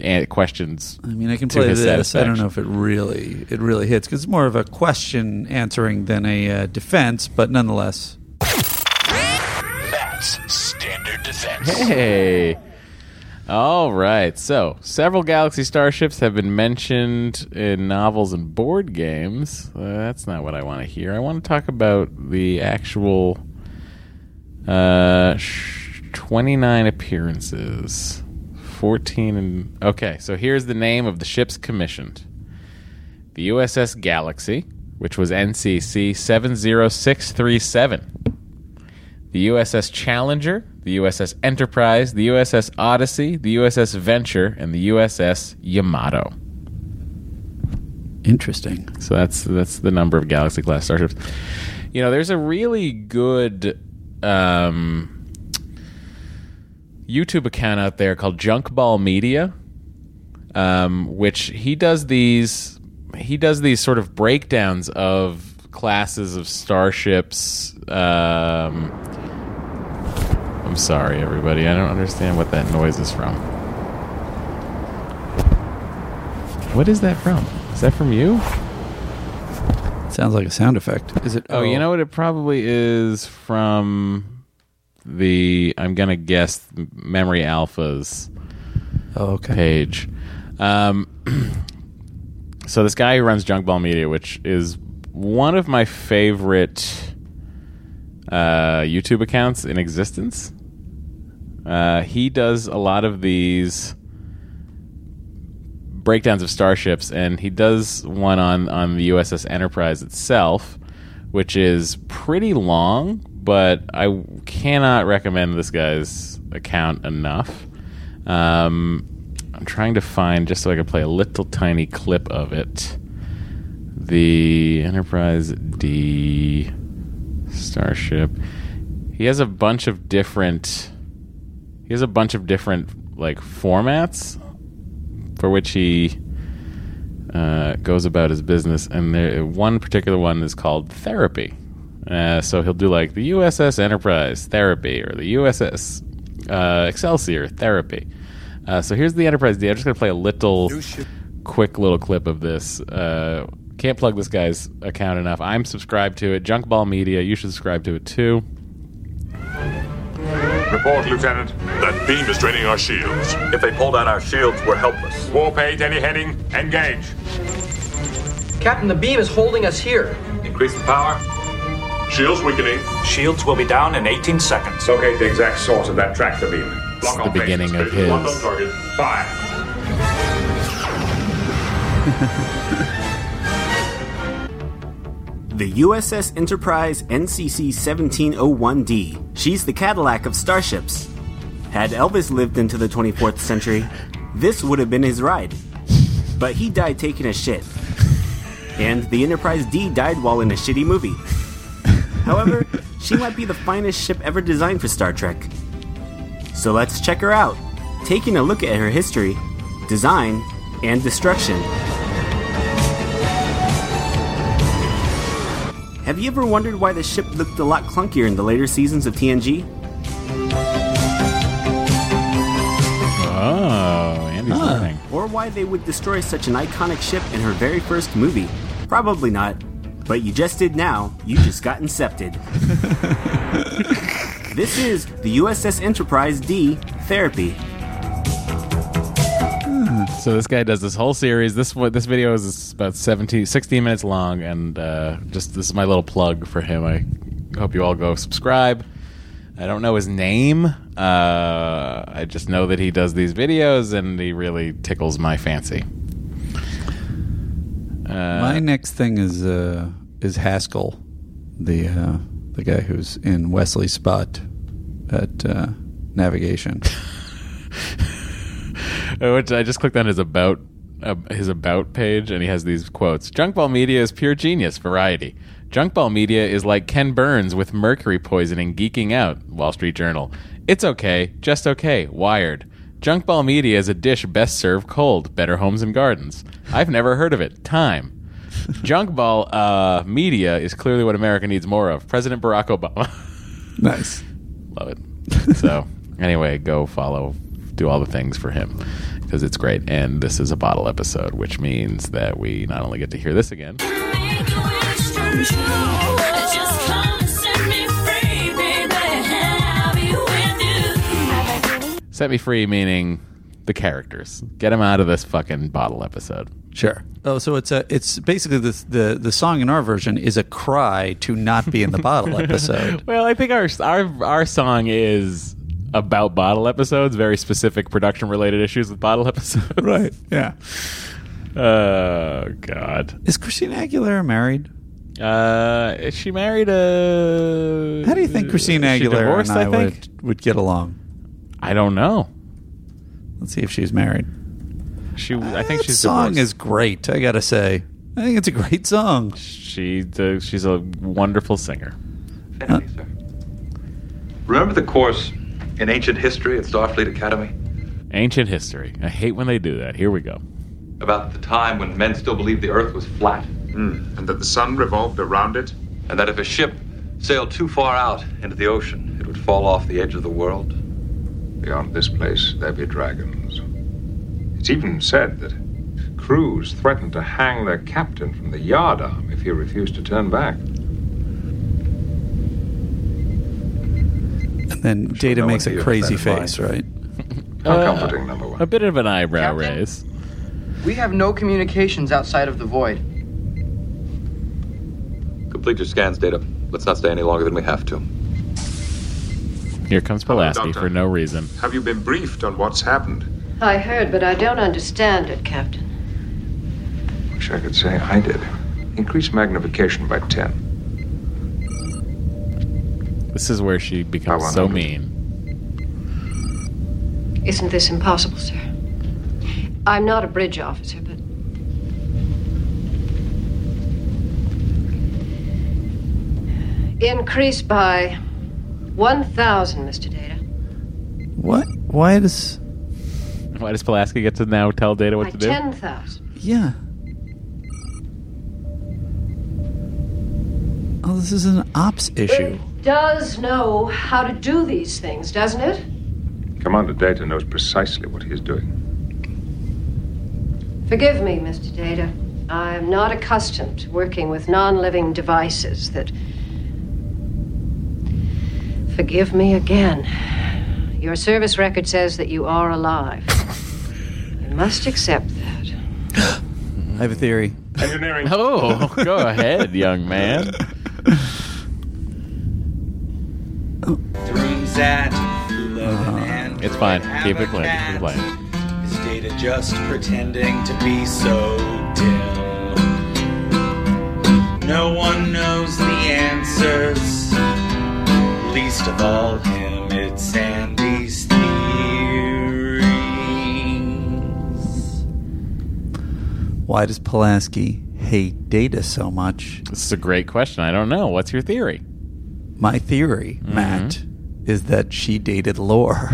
A: an- questions.
B: I mean, I can
A: to
B: play
A: his
B: this. I don't
A: satisfaction.
B: know if it really it really hits because it's more of a question answering than a uh, defense, but nonetheless.
Q: defense. Standard defense.
A: Hey. All right. So, several galaxy starships have been mentioned in novels and board games. Uh, that's not what I want to hear. I want to talk about the actual uh, sh- 29 appearances. 14 and. Okay. So, here's the name of the ships commissioned the USS Galaxy, which was NCC 70637 the USS Challenger, the USS Enterprise, the USS Odyssey, the USS Venture, and the USS Yamato.
B: Interesting.
A: So that's that's the number of Galaxy class starships. You know, there's a really good um, YouTube account out there called Junkball Media, um, which he does these he does these sort of breakdowns of classes of starships. Um, I'm sorry, everybody. I don't understand what that noise is from. What is that from? Is that from you?
B: Sounds like a sound effect. Is it?
A: Oh, you know what? It probably is from the. I'm gonna guess Memory Alpha's page. Um, so this guy who runs Junk Ball Media, which is one of my favorite uh, YouTube accounts in existence. Uh, he does a lot of these breakdowns of starships, and he does one on, on the USS Enterprise itself, which is pretty long, but I cannot recommend this guy's account enough. Um, I'm trying to find, just so I can play a little tiny clip of it the Enterprise D starship. He has a bunch of different. He has a bunch of different like formats for which he uh, goes about his business, and there, one particular one is called therapy. Uh, so he'll do like the USS Enterprise therapy or the USS uh, Excelsior therapy. Uh, so here's the Enterprise D. I'm just gonna play a little, quick little clip of this. Uh, can't plug this guy's account enough. I'm subscribed to it. Junkball Media. You should subscribe to it too.
Q: Report, Lieutenant. That beam is draining our shields.
U: If they pulled out our shields, we're helpless. Warp 8, any heading? Engage.
V: Captain, the beam is holding us here.
U: Increase the power.
Q: Shields weakening.
U: Shields will be down in 18 seconds. Locate the exact source of that tractor beam.
A: It's the beginning of his.
Q: target.
U: Fire.
W: The USS Enterprise NCC 1701D. She's the Cadillac of starships. Had Elvis lived into the 24th century, this would have been his ride. But he died taking a shit. And the Enterprise D died while in a shitty movie. However, she might be the finest ship ever designed for Star Trek. So let's check her out, taking a look at her history, design, and destruction. Have you ever wondered why the ship looked a lot clunkier in the later seasons of TNG?
A: Oh, Andy's
W: Huh.
A: learning.
W: Or why they would destroy such an iconic ship in her very first movie? Probably not. But you just did now. You just got incepted. this is the USS Enterprise D Therapy.
A: So this guy does this whole series. This one- this video is about 17, 16 minutes long, and uh, just this is my little plug for him. I hope you all go subscribe. I don't know his name. Uh, I just know that he does these videos, and he really tickles my fancy. Uh,
B: My next thing is uh, is Haskell, the uh, the guy who's in Wesley's spot at uh, navigation.
A: Uh, Which I just clicked on his about uh, his about page, and he has these quotes: "Junkball media is pure genius variety. Junkball media is like Ken Burns with mercury poisoning, geeking out." Wall Street Journal. It's okay, just okay. Wired. Junkball media is a dish best served cold. Better Homes and Gardens. I've never heard of it. Time. Junkball uh, media is clearly what America needs more of. President Barack Obama.
B: Nice.
A: Love it. So, anyway, go follow, do all the things for him because it's great. And this is a bottle episode, which means that we not only get to hear this again,
O: Just come and set me free, baby, and I'll be
A: Set me free, meaning the characters. Get them out of this fucking bottle episode.
B: Sure. Oh, so it's a it's basically the the the song in our version is a cry to not be in the bottle episode.
A: well, I think our our our song is about bottle episodes, very specific production related issues with bottle episodes.
B: Right. Yeah.
A: Oh God.
B: Is Christina Aguilera married?
A: Uh, is she married Uh, a?
B: How do you think Christina
A: Is she
B: Aguilera
A: divorced,
B: and I,
A: I think?
B: would would get along?
A: I don't know.
B: Let's see if she's married.
A: She. I think
B: That
A: she's
B: song
A: divorced.
B: is great. I gotta say, I think it's a great song.
A: She. uh, she's a wonderful singer.
S: Remember the course in ancient history at Starfleet Academy?
A: Ancient history. I hate when they do that. Here we go.
S: About the time when men still believed the Earth was flat.
R: Hmm.
S: And that the sun revolved around it? And that if a ship sailed too far out into the ocean, it would fall off the edge of the world?
I: Beyond this place, there be dragons. It's even said that crews threatened to hang their captain from the yardarm if he refused to turn back.
B: And then Data makes a crazy face, right?
I: How comforting, number one.
A: A bit of an eyebrow raise.
V: We have no communications outside of the void.
S: Complete your scans, Data. Let's not stay any longer than we have to.
A: Here comes Pulaski
T: Doctor.
A: for no reason.
T: Have you been briefed on what's happened?
P: I heard, but I don't understand it, Captain.
I: Wish I could say I did. Increase magnification by 10.
A: This is where she becomes so mean.
P: Isn't this impossible, sir? I'm not a bridge officer, but. Increase by 1,000, Mr. Data.
B: What? Why does?
A: Why does Pulaski get to now tell Data what
P: by
A: to do?
P: 10,000.
B: Yeah. Oh, this is an ops issue.
P: It does know how to do these things, doesn't it?
I: Commander Data knows precisely what he is doing.
P: Forgive me, Mr. Data. I am not accustomed to working with non living devices that. Forgive me again. Your service record says that you are alive. I must accept that.
B: I have a theory.
A: Engineering. Oh, go ahead, young man.
C: Three's at Love and
A: Uh-huh. It's fine.
C: Have
A: Keep
C: a
A: it playing. Keep
C: cat.
A: it playing.
C: Is Data just pretending to be so dim? No one knows the answers, least of all him. It's Sandy's theory.
B: Why does Pulaski hate Data so much?
A: This is a great question. I don't know. What's your theory?
B: My theory,
A: Mm-hmm.
B: Matt, is that she dated Lore.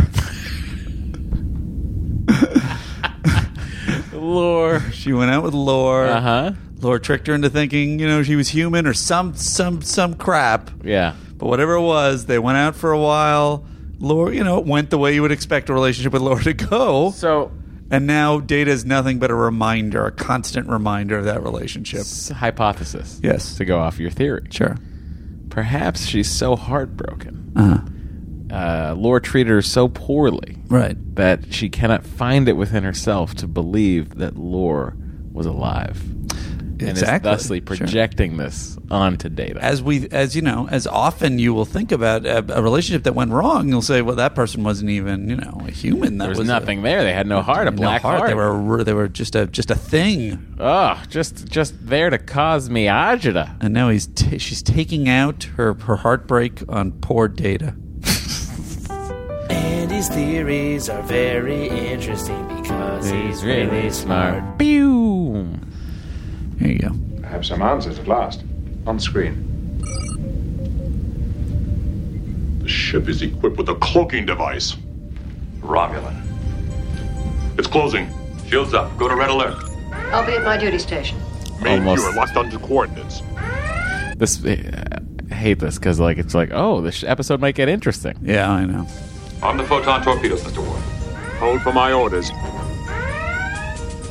A: Lore. Uh-huh.
B: She went out with Lore. Uh
A: huh.
B: Lore tricked her into thinking, you know, she was human or some some some crap.
A: Yeah.
B: But whatever it was, they went out for a while. Lore, you know, it went the way you would expect a relationship with Lore to go.
A: So
B: and now Data is nothing but a reminder, a constant reminder of that relationship.
A: It's a hypothesis.
B: Yes.
A: To go off your theory.
B: Sure.
A: Perhaps she's so heartbroken.
B: Uh-huh.
A: Uh, Lore treated her so poorly.
B: Right.
A: That she cannot find it within herself to believe that Lore was alive. And is
B: Exactly.
A: thusly
B: Sure.
A: projecting this onto Data.
B: as we as you know as often you will think about a, a relationship that went wrong you'll say well that person wasn't even you know a human that
A: There was
B: was
A: nothing there. They had no heart, a
B: no
A: black
B: they
A: heart.
B: were they were just a just a thing
A: Oh, just just there to cause me agita.
B: and now he's t- she's taking out her her heartbreak on poor data
C: Andy's theories are very interesting because he's really smart.
A: Boom.
B: There you go.
I: I have some answers at last. On screen.
Q: The ship is equipped with a cloaking device. Romulan. It's closing. Shields up. Go to red alert.
P: I'll be at my duty station.
Q: Main,
A: Almost.
Q: you are locked onto coordinates.
A: This uh, I hate this because like it's like oh this episode might get interesting.
B: Yeah, I know.
S: Arm the photon torpedoes, Mr. Ward.
Q: Hold for my orders.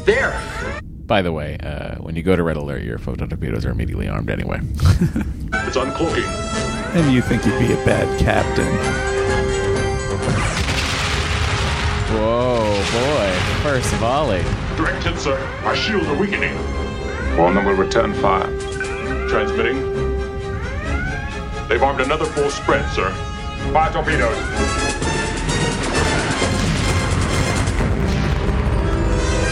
S: There!
A: By the way, uh, when you go to red alert, your photon torpedoes are immediately armed anyway.
Q: It's uncloaking.
B: and you think you'd be a bad captain
A: Whoa, boy. First volley.
Q: Direct hit, sir. Our shields are weakening.
I: Warner will return fire.
Q: Transmitting. They've armed another full spread, sir. Fire torpedoes.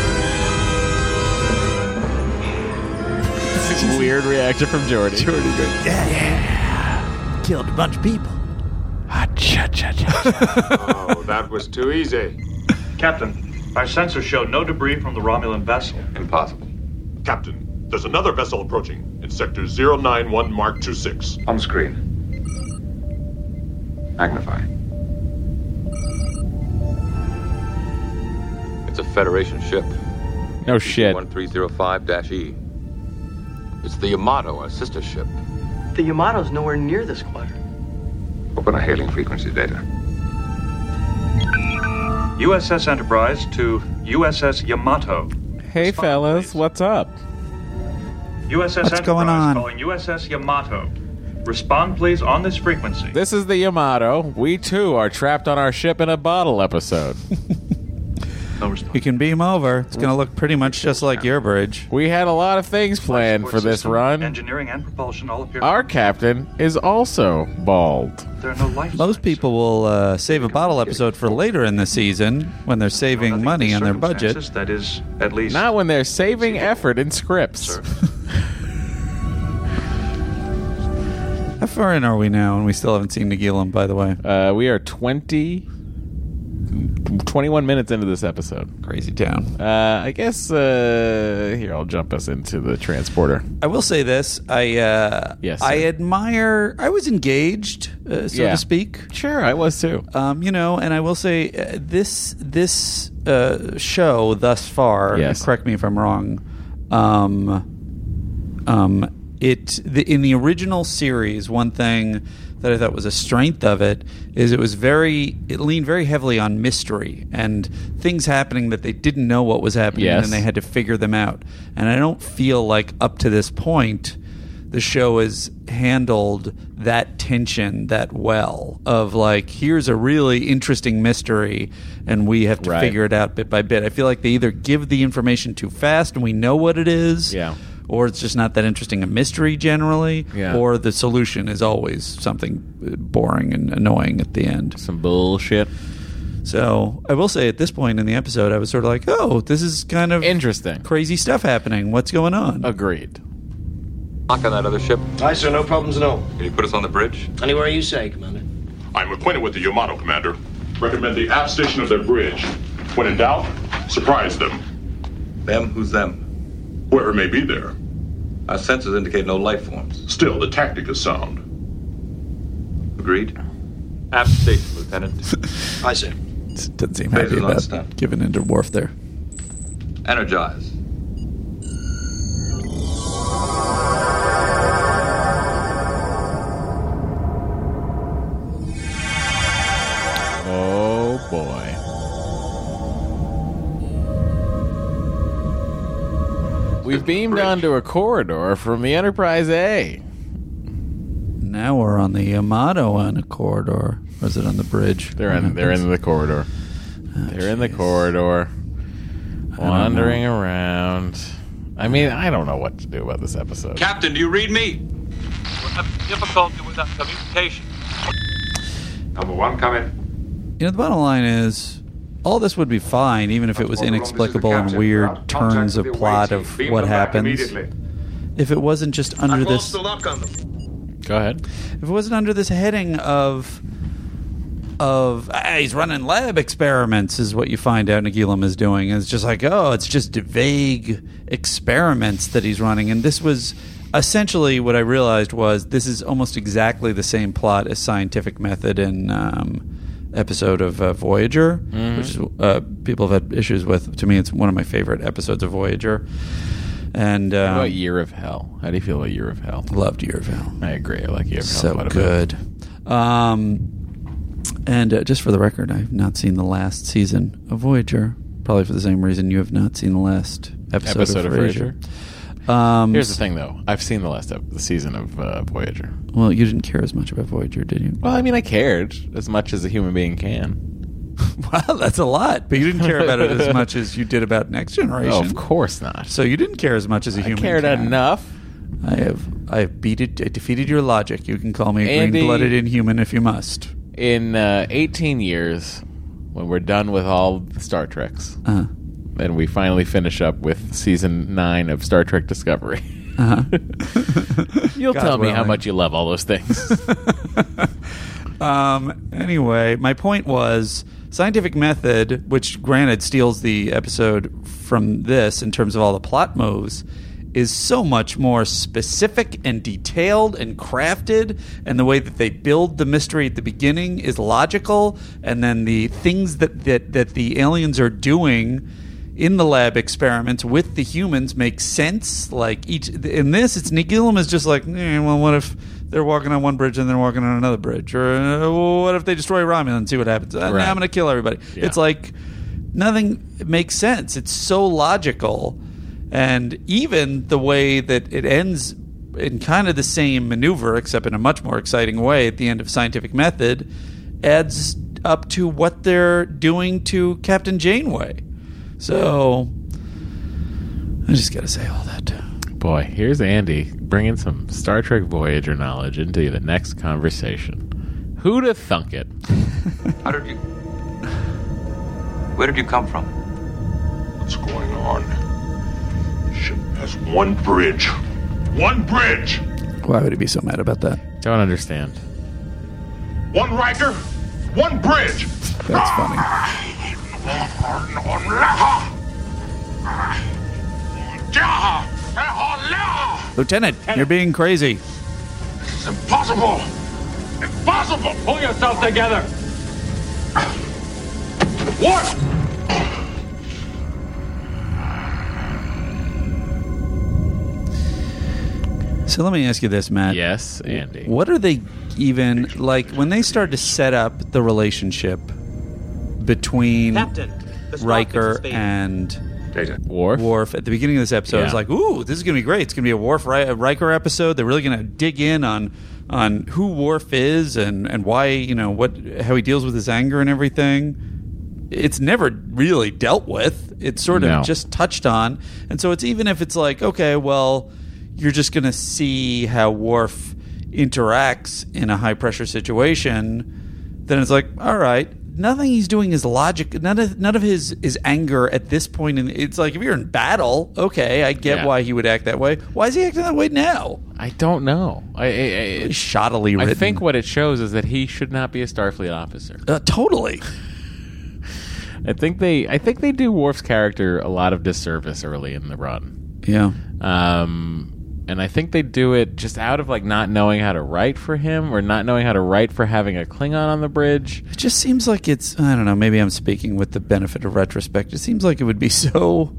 A: Weird reaction from Jordy. Jordy goes,
O: Yeah, yeah. Killed a bunch of people. Ah, cha cha cha.
R: Oh, that was too easy.
F: Captain, our sensors show no debris from the Romulan vessel.
Q: Impossible.
T: Captain, there's another vessel approaching in sector 091 Mark 26.
I: On screen.
S: Magnify. It's a Federation ship.
A: No shit.
S: 1305 E. It's the Yamato, our sister ship.
V: The Yamato's nowhere near the squadron.
I: Open a hailing frequency data.
F: USS Enterprise to USS Yamato.
A: Hey, fellas, what's up?
F: USS
A: What's
F: Enterprise
A: going on?
F: calling USS Yamato. Respond, please, on this frequency.
A: This is the Yamato. We too are trapped on our ship in a bottle episode.
B: You can beam over. It's going to look pretty much just like your bridge.
A: We had a lot of things planned for this run.
F: Engineering and propulsion all appear.
A: Our captain is also bald.
F: There are no life.
B: Most people will uh, save a bottle episode for later in the season when they're saving money on their budget.
F: circumstances, That is, at least.
A: Not when they're saving effort in scripts.
B: How far in are we now? And we still haven't seen Nagilum, by the way.
A: Uh, we are 20, 21 minutes into this episode.
B: Crazy town.
A: Uh, I guess uh, here I'll jump us into the transporter.
B: I will say this. I uh,
A: Yes,
B: I
A: sir.
B: admire. I was engaged, uh, so
A: Yeah.
B: to speak.
A: Sure, I was too.
B: Um, you know, and I will say uh, this this uh, show thus far.
A: Yes.
B: Correct me if I'm wrong. Um, um, it the, in the original series, one thing that I thought was a strength of it is it was very it leaned very heavily on mystery and things happening that they didn't know what was happening
A: Yes.
B: and they had to figure them out. And I don't feel like up to this point the show has handled that tension that well of like here's a really interesting mystery and we have to
A: Right.
B: figure it out bit by bit. I feel like they either give the information too fast and we know what it is
A: Yeah.
B: or it's just not that interesting a mystery generally
A: Yeah.
B: or the solution is always something uh, boring and annoying at the end.
A: Some bullshit.
B: So, I will say at this point in the episode I was sort of like, "Oh, this is kind of
A: interesting.
B: Crazy stuff happening. What's going on?"
A: Agreed.
S: Knock on that other ship.
G: Aye, sir, no problems at all.
S: Can you put us on the bridge?
G: Anywhere you say, Commander.
T: I'm acquainted with the Yamato, Commander.
Q: Recommend the abstation of their bridge. When in doubt, surprise them.
S: Them? Who's them?
Q: Whoever may be there.
S: Our sensors indicate no life forms.
Q: Still, the tactic is sound.
S: Agreed? Abstation, Lieutenant.
G: Aye, sir.
B: Doesn't seem
S: Phases
B: happy
S: on
B: about
S: stuff.
B: giving into Worf there.
S: Energize.
A: Oh boy. We've beamed onto a corridor from the Enterprise A.
B: Now we're on the Yamato on a corridor. Or is it on the bridge? Uh,
A: They're in. They're in the corridor. they're in the corridor, wandering around. I mean, I don't know what to do about this episode.
S: Captain, do you read me? We're having difficulty with our communication.
I: Number one, come in.
B: You know, the bottom line is all this would be fine even if it was inexplicable and weird turns of plot of
I: Beam
B: what
I: them back
B: happens.
I: immediately.
B: If it wasn't just under this
A: Go ahead.
B: If it wasn't under this heading of of ah, he's running lab experiments is what you find out Nagilum is doing. And it's just like, oh, it's just vague experiments that he's running. And this was essentially what I realized was this is almost exactly the same plot as scientific method in um, episode of uh, Voyager,
A: Mhm.
B: which is uh, people have had issues with. To me, it's one of my favorite episodes of Voyager. And um,
A: How about Year of Hell? How do you feel about Year of Hell?
B: Loved Year of Hell.
A: I agree. I like Year of Hell.
B: so
A: quite a
B: good.
A: bit.
B: Um, and uh, just for the record, I've not seen the last season of Voyager. Probably for the same reason you have not seen the last episode,
A: Episode
B: of
A: of
B: Voyager. Um,
A: Here's the thing, though. I've seen the last ep- the season of uh, Voyager.
B: Well, you didn't care as much about Voyager, did you?
A: Well, I mean, I cared as much as a human being can.
B: Wow, that's a lot. But you didn't care about it as much as you did about Next Generation.
A: Oh, of course not.
B: So you didn't care as much as a human.
A: cared enough.
B: I have. I have beated. I defeated your logic. You can call me a
A: Andy-
B: green-blooded inhuman if you must.
A: In uh, 18 years, when we're done with all the Star Treks,
B: Uh-huh.
A: and we finally finish up with season nine of Star Trek Discovery,
B: Uh-huh.
A: you'll
B: God
A: tell me how
B: willing.
A: much you love all those things.
B: Um, anyway, my point was scientific method, which granted steals the episode from this in terms of all the plot moves, is so much more specific and detailed and crafted, and the way that they build the mystery at the beginning is logical, and then the things that that, that the aliens are doing in the lab experiments with the humans make sense. Like each in this, it's Nick Gillum is just like, eh, well, what if they're walking on one bridge and they're walking on another bridge, or uh, what if they destroy Romulan and see what happens? Uh,
A: Right.
B: I'm going to kill everybody.
A: Yeah.
B: It's like nothing makes sense. It's so logical, and even the way that it ends in kind of the same maneuver, except in a much more exciting way at the end of Scientific Method, adds up to what they're doing to Captain Janeway. So I just got to say all that.
A: Boy, here's Andy bringing some Star Trek Voyager knowledge into the next conversation. Who'da thunk it?
S: How did you? Where did you come from?
Q: What's going on? Ship has one bridge. One bridge!
B: Why would he be so mad about that?
A: Don't understand.
Q: One Riker! One bridge!
B: That's funny. Lieutenant, you're being crazy.
Q: It's impossible! Impossible! Pull yourself together! What?
B: So let me ask you this, Matt.
A: Yes, Andy.
B: What are they even like when they start to set up the relationship between
O: Captain, the Starfleet is
B: Riker
O: fading.
B: and
S: Data.
A: Worf?
B: Worf at the beginning of this episode? I was
A: Yeah.
B: like, "Ooh, this is going to be great. It's going to be a Worf Ri- Riker episode. They're really going to dig in on on who Worf is and and why you know what how he deals with his anger and everything." It's never really dealt with. It's sort of
A: No.
B: just just touched on. And so it's even if it's like, okay, well, you're just going to see how Worf interacts in a high pressure situation, then it's like, all right, nothing he's doing is logic. None of none of his is anger at this point. And it's like if you're in battle, okay, I get
A: Yeah.
B: why he would act that way. Why is he acting that way now?
A: I don't know. I, I, I, it's
B: shoddily
A: I
B: written.
A: think what it shows is that he should not be a Starfleet officer.
B: Uh, totally.
A: I think they I think they do Worf's character a lot of disservice early in the run.
B: Yeah.
A: Um and I think they do it just out of like not knowing how to write for him or not knowing how to write for having a Klingon on the bridge.
B: It just seems like it's I don't know, maybe I'm speaking with the benefit of retrospect. It seems like it would be so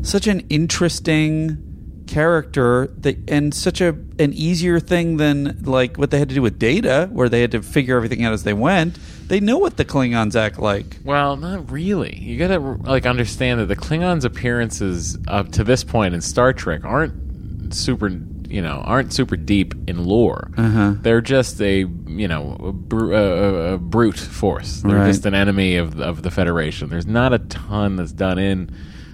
B: such an interesting character that and such a an easier thing than like what they had to do with data where they had to figure everything out as they went. They know what the Klingons act like.
A: Well, not really. You gotta like understand that the Klingons' appearances up to this point in Star Trek aren't super, you know, aren't super deep in lore.
B: Uh-huh.
A: They're just a, you know, a, bru- a, a- a brute force. They're
B: Right.
A: just an enemy of of the Federation. There's not a ton that's done in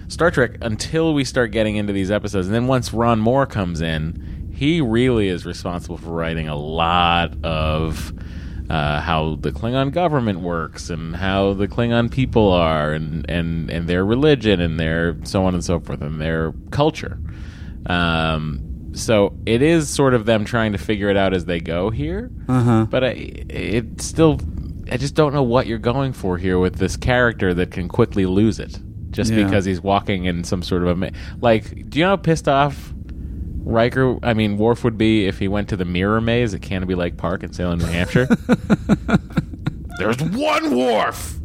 A: Star Trek until we start getting into these episodes, and then once Ron Moore comes in, he really is responsible for writing a lot of uh, how the Klingon government works and how the Klingon people are and, and, and their religion and their so on and so forth and their culture. Um, so it is sort of them trying to figure it out as they go here.
B: Uh-huh.
A: But I, it still, I just don't know what you're going for here with this character that can quickly lose it just
B: Yeah.
A: because he's walking in some sort of a ma- like. Do you know how pissed off Riker? I mean, Worf would be if he went to the Mirror Maze at Canopy Lake Park in Salem, New Hampshire. There's one Worf.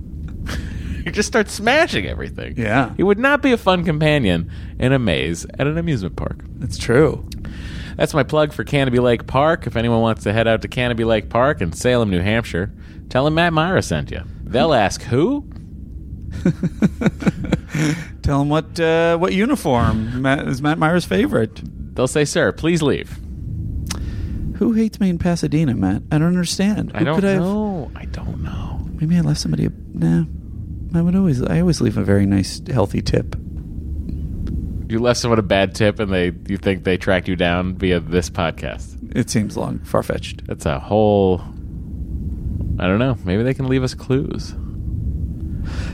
A: He just starts smashing everything.
B: Yeah.
A: He would not be a fun companion in a maze at an amusement park.
B: That's true.
A: That's my plug for Canopy Lake Park. If anyone wants to head out to Canopy Lake Park in Salem, New Hampshire, tell them Matt Myra sent you. They'll ask who?
B: Tell them what uh, what uniform Matt, is Matt Meyer's favorite.
A: They'll say, "Sir, please leave."
B: Who hates me in Pasadena, Matt? I don't understand.
A: I
B: Who
A: don't
B: could I have-
A: know. I don't know.
B: Maybe I left somebody. A, nah, I would always. I always leave a very nice, healthy tip.
A: You left someone a bad tip, and they you think they tracked you down via this podcast.
B: It seems long, far fetched.
A: That's a whole. I don't know. Maybe they can leave us clues.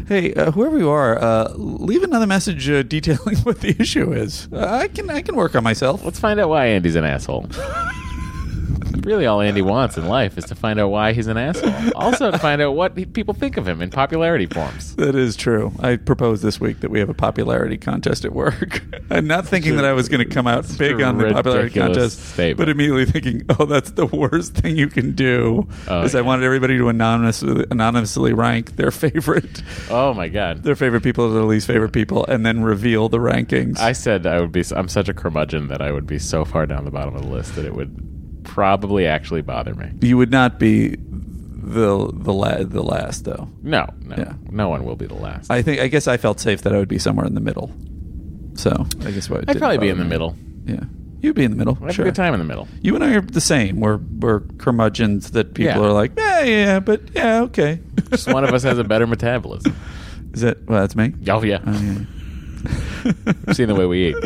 B: Hey, uh, whoever you are, uh, leave another message uh, detailing what the issue is. Uh, I can I can work on myself.
A: Let's find out why Andy's an asshole. really, all Andy wants in life is to find out why he's an asshole. Also, to find out what he- people think of him in popularity forms.
B: That is true. I proposed this week that we have a popularity contest at work. I'm not thinking that I was going to come out big
A: a
B: on the popularity
A: ridiculous
B: contest,
A: statement.
B: but immediately thinking, "Oh, that's the worst thing you can do."
A: Oh,
B: Because I wanted everybody to anonymously anonymously rank their favorite
A: Oh my god.
B: their favorite people to their least favorite people, and then reveal the rankings.
A: I said I would be. I'm such a curmudgeon that I would be so far down the bottom of the list that it would probably actually bother me.
B: you would not be the the la- the last though.
A: No, no, no one will be the last.
B: I think I guess I felt safe that I would be somewhere in the middle. So I guess what it
A: I'd
B: did
A: probably be
B: bother
A: in the
B: me.
A: middle.
B: Yeah, you'd be in the middle.
A: I'd have
B: sure.
A: a good time in the middle.
B: You and I are the same. We're we're curmudgeons that people
A: Yeah.
B: are like, yeah, yeah, but yeah, okay.
A: Just one of us has a better metabolism.
B: Is that well? That's me.
A: Oh yeah, I've seen the way we eat.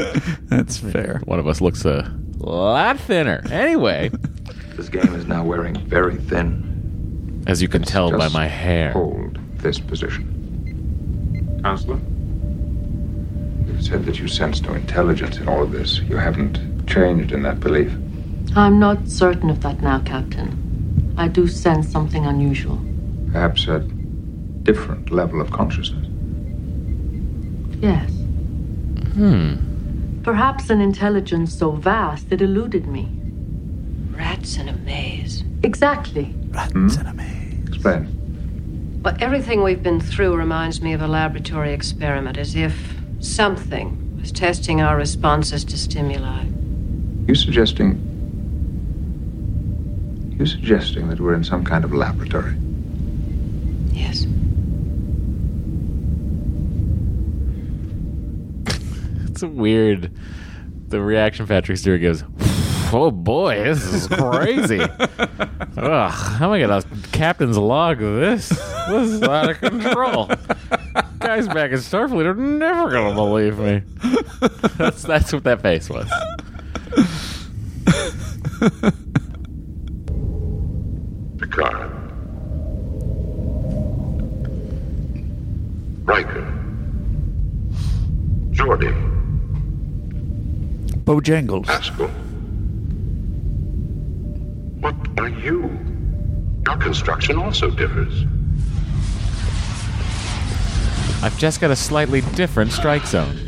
B: That's fair.
A: One of us looks uh, a lot thinner. Anyway,
S: This game is now wearing very thin.
A: as you can tell by
I: Just
A: my hair,
I: Hold this position. Counselor? You've said that you sense no intelligence in all of this. You haven't changed in that belief.
H: I'm not certain of that now, Captain. I do sense something unusual.
I: Perhaps a different level of consciousness.
H: Yes.
A: Hmm.
H: Perhaps an intelligence so vast it eluded me.
P: Rats in a maze.
H: Exactly.
C: Hmm?
I: Explain.
P: Well, everything we've been through reminds me of a laboratory experiment, as if something was testing our responses to stimuli.
I: You suggesting. You suggesting that we're in some kind of laboratory?
P: Yes.
A: it's a weird. The reaction Patrick's doing goes, "Oh boy, this is crazy." Ugh, how am I gonna captain's log this? This is out of control. Guys back in Starfleet are never gonna believe me. That's that's what that face was.
Q: Picard. Riker. Jordy.
B: Bojangles.
Q: Haskell. What are you? Your construction also differs.
A: I've just got a slightly different strike zone.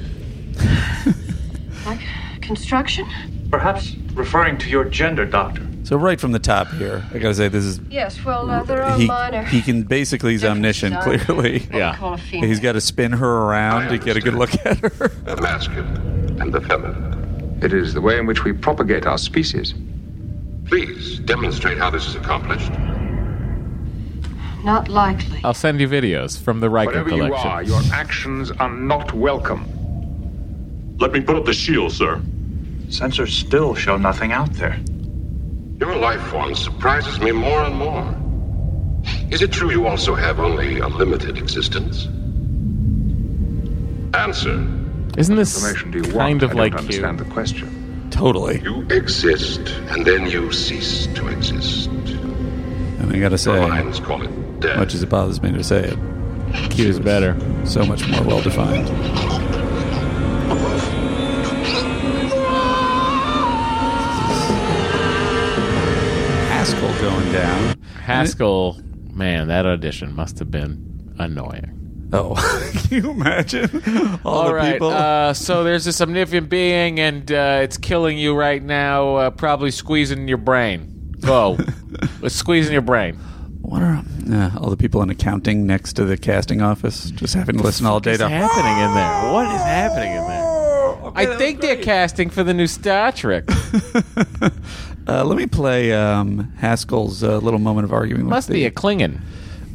H: Like construction?
U: Perhaps referring to your gender, Doctor.
B: So right from the top here, I gotta say this is
P: Yes, well, uh, there are
B: he
P: minor.
B: he can basically he's omniscient
P: design.
B: clearly.
P: What we Yeah. call a female.
B: He's got to spin her around to get a good look at her.
Q: The masculine and the feminine.
I: It is the way in which we propagate our species.
Q: Please demonstrate how this is accomplished.
H: Not likely.
A: I'll send you videos from the Riker
I: Whatever you
A: collection.
I: are, your actions are not welcome.
Q: Let me put up the shield, sir.
U: Sensors still show nothing out there.
Q: Your life form surprises me more and more. Is it true you also have only a limited existence? Answer.
A: Isn't this
Q: Information do you
A: kind
Q: want?
A: of
Q: I
A: like
I: don't
A: you?
I: understand the question.
B: Totally.
Q: You exist, and then you cease to exist.
B: And I gotta
Q: The
B: say,
Q: Lions call it death.
B: much as it bothers me to say it,
A: Q is better.
B: so much more well defined. Haskell going down.
A: Haskell, man, that audition must have been annoying.
B: Oh, can you imagine all, the people?
A: Uh, so there's this omnipotent being, and uh, it's killing you right now. Uh, probably squeezing your brain. Go, it's squeezing your brain.
B: what are uh, all the people in accounting next to the casting office just having to listen all day
A: What's
B: to?
A: happening in there? What is happening in there? I think they're casting for the new Star Trek.
B: Uh, let me play um, Haskell's uh, little moment of arguing. with
A: Must be
B: the-
A: a Klingon.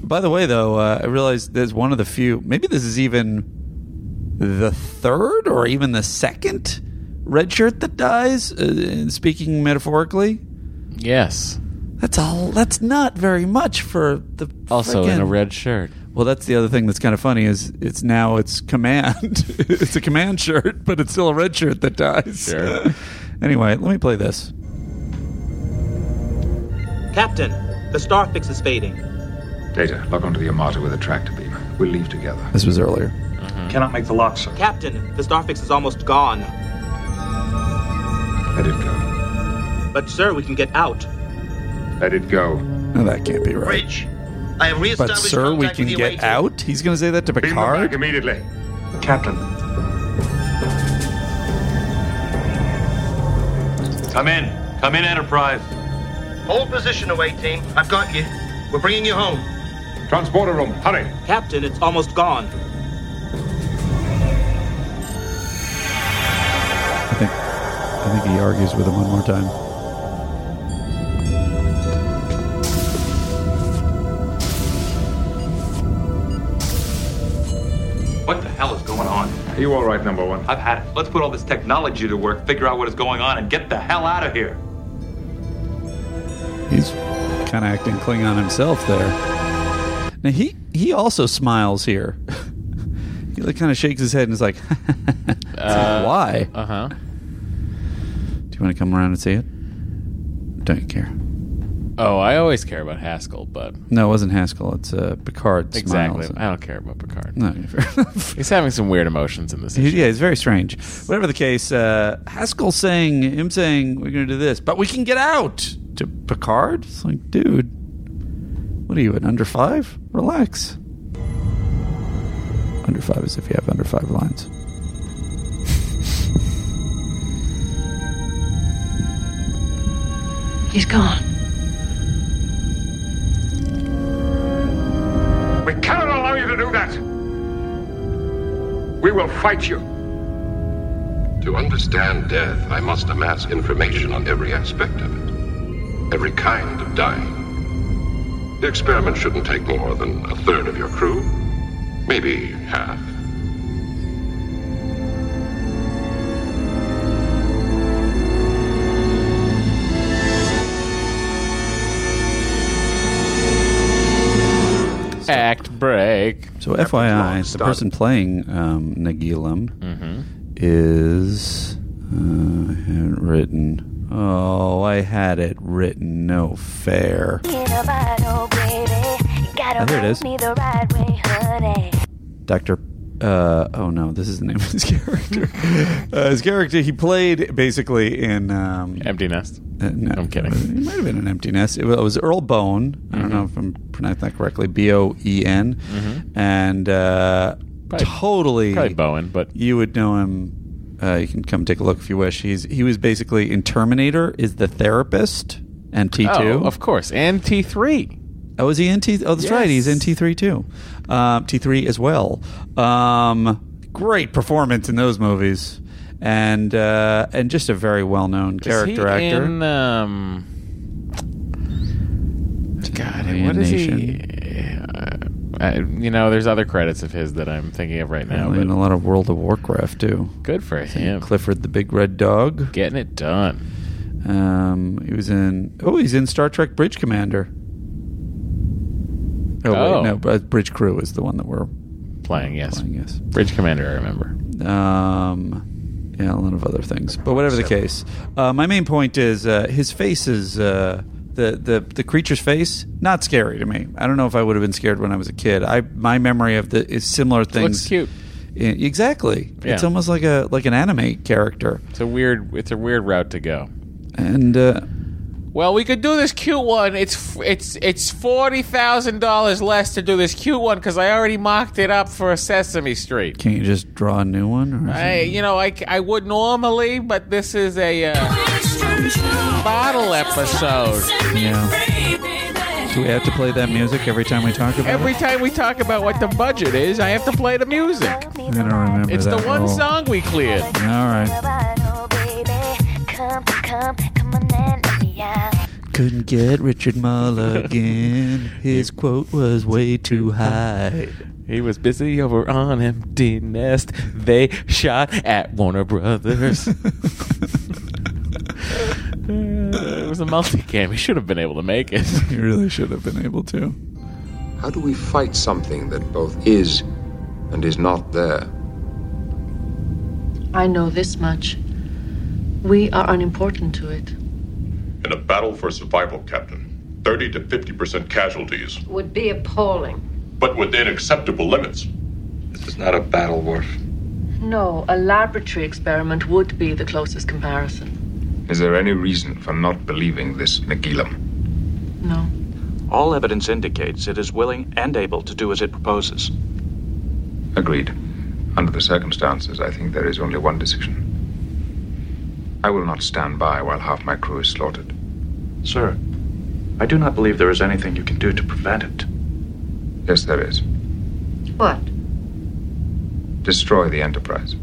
B: By the way, though, uh, I realized there's one of the few. Maybe this is even the third or even the second red shirt that dies. Uh, speaking metaphorically,
A: Yes.
B: That's all. That's not very much for the
A: Also in a
B: frickin-
A: red shirt.
B: Well, that's the other thing that's kind of funny is it's now it's command. it's a command shirt, but it's still a red shirt that dies.
A: Sure.
B: anyway, let me play this.
E: Captain, the Starfix is fading.
I: Data, log onto the Amata with a tractor beam. We'll leave together.
B: This was earlier.
A: Mm-hmm.
E: Cannot make the lock, sir. Captain, the Starfix is almost gone.
I: Let it go.
E: But, sir, we can get out.
I: Let it go.
B: No, that can't be right.
E: Bridge, I have
B: But
E: reestablished
B: sir, we can get out. He's going to say that to Picard.
I: immediately.
E: Captain.
F: Come in. Come in, Enterprise.
E: Hold position, away team. I've got you. We're bringing you home.
I: Transporter room, hurry.
E: Captain, it's almost gone.
B: I think. I think he argues with him one more time.
S: What the hell is going on?
I: Are you all right, number one?
S: I've had it. Let's put all this technology to work, figure out what is going on, and get the hell out of here.
B: He's kind of acting Klingon himself there. Now he he also smiles here. he like kind of shakes his head and is like,
A: Uh,
B: "Why?
A: Uh huh.
B: Do you want to come around and see it? Don't you care?"
A: Oh, I always care about Haskell, but
B: No, it wasn't Haskell. It's uh, Picard.
A: exactly,
B: Smiles.
A: I don't care about Picard.
B: No, you're fair
A: he's having some weird emotions in this.
B: He- yeah, it's very strange. Whatever the case, uh, Haskell saying him saying we're going to do this, but we can get out to Picard. It's like, dude, what are you at under five? Relax. Under five is if you have under five lines.
H: He's gone.
I: We cannot allow you to do that. We will fight you.
J: To understand death, I must amass information on every aspect of it, every kind of dying. The experiment shouldn't take more than a third of your crew, maybe half.
A: Act break.
B: So, FYI, the person playing um, Nagilum
A: Mhm.
B: is uh, I had it written. Oh, I had it written. No fair. Oh, here it is. Dr. Uh, oh no, this is the name of his character. uh, his character he played basically in um,
A: Empty Nest.
B: no,
A: I'm kidding.
B: It might have been an empty nest. It was Earl Bone. I don't know
A: Mm-hmm.
B: if I'm pronouncing that correctly. B O E N.
A: Mhm.
B: and uh, totally
A: probably Bowen, but
B: you would know him. Uh, you can come take a look if you wish. He's he was basically in Terminator is the therapist and T two
A: Oh, of course, and T three.
B: Oh, is he in T? Oh, that's right. He's in T three too, um, T three as well. Um, great performance in those movies, and uh, and just a very well known character
A: Is he
B: actor.
A: In, um, God,
B: Alien
A: what is
B: Nation.
A: he? Uh, I, you know, there's other credits of his that I'm thinking of right now.
B: Apparently in
A: But
B: a lot of World of Warcraft too.
A: Good for
B: I think
A: him.
B: Clifford the Big Red Dog.
A: Getting it done.
B: Um, he was in. Oh, he's in Star Trek Bridge Commander. Oh,
A: Oh.
B: wait, no, but Bridge Crew is the one that we're
A: playing. Yes,
B: playing, yes.
A: Bridge Commander. I remember.
B: Um, yeah, a lot of other things. But whatever the case, uh, my main point is uh, his face is uh, the the the creature's face. Not scary to me. I don't know if I would have been scared when I was a kid. I my memory of the is similar things.
A: cute.
B: I- exactly. It's
A: Yeah.
B: almost like a like an anime character.
A: It's a weird. It's a weird route to go.
B: And uh,
K: Well, we could do this cute one. It's it's it's forty thousand dollars less to do this cute one because I already mocked it up for a Sesame Street.
B: can't you just draw a new one? Or is it-
K: I, you know, I, c- I would normally, but this is a uh, bottle episode.
B: yeah. Do we have to play that music every time we talk about
K: Every
B: it?
K: time we talk about what the budget is, I have to play the music.
B: I don't remember
K: It's the
B: that
K: one
B: rule.
K: song we cleared.
B: All right. Couldn't get Richard Mulligan. His quote was way too high.
A: He was busy over on Empty Nest. They shot at Warner Brothers. it was a multicam. He should have been able to make it.
B: He really should have been able to.
I: How do we fight something that both is and is not there?
H: I know this much. We are unimportant to it.
J: In a battle for survival, Captain, 30 to 50% casualties,
P: Would be appalling.
J: but within acceptable limits. This is not a battle, Worf.
H: No, a laboratory experiment would be the closest comparison.
I: Is there any reason for not believing this, Nagilum?
H: No.
L: All evidence indicates it is willing and able to do as it proposes.
I: Agreed. Under the circumstances, I think there is only one decision. I will not stand by while half my crew is slaughtered.
L: Sir, I do not believe there is anything you can do to prevent it.
I: Yes, there is.
P: What?
I: Destroy the Enterprise.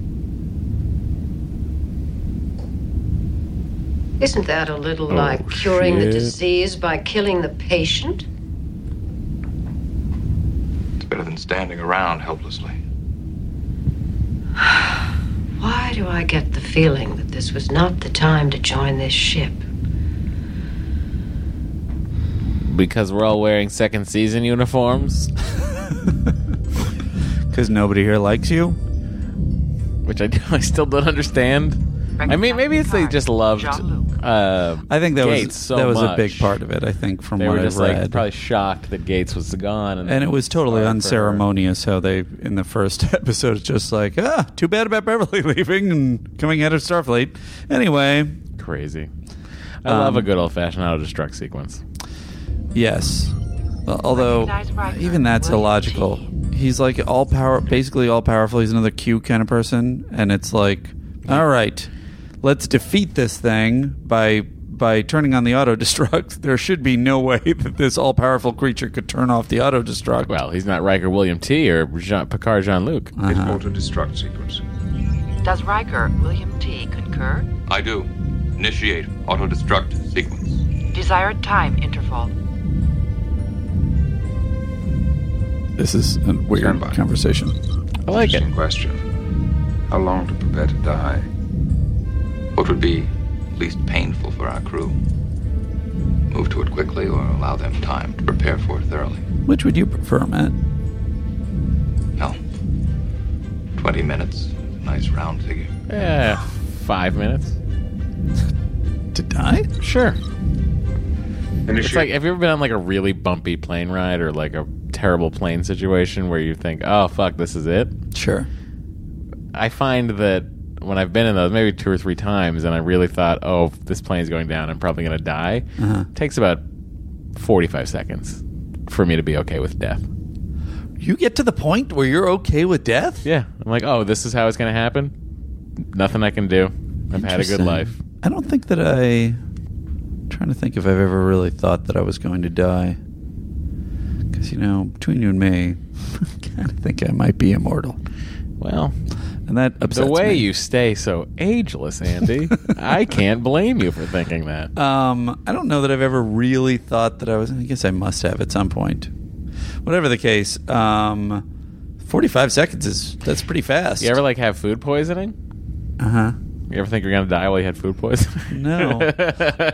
P: Isn't that a little
I: Oh,
P: like curing the
I: shit.
P: disease by killing the patient?
S: It's better than standing around helplessly.
P: Why do I get the feeling that this was not the time to join this ship?
A: Because we're all wearing second season uniforms.
B: Because nobody here likes you.
A: Which I, I still don't understand. I mean, maybe it's they just loved. Uh,
B: I think that was-
A: Gates so
B: that was a
A: much.
B: big part of it, I think, from
A: they
B: what
A: were
B: I
A: just like
B: read.
A: probably shocked that Gates was gone, and,
B: And it was totally
A: sorry for
B: unceremonious how they, in the first episode, it's just like, ah, too bad about Beverly leaving and coming out of Starfleet. Anyway.
A: Crazy. I love a
B: Um,
A: good old fashioned auto destruct sequence.
B: Yes. Al- Although, even that's illogical. He's like all power, basically all powerful. He's another Q kind of person. And it's like, all right, let's defeat this thing by. By turning on the auto destruct, there should be no way that this all powerful creature could turn off the auto destruct.
A: Well, he's not Riker William T or Jean, Picard Jean Luc.
I: It's
B: Uh-huh.
I: auto destruct sequence.
M: Does Riker William T. concur?
S: I do. Initiate auto destruct sequence.
M: Desired time interval.
B: This is a weird conversation.
A: I like
I: it. question. How long to prepare to die?
S: What would be least painful for our crew? Move to it quickly or allow them time to prepare for it thoroughly?
B: Which would you prefer, Matt?
S: No. 20 minutes. Nice round figure.
A: Yeah, Eh, five minutes.
B: To die?
A: Sure. It's like, have you ever been on like a really bumpy plane ride or like a terrible plane situation where you think, oh, fuck, this is it?
B: Sure.
A: I find that when I've been in those, maybe two or three times, and I really thought, oh, this plane's going down, I'm probably going to die,
B: Uh-huh.
A: takes about 45 seconds for me to be okay with death.
B: You get to the point where you're okay with death?
A: Yeah. I'm like, oh, this is how it's going to happen? Nothing I can do. I've had a good
B: Interesting.
A: life.
B: I don't think that I. I'm trying to think if I've ever really thought that I was going to die. Because, you know, between you and me, I kind of think I might be immortal.
A: Well,
B: and that upsets
A: the way
B: me.
A: you stay so ageless, Andy, I can't blame you for thinking that.
B: Um, I don't know that I've ever really thought that I was. I guess I must have at some point. Whatever the case, um, 45 seconds is. That's pretty fast.
A: You ever like have food poisoning?
B: Uh huh.
A: You ever think you're gonna die while you had food poisoning?
B: No,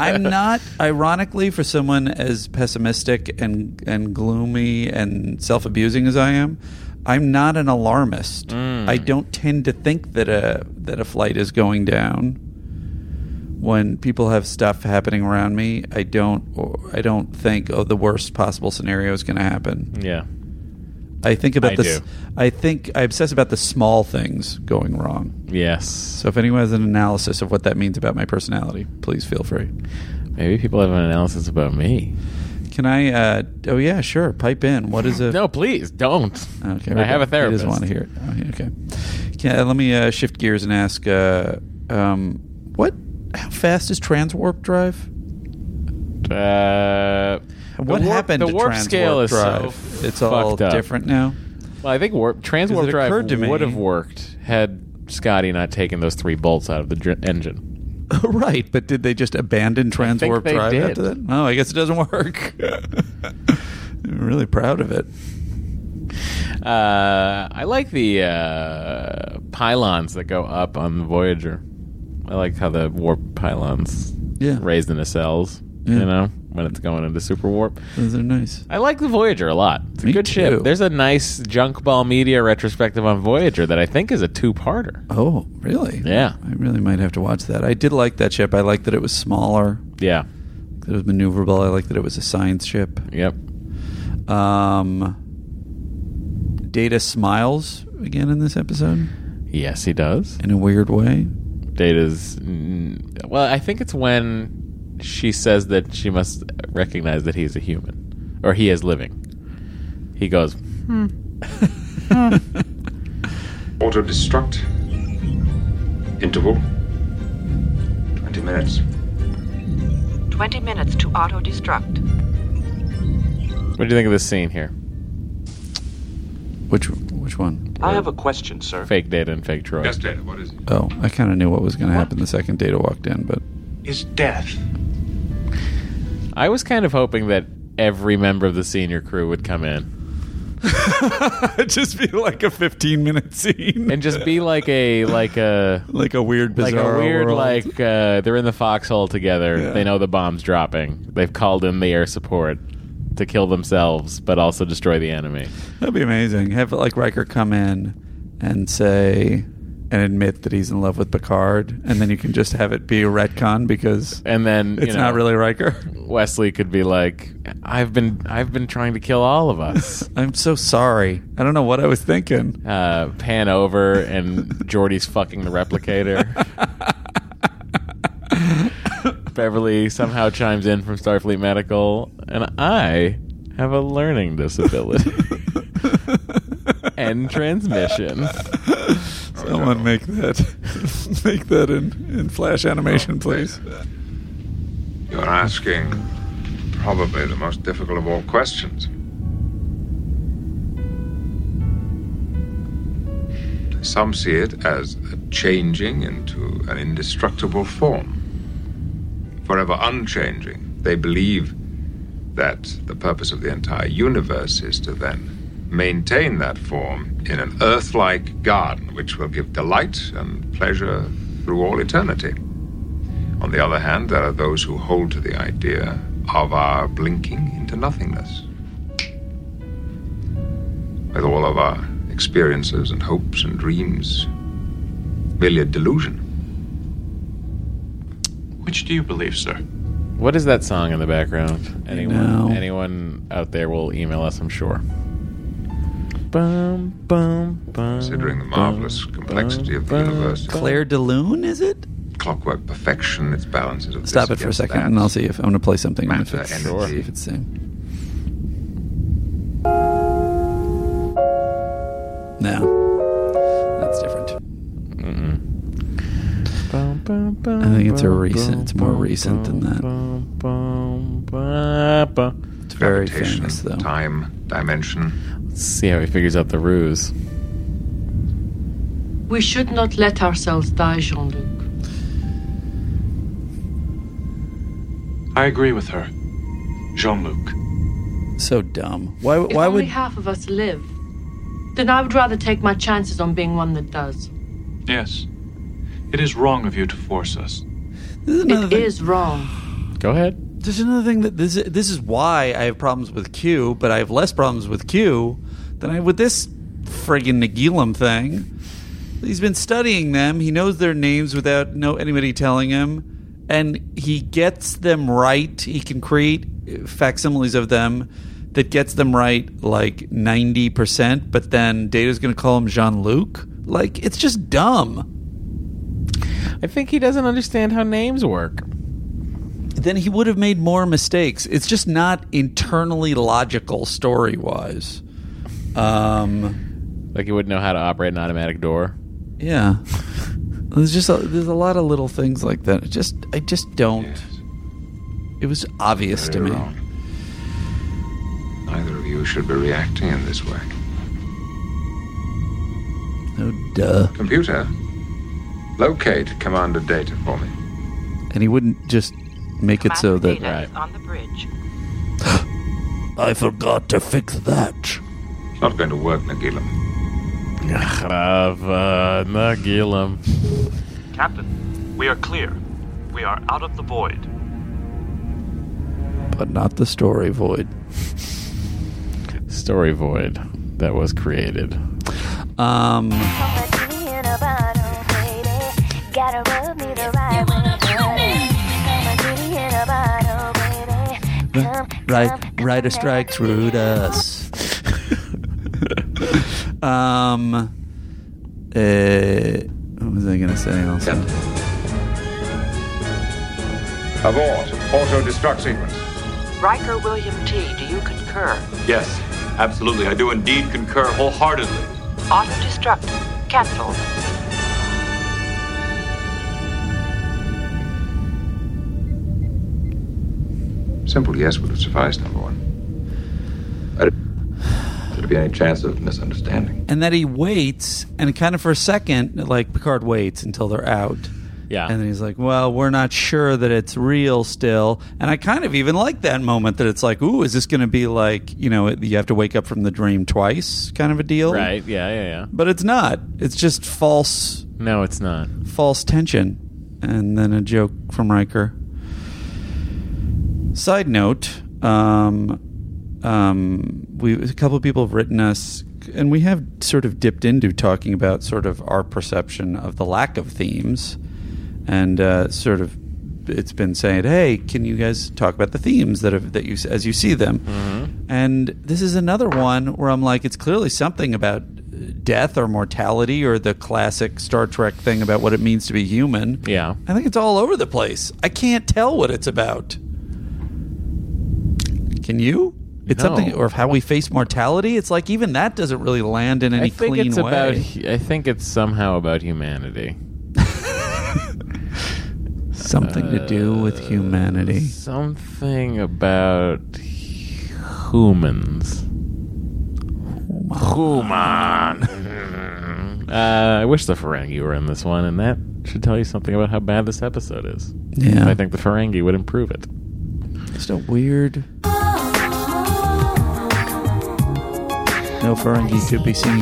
B: I'm not. Ironically, for someone as pessimistic and and gloomy and self abusing as I am, I'm not an alarmist.
A: Mm.
B: I don't tend to think that a that a flight is going down. When people have stuff happening around me, I don't or I don't think oh the worst possible scenario is going to happen.
A: Yeah.
B: I think about
A: I
B: this.
A: do.
B: I think I obsess about the small things going wrong.
A: Yes.
B: So if anyone has an analysis of what that means about my personality, please feel free.
A: Maybe people have an analysis about me.
B: Can I? Uh, oh yeah, sure. Pipe in. What is a? Oh,
A: no, please don't.
B: Okay,
A: I have a
B: He
A: therapist.
B: doesn't want to hear it. Oh, yeah, okay. Can, uh, let me uh, shift gears and ask. Uh, um, what? How fast is transwarp drive?
A: Uh, the
B: What
A: warp-
B: happened
A: The
B: to
A: warp
B: transwarp
A: scale is
B: drive?
A: so
B: It's all
A: fucked up.
B: different now?
A: Well, I think warp transwarp
B: it
A: drive
B: occurred to me-
A: would have worked had Scotty not taken those three bolts out of the dr- engine.
B: right, but did they just abandon transwarp
A: they
B: drive
A: did.
B: after that? No, I guess it doesn't work. I'm really proud of it.
A: Uh, I like the uh, pylons that go up on the Voyager. I like how the warp pylons
B: Yeah.
A: Raised in the cells,
B: Yeah.
A: you know, when it's going into super warp.
B: Those are nice.
A: I like the Voyager a lot. It's a good ship. There's a nice junk ball media retrospective on Voyager that I think is a two parter.
B: Oh, really?
A: Yeah.
B: I really might have to watch that. I did like that ship. I liked that it was smaller.
A: Yeah.
B: That it was maneuverable. I liked that it was a science ship.
A: Yep.
B: Um, Data smiles again in this episode.
A: Yes, he does.
B: In a weird way.
A: Data's. mm, Well, I think it's when she says that she must recognize that he's a human or he is living. He goes,
O: Hmm.
R: Auto destruct. Interval. 20 minutes.
M: 20 minutes to auto destruct.
A: What do you think of this scene here?
B: Which which one?
L: I have a question, sir.
A: Fake Data and Fake Troy.
L: Yes,
A: Data,
L: what is it?
B: Oh, I kind of knew what was going to happen the second Data walked in, but
L: Is death.
A: I was kind of hoping that every member of the senior crew would come in
B: It'd just be like a 15 minute scene
A: and just be like a like a
B: like a weird
A: like
B: bizarre
A: a weird
B: world.
A: like uh, they're in the foxhole together.
B: Yeah.
A: They know the bomb's dropping. They've called in the air support to kill themselves, but also destroy the enemy.
B: That'd be amazing. Have like Riker come in and say and admit that he's in love with Picard, and then you can just have it be a retcon because
A: and then
B: it's
A: you know,
B: not really Riker.
A: Wesley could be like, "I've been I've been trying to kill all of us."
B: I'm so sorry. I don't know what I was thinking.
A: Uh, pan over and Jordy's fucking the replicator. Beverly somehow chimes in from Starfleet Medical, and I have a learning disability. End transmission.
B: Someone make that make that in, in flash animation, please.
I: You're asking probably the most difficult of all questions. Some see it as a changing into an indestructible form, forever unchanging. They believe that the purpose of the entire universe is to then maintain that form in an earth like garden, which will give delight and pleasure through all eternity. On the other hand, there are those who hold to the idea of our blinking into nothingness. With all of our experiences and hopes and dreams, merely a delusion.
L: Which do you believe, sir?
A: What is that song in the background? Anyone,
B: know.
A: anyone out there will email us, I'm sure. Bum, bum, bum,
I: Considering the marvelous complexity of the universe,
B: Claire Delune, is it?
I: clockwork perfection, its balances of
B: Stop
I: this
B: it for a
I: against
B: second,
I: that.
B: and I'll see if I'm going to play something. and If
I: Matter,
B: it's,
I: energy.
B: if it's same. No, that's different. I think it's a recent. It's more recent than
A: that.
B: It's very
I: Gravitation,
B: famous, though.
I: Time, dimension.
A: Let's see how he figures out the ruse.
H: We should not let ourselves die, Jean Luc.
L: I agree with her. Jean Luc.
B: So dumb. Why?
H: If
B: Why
H: only
B: would?
H: half of us live, then I would rather take my chances on being one that does.
L: Yes. It is wrong of you to force us.
B: This is another
H: It
B: thing.
H: is wrong.
A: Go ahead.
B: There's another thing that this. This is why I have problems with Q, but I have less problems with Q than I have with this friggin' Nagilum thing. He's been studying them. He knows their names without no anybody telling him, and he gets them right. He can create uh, facsimiles of them that gets them right like ninety percent. But then Data's going to call him Jean Luc. Like it's just dumb.
A: I think he doesn't understand how names work.
B: Then he would have made more mistakes. It's just not internally logical story wise. Um,
A: like he wouldn't know how to operate an automatic door.
B: Yeah. There's just a, there's a lot of little things like that. It Just I just don't. It was obvious to me.
I: Neither of you should be reacting in this way.
B: Oh duh.
I: Computer, locate Commander Data for me.
B: And he wouldn't just make it so that
M: Data is on the bridge.
B: I forgot to fix that.
I: It's not going to work, Nagilum.
A: Nagilum.
L: Captain, we are clear. we are out of the void.
B: but not the story void.
A: Story void that was created.
B: Um,
O: Gotta rub me the right way. Got my beauty in a bottle, baby.
B: right, writer strikes Rudus. um, uh, what was I gonna say? Also,
I: Abort. Auto destruct sequence.
M: Riker William T., do you concur?
S: Yes, absolutely. I do indeed concur wholeheartedly.
M: Auto destruct. Cancelled.
I: Simple yes would have sufficed, number one. I didn't there'd be any chance of misunderstanding.
B: and that he waits, and kind of for a second, like Picard waits until they're out.
A: Yeah.
B: And then he's like, "Well, we're not sure that it's real still." And I kind of even like that moment that it's like, "Ooh, is this going to be like you know you have to wake up from the dream twice kind of a deal?"
A: Right? Yeah, yeah, yeah.
B: But it's not. It's just false.
A: No, it's not.
B: False tension. And then a joke from Riker. Side note um, um, we, a couple of people have written us, and we have sort of dipped into talking about sort of our perception of the lack of themes. And uh, sort of it's been saying, hey, can you guys talk about the themes that, have, that you s- as you see them? And this is another one where I'm like, it's clearly something about death or mortality or the classic Star Trek thing about what it means to be human.
A: Yeah.
B: I think it's all over the place. I can't tell what it's about. Can you? It's
A: No.
B: something, or how we face mortality. It's like even that doesn't really land in any
A: I think
B: clean
A: it's
B: way.
A: about. I think it's somehow about humanity.
B: something to do with humanity.
A: Uh, Something about humans. Human. uh, I wish the Ferengi were in this one, and that should tell you something about how bad this episode is.
B: Yeah.
A: I think the Ferengi would improve it.
B: Just a weird. No Ferengi to be seen.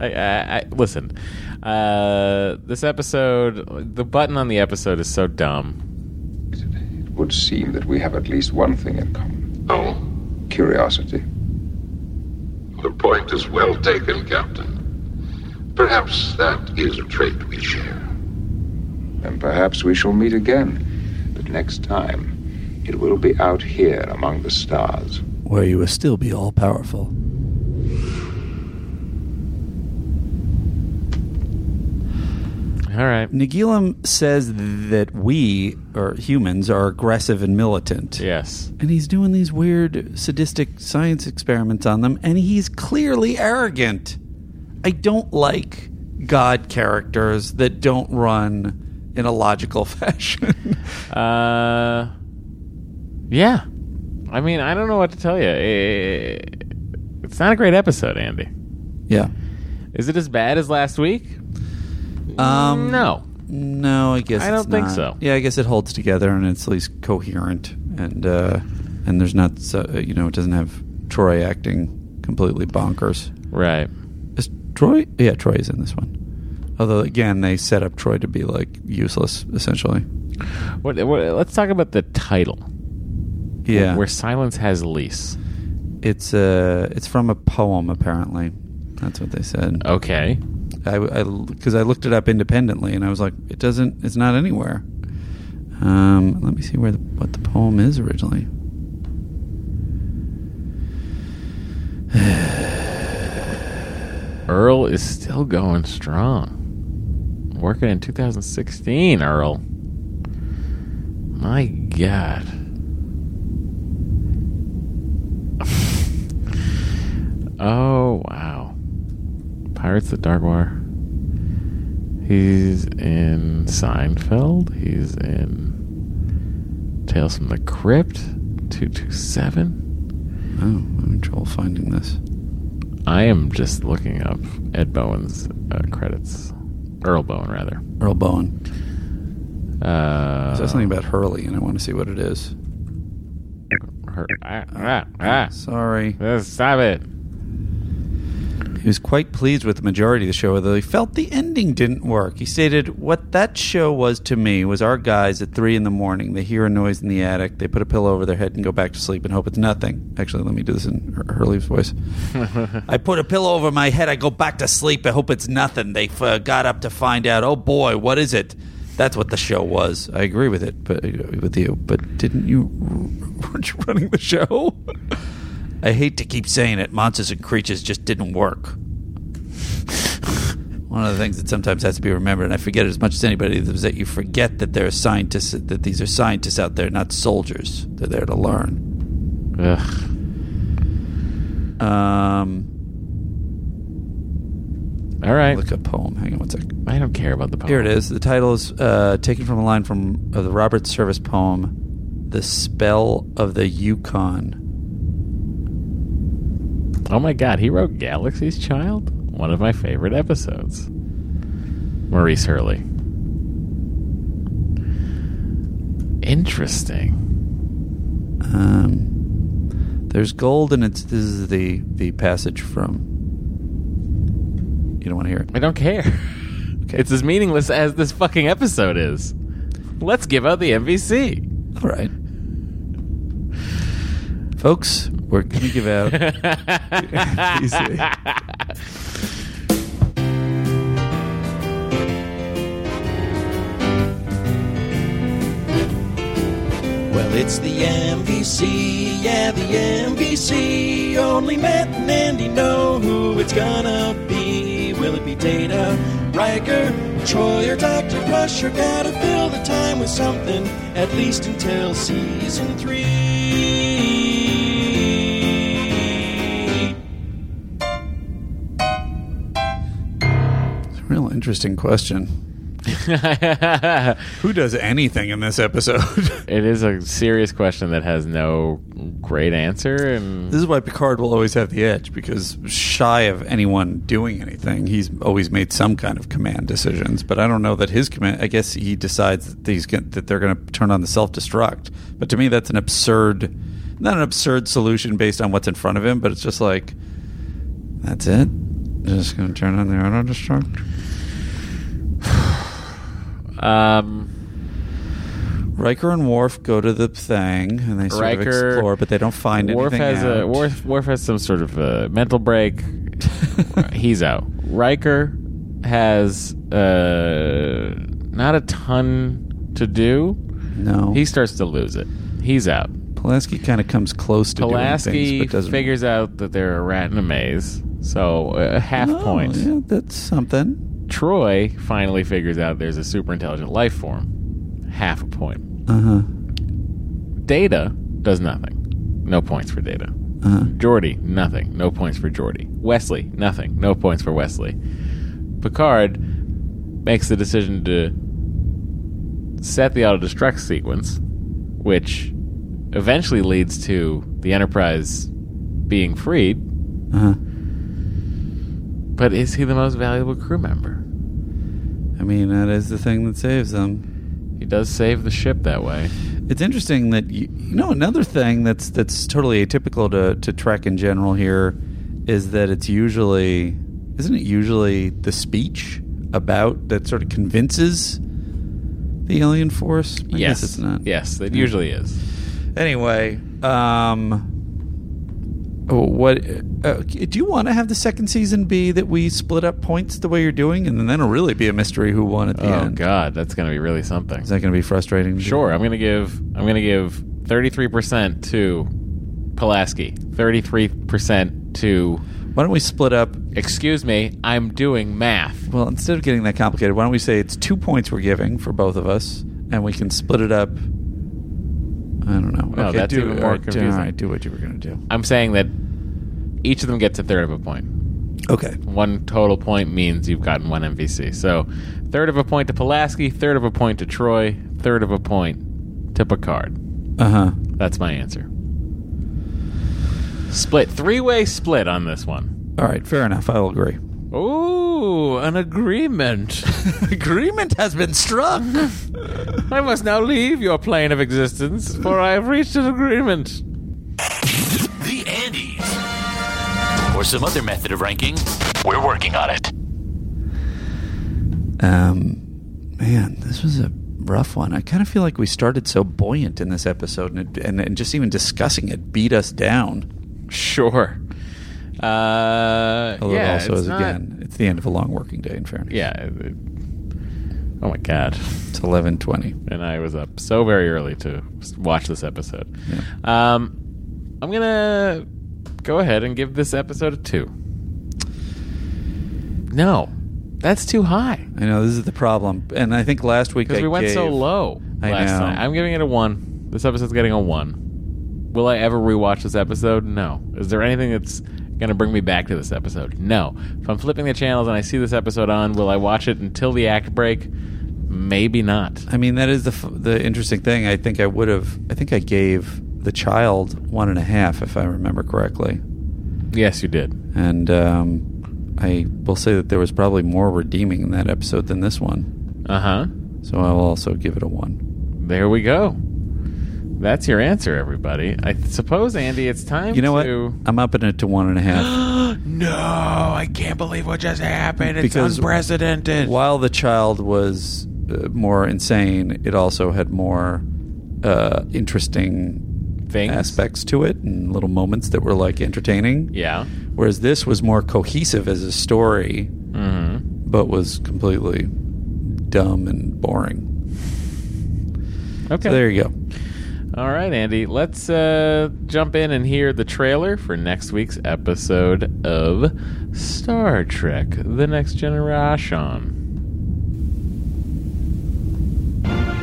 A: I, I, I listen. Uh, this episode, the button on the episode is so dumb.
I: It would seem that we have at least one thing in common. Oh? Curiosity.
J: The point is well taken, Captain. Perhaps that is a trait we share.
I: And perhaps we shall meet again. But next time, it will be out here among the stars.
B: Where you will still be all powerful.
A: All right.
B: Nagilum says that we, or humans, are aggressive and militant.
A: Yes.
B: And he's doing these weird, sadistic science experiments on them, and he's clearly arrogant. I don't like God characters that don't run in a logical fashion.
A: Uh, yeah. I mean, I don't know what to tell you. Eh, It's not a great episode, Andy.
B: Yeah.
A: Is it as bad as last week?
B: Um,
A: no.
B: No, I guess
A: I don't
B: it's
A: think
B: not.
A: so.
B: Yeah, I guess it holds together and it's at least coherent, and uh, and there's not so, uh, you know it doesn't have Troy acting completely bonkers.
A: Right.
B: Is Troy? Yeah, Troy is in this one. Although again, they set up Troy to be like useless essentially.
A: What, what, let's talk about the title.
B: Yeah.
A: Where silence has lease.
B: It's uh it's from a poem apparently. That's what they said.
A: Okay.
B: I because I, looked it up independently and I was like, it doesn't. It's not anywhere. Um, let me see where the, what the poem is originally.
A: Earl is still going strong. Working in 2016, Earl. My God. oh, wow. Pirates of the Dark War. He's in Seinfeld. He's in Tales from the Crypt 227.
B: Oh, I'm in trouble finding this.
A: I am just looking up Ed Bowen's uh, credits. Earl Bowen, rather.
B: Earl Bowen.
A: Uh,
B: So that's something about Hurley, and I want to see what it is.
A: Her, ah, ah, ah.
B: Sorry.
A: Stop it.
B: He was quite pleased with the majority of the show, although he felt the ending didn't work. He stated, What that show was to me was our guys at 3 in the morning. They hear a noise in the attic, they put a pillow over their head and go back to sleep and hope it's nothing. Actually, let me do this in Hur- Hurley's voice. I put a pillow over my head. I go back to sleep. I hope it's nothing. They uh, got up to find out. Oh boy, what is it? That's what the show was. I agree with it, but uh, with you. But didn't you? Weren't you running the show? I hate to keep saying it. Monsters and creatures just didn't work. One of the things that sometimes has to be remembered, and I forget it as much as anybody, is that you forget that there are scientists, that these are scientists out there, not soldiers. They're there to learn. Ugh. Um.
A: All right.
B: Look up poem. Hang on one sec.
A: I don't care about the poem.
B: Here it is. The title is uh, taken from a line from of the Robert Service poem, "The Spell of the Yukon."
A: Oh my god, he wrote Galaxy's Child? One of my favorite episodes. Maurice Hurley. Interesting.
B: Um, there's gold, and it's this is the the passage from. You don't want to hear it.
A: I don't care. It's as meaningless as this fucking episode is. Let's give out the MVC.
B: All right. Folks, we're going to give out.
C: Well, it's the MVC, yeah, the MVC. Only Matt and Andy know who it's gonna be. Will it be Data, Riker, Troy, or Dr. Crusher? Gotta fill the time with something, at least until season three.
B: It's a real interesting question. Who does anything in this episode?
A: It is a serious question that has no great answer, and
B: This is why Picard will always have the edge because shy of anyone doing anything, he's always made some kind of command decisions. But I don't know that his command. I guess he decides that he's going that they're going to turn on the self destruct. But to me, that's an absurd, not an absurd solution based on what's in front of him. But it's just like, that's it. They're just going to turn on the auto destruct.
A: um,
B: Riker and Worf go to the thing and they sort of
A: Riker-
B: explore, but they don't find
A: Worf
B: anything.
A: has
B: out.
A: a Worf, Worf has some sort of uh, mental break. He's out. Riker has uh, not a ton to do.
B: No,
A: he starts to lose it. He's out.
B: Pulaski kind of comes close to doing things,
A: Pulaski
B: but doesn't
A: figures out that they're a rat in a maze, so uh, a half
B: Oh,
A: point.
B: yeah, that's something.
A: Troy finally figures out there's a super intelligent life form, half a point.
B: Uh huh.
A: Data does nothing. No points for Data.
B: Uh-huh.
A: Geordi, nothing. No points for Geordi. Wesley, nothing. No points for Wesley. Picard makes the decision to set the auto destruct sequence, which eventually leads to the Enterprise being freed.
B: Uh-huh.
A: But is he the most valuable crew member?
B: I mean, that is the thing that saves them.
A: He does save the ship that way.
B: It's interesting that you, you know another thing that's that's totally atypical to to Trek in general here is that it's usually isn't it usually the speech about that sort of convinces the alien force? I
A: yes,
B: guess it's not.
A: Yes, it
B: Yeah.
A: usually is.
B: Anyway, um, oh, what uh, do you want to have the second season be that we split up points the way you're doing, and then it'll really be a mystery who won at the
A: oh
B: end?
A: God, that's going to be really something.
B: Is that going to be frustrating? to you?
A: Sure, I'm gonna give I'm gonna give 33 percent to Pulaski, 33 percent to.
B: Why don't we split up?
A: Excuse me, I'm doing math.
B: Well, instead of getting that complicated, why don't we say it's two points we're giving for both of us, and we can split it up. I don't know.
A: No, that's
B: do,
A: even
B: all
A: more
B: right, do-
A: confusing.
B: All right, do what you were going to do.
A: I'm saying that each of them gets a third of a point.
B: Okay.
A: One total point means you've gotten one MVC. So, third of a point to Pulaski, third of a point to Troy, third of a point to Picard.
B: Uh huh.
A: That's my answer. Split three way split on this one.
B: All right, fair enough. I will agree.
A: Ooh, an agreement.
B: agreement has been struck.
A: I must now leave your plane of existence, for I have reached an agreement.
C: The Andes.
D: or some other method of ranking, we're working on it.
B: Um, man, this was a rough one. I kind of feel like we started so buoyant in this episode, and, it, and, and just even discussing it beat us down.
A: Sure. Uh,
B: Although
A: yeah,
B: it also
A: it's
B: is
A: not-
B: again, it's the end of a long working day. In fairness,
A: Yeah. it- oh my god. It's
B: eleven twenty,
A: and I was up so very early to s- watch this episode. Um, I'm gonna go ahead and give this episode a two. No, that's too high
B: I know this is the problem, and I think last week
A: because
B: I
A: we went so
B: gave-
A: low
B: I
A: last
B: know.
A: time. I'm giving it a one. This episode's getting a one. Will I ever rewatch this episode? No. Is there anything that's going to bring me back to this episode? No. If I'm flipping the channels and I see this episode on, will I watch it until the act break? Maybe not.
B: I mean, that is the f- the interesting thing. I think I would have. I think I gave the child one and a half, if I remember correctly.
A: Yes, you did.
B: And um, I will say that there was probably more redeeming in that episode than this one.
A: Uh huh.
B: So I will also give it a one.
A: There we go. That's your answer, everybody. I suppose, Andy, it's time
B: You know what?
A: to.
B: I'm upping it to one and a half.
K: no, I can't believe what just happened. It's
B: Because-
K: unprecedented.
B: While the child was uh, more insane, it also had more uh, interesting
A: Things?
B: aspects to it and little moments that were like entertaining.
A: Yeah.
B: Whereas this was more cohesive as a story,
A: Mhm.
B: but was completely dumb and boring.
A: Okay.
B: So there you go.
A: All right, Andy. Let's uh, jump in and hear the trailer for next week's episode of Star Trek: The Next Generation.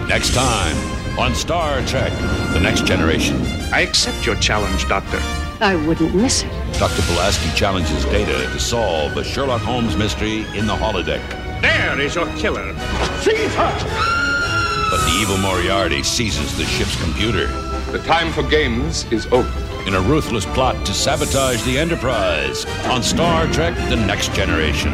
N: Next time on Star Trek The Next Generation. I accept your challenge, Doctor.
P: I wouldn't miss it.
N: Dr. Pulaski challenges Data to solve a Sherlock Holmes mystery in the holodeck.
U: There is your killer.
N: Seize her! But the evil Moriarty seizes the ship's computer. The time for games is over. In a ruthless plot to sabotage the Enterprise on Star Trek The Next Generation.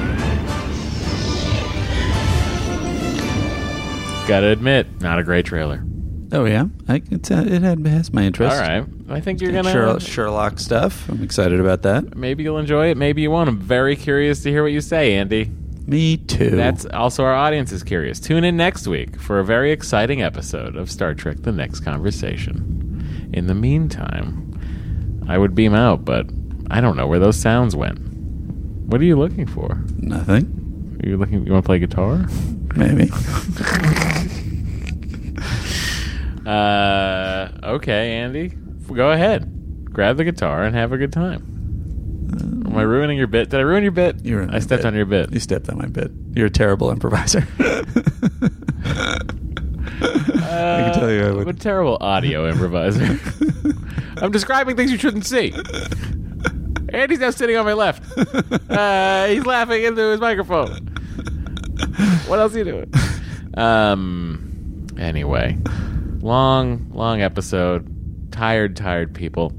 A: Gotta admit, not a great trailer.
B: Oh yeah, I, it's, uh, it had, has my interest.
A: All right. I think you're gonna
B: Sherlock, Sherlock stuff. I'm excited about that.
A: Maybe you'll enjoy it. Maybe you won't. I'm very curious to hear what you say, Andy.
B: Me too.
A: That's also our audience is curious. Tune in next week for a very exciting episode of Star Trek The Next Conversation. In the meantime, I would beam out, but I don't know where those sounds went. What are you looking for?
B: Nothing.
A: Are you looking you want to play guitar?
B: Maybe.
A: uh okay, Andy. Go ahead. Grab the guitar and have a good time. Am I ruining your bit? Did I ruin your bit?
B: You ruined
A: I
B: my
A: stepped
B: bit.
A: on your bit.
B: You stepped on my bit. You're a terrible improviser.
A: I
B: can tell you I would.
A: am Uh, a terrible audio improviser. I'm describing things you shouldn't see. Andy's now sitting on my left. Uh, he's laughing into his microphone. What else are you doing? Um. Anyway, long, long episode. Tired, tired people.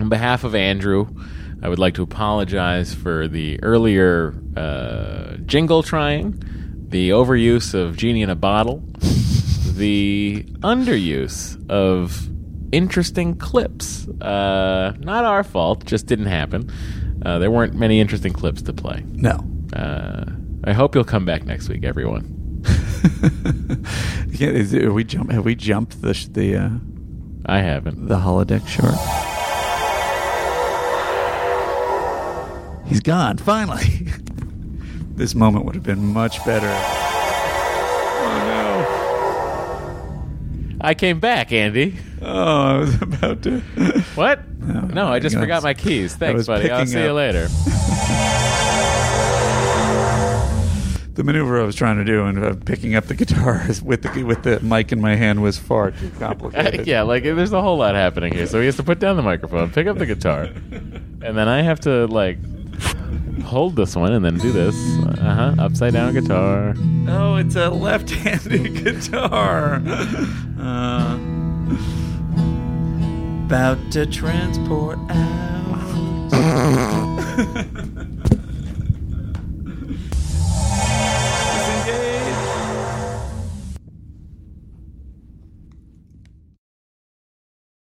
A: On behalf of Andrew, I would like to apologize for the earlier uh, jingle trying, the overuse of genie in a bottle, the underuse of interesting clips. Uh, not our fault; just didn't happen. Uh, there weren't many interesting clips to play.
B: No.
A: Uh, I hope you'll come back next week, everyone.
B: Yeah, is, are we jump? Have we jumped the sh- the? Uh,
A: I haven't.
B: The holodeck shark. He's gone. Finally. this moment would have been much better. Oh
A: no. I came back, Andy.
B: Oh, I was about to.
A: What? No, I just
B: hang on.
A: forgot my keys.
B: Oh, I
A: Thanks,
B: was
A: buddy. I'll
B: picking
A: see you
B: up.
A: later.
B: The maneuver I was trying to do and uh, picking up the guitar is- with the with the mic in my hand was far too complicated.
A: yeah, like there's a whole lot happening here. So he has to put down the microphone, pick up the guitar, and then I have to like hold this one and then do this. Uh huh. Upside down guitar.
B: Oh, it's a left-handed guitar. Uh, about to transport out.